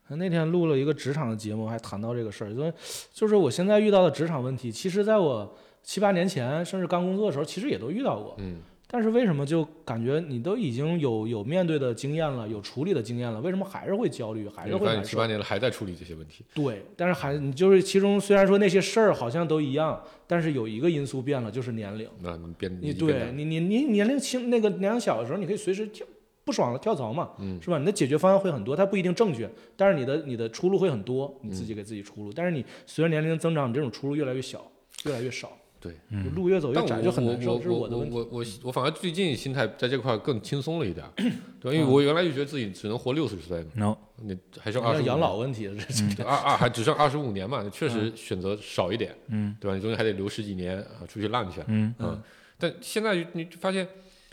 Speaker 3: 他那天录了一个职场的节目，还谈到这个事儿，就说就是我现在遇到的职场问题，其实在我七八年前，甚至刚工作的时候，其实也都遇到过。
Speaker 5: 嗯，
Speaker 3: 但是为什么就感觉你都已经有有面对的经验了，有处理的经验了，为什么还是会焦虑，还
Speaker 5: 因
Speaker 3: 是
Speaker 5: 为
Speaker 3: 会
Speaker 5: 发现
Speaker 3: 难
Speaker 5: 你七
Speaker 3: 受
Speaker 5: 八？年了还在处理这些问题。
Speaker 3: 对，但是还你就是其中虽然说那些事儿好像都一样，但是有一个因素变了，就是年龄。
Speaker 5: 那你变
Speaker 3: 你
Speaker 5: 变
Speaker 3: 对
Speaker 5: 大
Speaker 3: 你你你年龄轻那个年龄小的时候，你可以随时跳不爽了跳槽嘛，
Speaker 5: 嗯
Speaker 3: 是吧？你的解决方案会很多，它不一定正确，但是你的你的出路会很多，你自己给自己出路。但是你随着年龄增长，你这种出路越来越小，越来越少，
Speaker 5: 对，
Speaker 3: 就
Speaker 4: 嗯，
Speaker 3: 路越走
Speaker 5: 但
Speaker 3: 越窄，
Speaker 5: 我
Speaker 3: 就很难
Speaker 5: 我
Speaker 3: 受，这是
Speaker 5: 我
Speaker 3: 的
Speaker 5: 我
Speaker 3: 问题。
Speaker 5: 我我我反而最近心态在这块儿更轻松了一点儿，对吧？因为我原来就觉得自己只能活六十岁嘛，
Speaker 4: no，
Speaker 5: 你还剩二
Speaker 3: 像
Speaker 5: 十
Speaker 3: 养老问题，这是
Speaker 5: 二二还只剩二十五年嘛，确实选择少一点，
Speaker 4: 嗯
Speaker 5: 对吧？你中间还得留十几年啊，出去浪去。
Speaker 4: 嗯
Speaker 5: 嗯，但现在你就发现，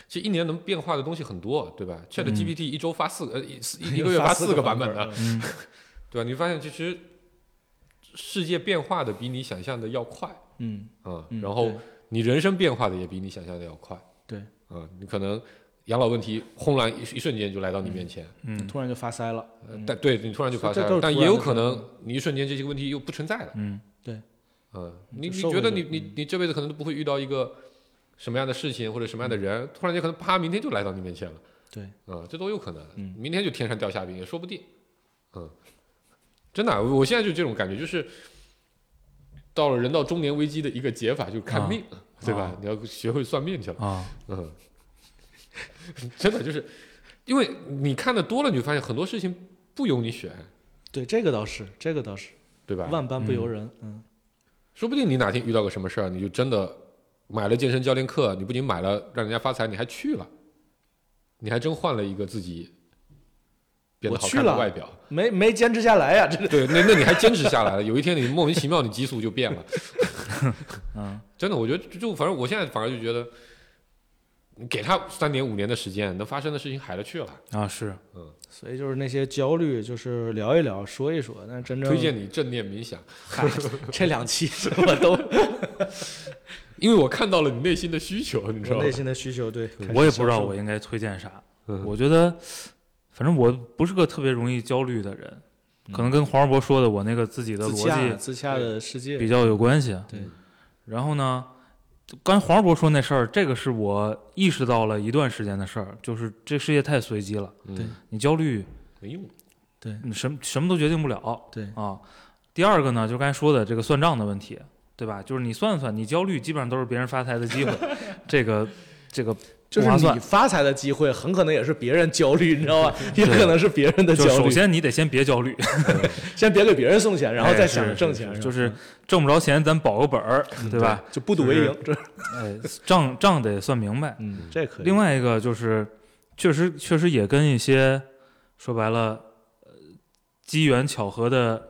Speaker 5: 其实一年能变化的东西很多，对吧？Chat GPT 一周发四个，呃，一四 一一个月发四个版本
Speaker 3: 的
Speaker 5: 的，，对吧？你发现其实世界变化的比你想象的要快
Speaker 3: 嗯，
Speaker 5: 啊、
Speaker 3: 嗯
Speaker 5: 然后
Speaker 3: 对
Speaker 5: 你人生变化的也比你想象的要快，
Speaker 3: 对
Speaker 5: 啊、你可能养老问题轰然一一瞬间就来到你面前，
Speaker 4: 嗯
Speaker 3: 突然就发腮了，
Speaker 5: 呃但对你突然就发
Speaker 3: 嗯这
Speaker 5: 现
Speaker 3: 都，是
Speaker 5: 但
Speaker 3: 突
Speaker 5: 也
Speaker 3: 然
Speaker 5: 有
Speaker 3: 的
Speaker 5: 可
Speaker 3: 事儿
Speaker 5: 能你一瞬间这些问题又不存在了。
Speaker 4: 嗯，
Speaker 5: 嗯，你
Speaker 3: 就
Speaker 5: 你
Speaker 3: 受嗯
Speaker 5: 觉
Speaker 3: 惠
Speaker 5: 得
Speaker 3: 的
Speaker 5: 你你你这辈子可能都不会遇到一个什么样的事情或者什么样的
Speaker 3: 嗯
Speaker 5: 人，突然间可能啪，明天就来到你面前了。
Speaker 3: 对，
Speaker 5: 嗯，这都有可能。
Speaker 3: 嗯
Speaker 5: 明天就天上掉馅饼也说不定。嗯，真的啊，我我现在就这种感觉，就是到了人到中年危机的一个解法，就是看
Speaker 4: 啊
Speaker 5: 命，对吧
Speaker 4: 啊？
Speaker 5: 你要学会算命去了。
Speaker 4: 啊，
Speaker 5: 嗯， 真的就是因为你看的多了，你就发现很多事情不由你选，
Speaker 3: 对，这个倒是，这个倒是，
Speaker 5: 对吧？
Speaker 3: 万般不由人，嗯，
Speaker 5: 说不定你哪天遇到个什么事儿，你就真的买了健身教练课，你不仅买了让人家发财，你还去了，你还真换了一个自己变得好看的外表。
Speaker 3: 没没坚持下来呀，这是
Speaker 5: 对，那那你还坚持下来了。有一天你莫名其妙你激素就变 了，
Speaker 4: 嗯
Speaker 5: 真的，我觉得就就反正我现在反而就觉得，你给他三年五年的时间，能发生的事情海了去了。
Speaker 4: 啊是，
Speaker 3: 所以就是那些焦虑，就是聊一聊，说一说，但
Speaker 4: 嗯
Speaker 3: 真正
Speaker 5: 推荐你正念冥想，
Speaker 3: 嗨，这两期我都
Speaker 5: 因为我看到了你内心的需求， 你知道
Speaker 3: 我
Speaker 5: 吗
Speaker 3: 内？心的需求，对，
Speaker 4: 我也不知道我应该推荐啥，
Speaker 5: 嗯
Speaker 4: 我觉得，反正我不是个特别容易焦虑的人，可能跟黄渤说的我那个自己的
Speaker 3: 嗯自
Speaker 4: 逻
Speaker 3: 洽
Speaker 4: 辑
Speaker 3: 自洽的世界，
Speaker 4: 比较有关系。
Speaker 3: 对，
Speaker 4: 然后呢，刚才黄渤说那事儿，这个是我意识到了一段时间的事儿，就是这世界太随机了，
Speaker 3: 对
Speaker 5: 嗯，
Speaker 4: 你焦虑，
Speaker 5: 没用。
Speaker 4: 你什么什么都决定不了
Speaker 3: 对
Speaker 4: 啊。第二个呢，就是刚才说的这个算账的问题，对吧？就是你算算，你焦虑基本上都是别人发财的 机会，这个这个不
Speaker 3: 就是
Speaker 4: 划算
Speaker 3: 你。发财的机会，很可能也是别人焦虑，你知 道吧？也可能是别人的
Speaker 4: 就
Speaker 3: 焦
Speaker 4: 首
Speaker 3: 虑。
Speaker 4: 先你得先别焦虑，
Speaker 3: 先别给别人送钱，然后
Speaker 4: 哎
Speaker 3: 再
Speaker 4: 是
Speaker 3: 想着挣
Speaker 4: 是
Speaker 3: 钱，
Speaker 4: 就是是
Speaker 3: 吧嗯
Speaker 4: 挣不着钱，咱保个本儿，对吧？？
Speaker 3: 就不赌为
Speaker 4: 就是
Speaker 3: 赢，这
Speaker 4: 哎，账账得算明白。
Speaker 3: 嗯，这可以。
Speaker 4: 另，外一个就是，确实确实也跟一些说白了，呃机缘巧合的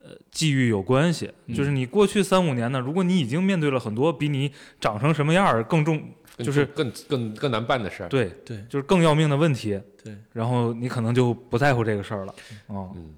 Speaker 4: 呃际遇有关系。
Speaker 3: 嗯
Speaker 4: 就是你过去三五年呢，如果你已经面对了很多比你长成什么样儿更重，
Speaker 5: 更
Speaker 4: 就是
Speaker 5: 更更更难办的事儿。
Speaker 4: 对
Speaker 3: 对
Speaker 4: 就是更要命的问题，
Speaker 3: 对，
Speaker 4: 然后你可能就不在乎这个事儿了。哦，
Speaker 5: 嗯，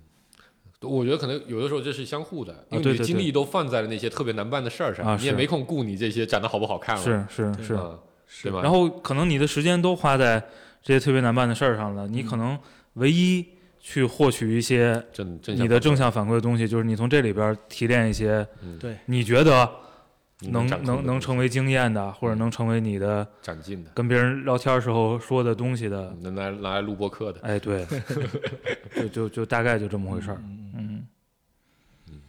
Speaker 5: 我觉得可能有的时候这是相互的，因为
Speaker 4: 啊对
Speaker 5: 你的
Speaker 4: 对
Speaker 5: 精
Speaker 4: 对
Speaker 5: 力都放在了那些特别难办的事儿上，
Speaker 4: 啊
Speaker 5: 你也
Speaker 4: 是
Speaker 5: 没空顾你这些长得好不好看了，
Speaker 4: 是是
Speaker 3: 对
Speaker 4: 是，
Speaker 5: 嗯对吧？
Speaker 4: 然后可能你的时间都花在这些特别难办的事儿上了，你
Speaker 5: 嗯
Speaker 4: 可能唯一去获取一些
Speaker 5: 正正向
Speaker 4: 你的正向反馈的东西，就是你从这里边儿提炼一些
Speaker 5: 嗯
Speaker 3: 对
Speaker 4: 你觉得
Speaker 5: 你
Speaker 4: 能
Speaker 5: 掌控的嗯
Speaker 4: 能能成为经验的，或者能成为你的
Speaker 5: 长进的，
Speaker 4: 跟别人聊天儿时候说的东西的。
Speaker 5: 能拿拿来录播课的，
Speaker 4: 哎， 对，就就就大概就这么回事儿。
Speaker 3: 嗯，嗯
Speaker 4: 嗯，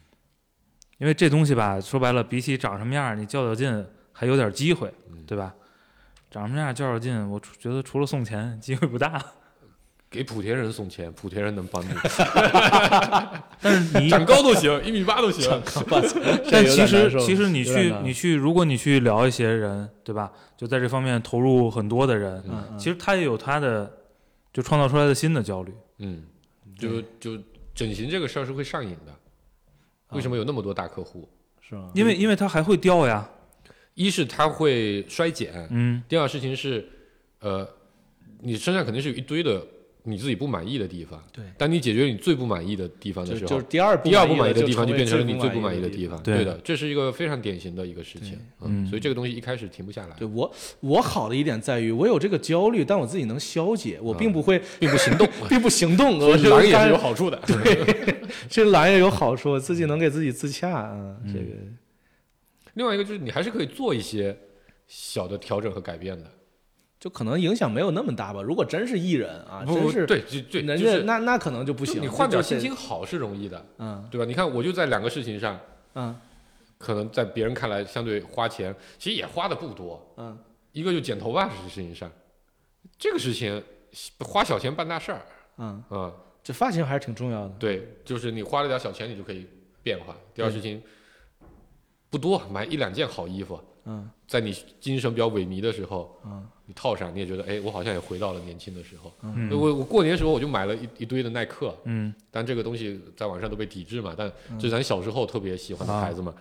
Speaker 4: 因为这东西吧，说白了，比起长什么样儿，你较较劲还有点机会，
Speaker 5: 嗯
Speaker 4: 对吧？长什么样儿较较劲，我除觉得除了送钱，机会不大。
Speaker 5: 给莆田人送钱，莆田人能帮你，
Speaker 4: 但是你
Speaker 5: 长高都行，一米八都行。
Speaker 4: 但其实其
Speaker 3: 实
Speaker 4: 实你
Speaker 3: 有点
Speaker 4: 去
Speaker 3: 难
Speaker 4: 你去，如果你去聊一些人，对吧？就在这方面投入很多的人，
Speaker 3: 嗯嗯
Speaker 4: 其实他也有他的，就创造出来的新的焦虑。
Speaker 5: 嗯，就就整形这个事儿是会上瘾的。为什么有那么多大客户？
Speaker 3: 是吗？
Speaker 4: 因为因为它还会掉呀，
Speaker 5: 一是它会衰减，
Speaker 4: 嗯，
Speaker 5: 第二事情是，呃，你身上肯定是有一堆的你自己不满意的地方。
Speaker 3: 对
Speaker 5: 当你解决你最不满意的地方的
Speaker 3: 就
Speaker 5: 时
Speaker 3: 就
Speaker 5: 候
Speaker 3: 是，第二
Speaker 5: 第二不满
Speaker 3: 满
Speaker 5: 意的地方就
Speaker 3: 就
Speaker 5: 变成了
Speaker 3: 成
Speaker 5: 你最不满意的地
Speaker 3: 方。
Speaker 5: 方。
Speaker 4: 对
Speaker 5: 对的，这是一个非常典型的一个事情。嗯，
Speaker 4: 嗯
Speaker 5: 所以这个东西一开始停不下来
Speaker 3: 对，我，我好的一点在于，我有这个焦虑，但我自己能消解，我并不会，
Speaker 5: 并不行动。
Speaker 3: 并不行动，
Speaker 5: 哎所
Speaker 3: 我
Speaker 5: 以狼也
Speaker 3: 干
Speaker 5: 是有好处的。
Speaker 3: 对，这懒也有好处，自己能给自己自洽啊，
Speaker 5: 嗯
Speaker 3: 这个
Speaker 5: 另外一个就是你还是可以做一些小的调整和改变的。
Speaker 3: 就可能影响没有那么大吧。如果真是艺人啊，
Speaker 5: 不
Speaker 3: 真
Speaker 5: 不，
Speaker 3: 是
Speaker 5: 对，就对，
Speaker 3: 人
Speaker 5: 就
Speaker 3: 家
Speaker 5: 是
Speaker 3: 那那可能就不
Speaker 5: 就
Speaker 3: 行，
Speaker 5: 你换点
Speaker 3: 就
Speaker 5: 心
Speaker 3: 得，
Speaker 5: 情好是容易的，
Speaker 3: 嗯
Speaker 5: 对吧？你看，我就在两个事情上，
Speaker 3: 嗯
Speaker 5: 可能在别人看来相对花钱，其实也花的不多。
Speaker 3: 嗯，
Speaker 5: 一个就剪头发事情上，这个事情花小钱办大事儿
Speaker 3: 嗯，
Speaker 5: 啊、嗯
Speaker 3: 这发型还是挺重要的。
Speaker 5: 对，就是你花了点小钱，你就可以变化。第
Speaker 3: 嗯
Speaker 5: 二事情不多，买一两件好衣服，
Speaker 3: 嗯，
Speaker 5: 在你精神比较萎靡的时候，
Speaker 3: 嗯，
Speaker 5: 你套上，你也觉得，哎，我好像也回到了年轻的时候。
Speaker 4: 嗯
Speaker 5: 我我过年的时候我就买了一一堆的耐克，
Speaker 4: 嗯，
Speaker 5: 但这个东西在网上都被抵制嘛，但这是咱小时候特别喜欢的
Speaker 4: 啊
Speaker 5: 牌子嘛，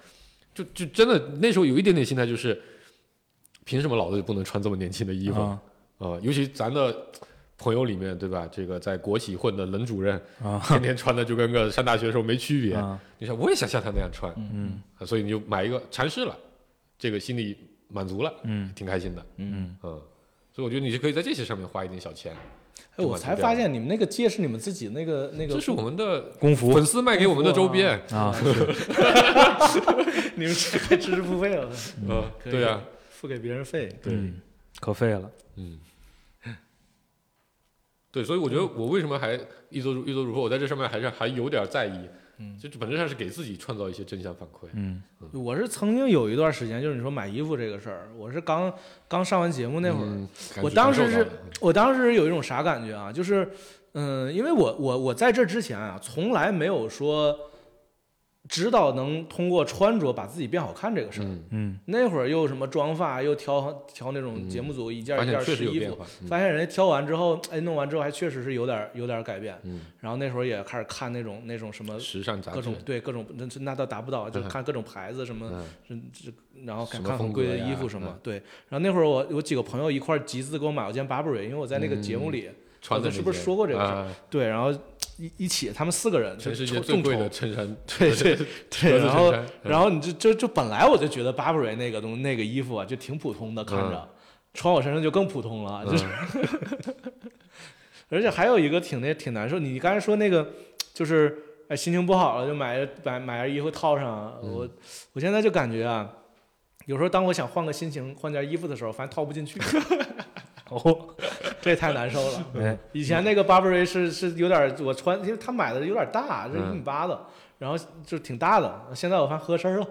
Speaker 5: 就就真的那时候有一点点心态就是，凭什么老子就不能穿这么年轻的衣服啊、
Speaker 4: 啊
Speaker 5: 呃尤其咱的朋友里面，对吧？这个在国企混的冷主任，
Speaker 4: 啊
Speaker 5: 天天穿的就跟个上大学的时候没区别。
Speaker 4: 啊
Speaker 5: 你想，我也想像他那样穿，
Speaker 4: 嗯
Speaker 5: 啊所以你就买一个尝试了，这个心里满足了，
Speaker 4: 嗯
Speaker 5: 挺开心的，
Speaker 4: 嗯
Speaker 5: 嗯。所以我觉得你是可以在这些上面花一点小钱，
Speaker 3: 哎，我才发现你们那个戒是你们自己那个那个，
Speaker 5: 这是我们的
Speaker 4: 功夫
Speaker 5: 粉丝卖给我们的周边，
Speaker 4: 啊，
Speaker 3: 你们这个知识付费了，
Speaker 5: 嗯，
Speaker 3: 可以
Speaker 5: 对啊，
Speaker 3: 付给别人费。
Speaker 5: 对，
Speaker 4: 嗯可废了，
Speaker 5: 嗯，对，所以我觉得我为什么还一周一周如破，我在这上面还是还有点在意，嗯，就本质上是给自己创造一些正向反馈，
Speaker 4: 嗯
Speaker 3: 我是曾经有一段时间，就是你说买衣服这个事儿，我是刚刚上完节目那会儿，
Speaker 5: 嗯
Speaker 3: 我当时是
Speaker 5: 感受到了
Speaker 3: 我当时有一种啥感觉啊？就是，嗯，因为我我我在这之前啊，从来没有说知道能通过穿着把自己变好看这个事儿。
Speaker 5: 嗯，
Speaker 4: 嗯
Speaker 3: 那会儿又什么妆发，又挑挑那种节目组一件
Speaker 5: 发
Speaker 3: 一件
Speaker 5: 现确
Speaker 3: 试
Speaker 5: 实有
Speaker 3: 衣
Speaker 5: 变
Speaker 3: 服，
Speaker 5: 化，嗯
Speaker 3: 发现人家挑完之后，哎，弄完之后还确实是有点有点改变。
Speaker 5: 嗯，
Speaker 3: 然后那时候也开始看那种那种什么
Speaker 5: 时尚杂
Speaker 3: 各
Speaker 5: 志
Speaker 3: 种，对各种那那倒达不到，就
Speaker 5: 嗯
Speaker 3: 看各种牌子什么，
Speaker 5: 嗯
Speaker 3: 这这然后
Speaker 5: 什
Speaker 3: 看
Speaker 5: 么
Speaker 3: 看很
Speaker 5: 风
Speaker 3: 贵的
Speaker 5: 格呀
Speaker 3: 衣服什么
Speaker 5: 嗯，
Speaker 3: 对。然后那会儿我有几个朋友一块儿集资给我买了件 Burberry，因为我在那个
Speaker 5: 嗯
Speaker 3: 节目里，
Speaker 5: 穿的
Speaker 3: 我们是不是说过这个事儿
Speaker 5: 啊
Speaker 3: 对，然后一一起他们四个人就
Speaker 5: 全世界
Speaker 3: 众
Speaker 5: 最
Speaker 3: 众
Speaker 5: 贵
Speaker 3: 筹
Speaker 5: 的衬衫，
Speaker 3: 对 对 对，
Speaker 5: 格子
Speaker 3: 然
Speaker 5: 衬
Speaker 3: 后
Speaker 5: 衫嗯
Speaker 3: 然后你就就就本来我就觉得 Burberry 那个东那个衣服啊就挺普通的，看着、穿我身上就更普通了，就是、 而且还有一个挺那挺难受，你刚才说那个就是哎心情不好了就买买买件衣服套上，我我现在就感觉啊，有时候当我想换个心情换件衣服的时候，发现套不进去，
Speaker 4: 哦，
Speaker 3: 这也太难受了。
Speaker 4: 哎
Speaker 3: 以前那个 Burberry 是是有点儿我穿，因为他买的有点儿大，这一
Speaker 5: 嗯
Speaker 3: 米八的，然后就挺大的。现在我发现合身儿了，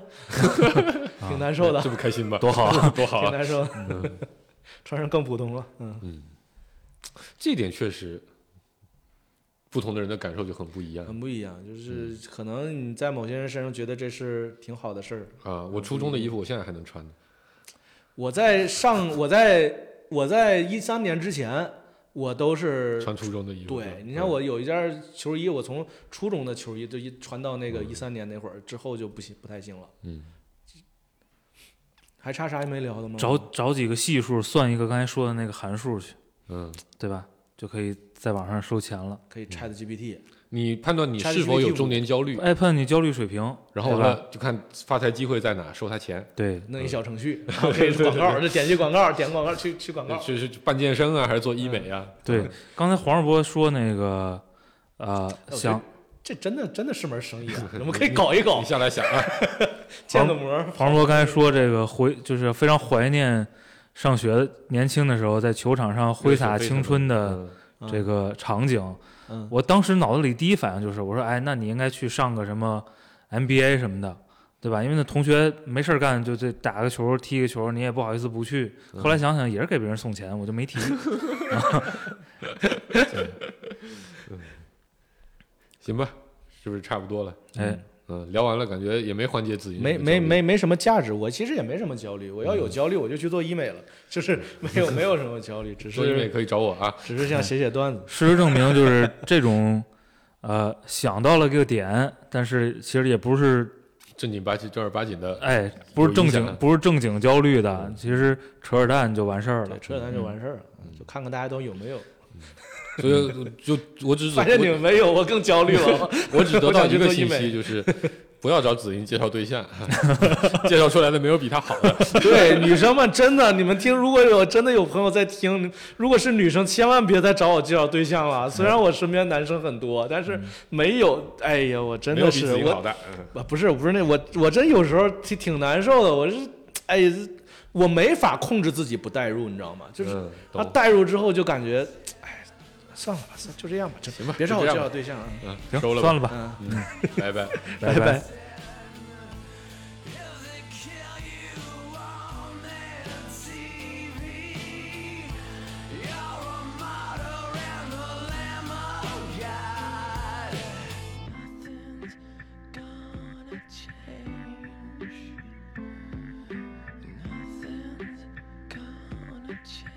Speaker 3: 挺难受的，
Speaker 5: 这不开心吧？
Speaker 4: 多好啊
Speaker 5: 多好
Speaker 3: 挺
Speaker 5: 啊！
Speaker 3: 难受的。穿上更普通了，嗯，
Speaker 5: 这一点确实，不同的人的感受就很不一样
Speaker 3: 很不一样。
Speaker 5: 嗯
Speaker 3: 就是可能你在某些人身上觉得这是挺好的事儿，
Speaker 5: 啊！我初中的衣服我现在还能穿呢，
Speaker 3: 我在上我在我在一三年之前，我都是
Speaker 5: 穿初中的衣服。
Speaker 3: 对，你像我有一件球衣，我从初中的球衣就一传到那个一三年那会儿之后就不行，不太行了。
Speaker 5: 嗯，
Speaker 3: 还差啥也没聊的吗？
Speaker 4: 找找几个系数算一个刚才说的那个函数去，
Speaker 5: 嗯，
Speaker 4: 对吧？就可以在网上收钱了。
Speaker 3: 可以 Chat GPT，
Speaker 5: 你判断你是否有中年焦虑，
Speaker 4: 爱判你焦虑水平，
Speaker 5: 然后
Speaker 4: 对吧？
Speaker 5: 呢，就看发财机会在哪，收他钱，
Speaker 4: 对，
Speaker 3: 弄一小程序，然后嗯 可以广告，就点击广告，点广告去去广告。
Speaker 5: 是是办健身啊，还是做医美啊？
Speaker 4: 对，刚才黄世波说那个，呃，
Speaker 3: 我
Speaker 4: 想
Speaker 3: 这真的真的是门生 意啊，我们可以搞一搞
Speaker 5: 你，下来想啊，
Speaker 3: 建个模。
Speaker 4: 黄世波刚才说这个回就是非常怀念上学年轻的时候，在球场上挥洒青春的
Speaker 5: 嗯
Speaker 4: 这个场景。
Speaker 3: 嗯
Speaker 4: 我当时脑子里第一反应就是，我说，哎，那你应该去上个什么 MBA 什么的，对吧？因为那同学没事儿干就这打个球、踢个球，你也不好意思不
Speaker 5: 嗯
Speaker 4: 去。后来想想也是给别人送钱，我就没提。
Speaker 5: 行吧，是不是差不多了？
Speaker 4: 哎，
Speaker 5: 嗯，聊完了，感觉也没缓解子云
Speaker 3: 没
Speaker 5: 什么
Speaker 3: 没
Speaker 5: 焦虑
Speaker 3: 没没什么价值，我其实也没什么焦虑。我要有焦虑，我就去做医美了，就是没有没有什么焦虑，只
Speaker 5: 说你们也
Speaker 3: 是
Speaker 5: 可以找我啊。
Speaker 3: 只是想写写段子。
Speaker 4: 事实证明，就是这种，呃，想到了个点，但是其实也不是，
Speaker 5: 正经八经正儿八 经的，
Speaker 4: 哎，不是正
Speaker 5: 有影响嗯
Speaker 4: 经，不是正经焦虑的，其实扯扯淡就完事儿了
Speaker 3: 对，。扯扯淡就完事儿了，就看看大家都有没有。
Speaker 5: 所以就我只
Speaker 3: 反正你
Speaker 5: 我
Speaker 3: 们没有，我更焦虑了。
Speaker 5: 我只得
Speaker 3: 我
Speaker 5: 到
Speaker 3: 想去
Speaker 5: 一个
Speaker 3: 做医
Speaker 5: 信
Speaker 3: 美
Speaker 5: 息，就是不要找子英介绍对象， 介绍出来的没有比他好的。
Speaker 3: 对，女生们真的，你们听，如果有真的有朋友在听，如果是女生，千万别再找我介绍对象了。虽然我身边男生很多，但是没有，哎呀，我真
Speaker 5: 没有
Speaker 3: 的
Speaker 5: 比
Speaker 3: 是
Speaker 5: 子英好
Speaker 3: 我，
Speaker 5: 的，嗯
Speaker 3: 啊不是我不是那我我真有时候挺挺难受的，我是，哎呀，我没法控制自己不代入，你知道吗？就是
Speaker 5: 嗯
Speaker 3: 他
Speaker 5: 懂。
Speaker 3: 代入之后就感觉，哎，算了吧，算就这样吧，这
Speaker 5: 行吧
Speaker 3: 别找我
Speaker 5: 就
Speaker 3: 介
Speaker 5: 这样
Speaker 3: 绍
Speaker 5: 吧
Speaker 3: 对象啊，
Speaker 5: 嗯，
Speaker 4: 行，
Speaker 5: 收了吧
Speaker 4: 算了吧，
Speaker 3: 嗯，
Speaker 5: 拜拜。
Speaker 4: 拜
Speaker 3: 拜。
Speaker 2: If they kill you on their TV, you're a martyr and the lamb of God. Nothing's gonna change. Nothing's gonna change.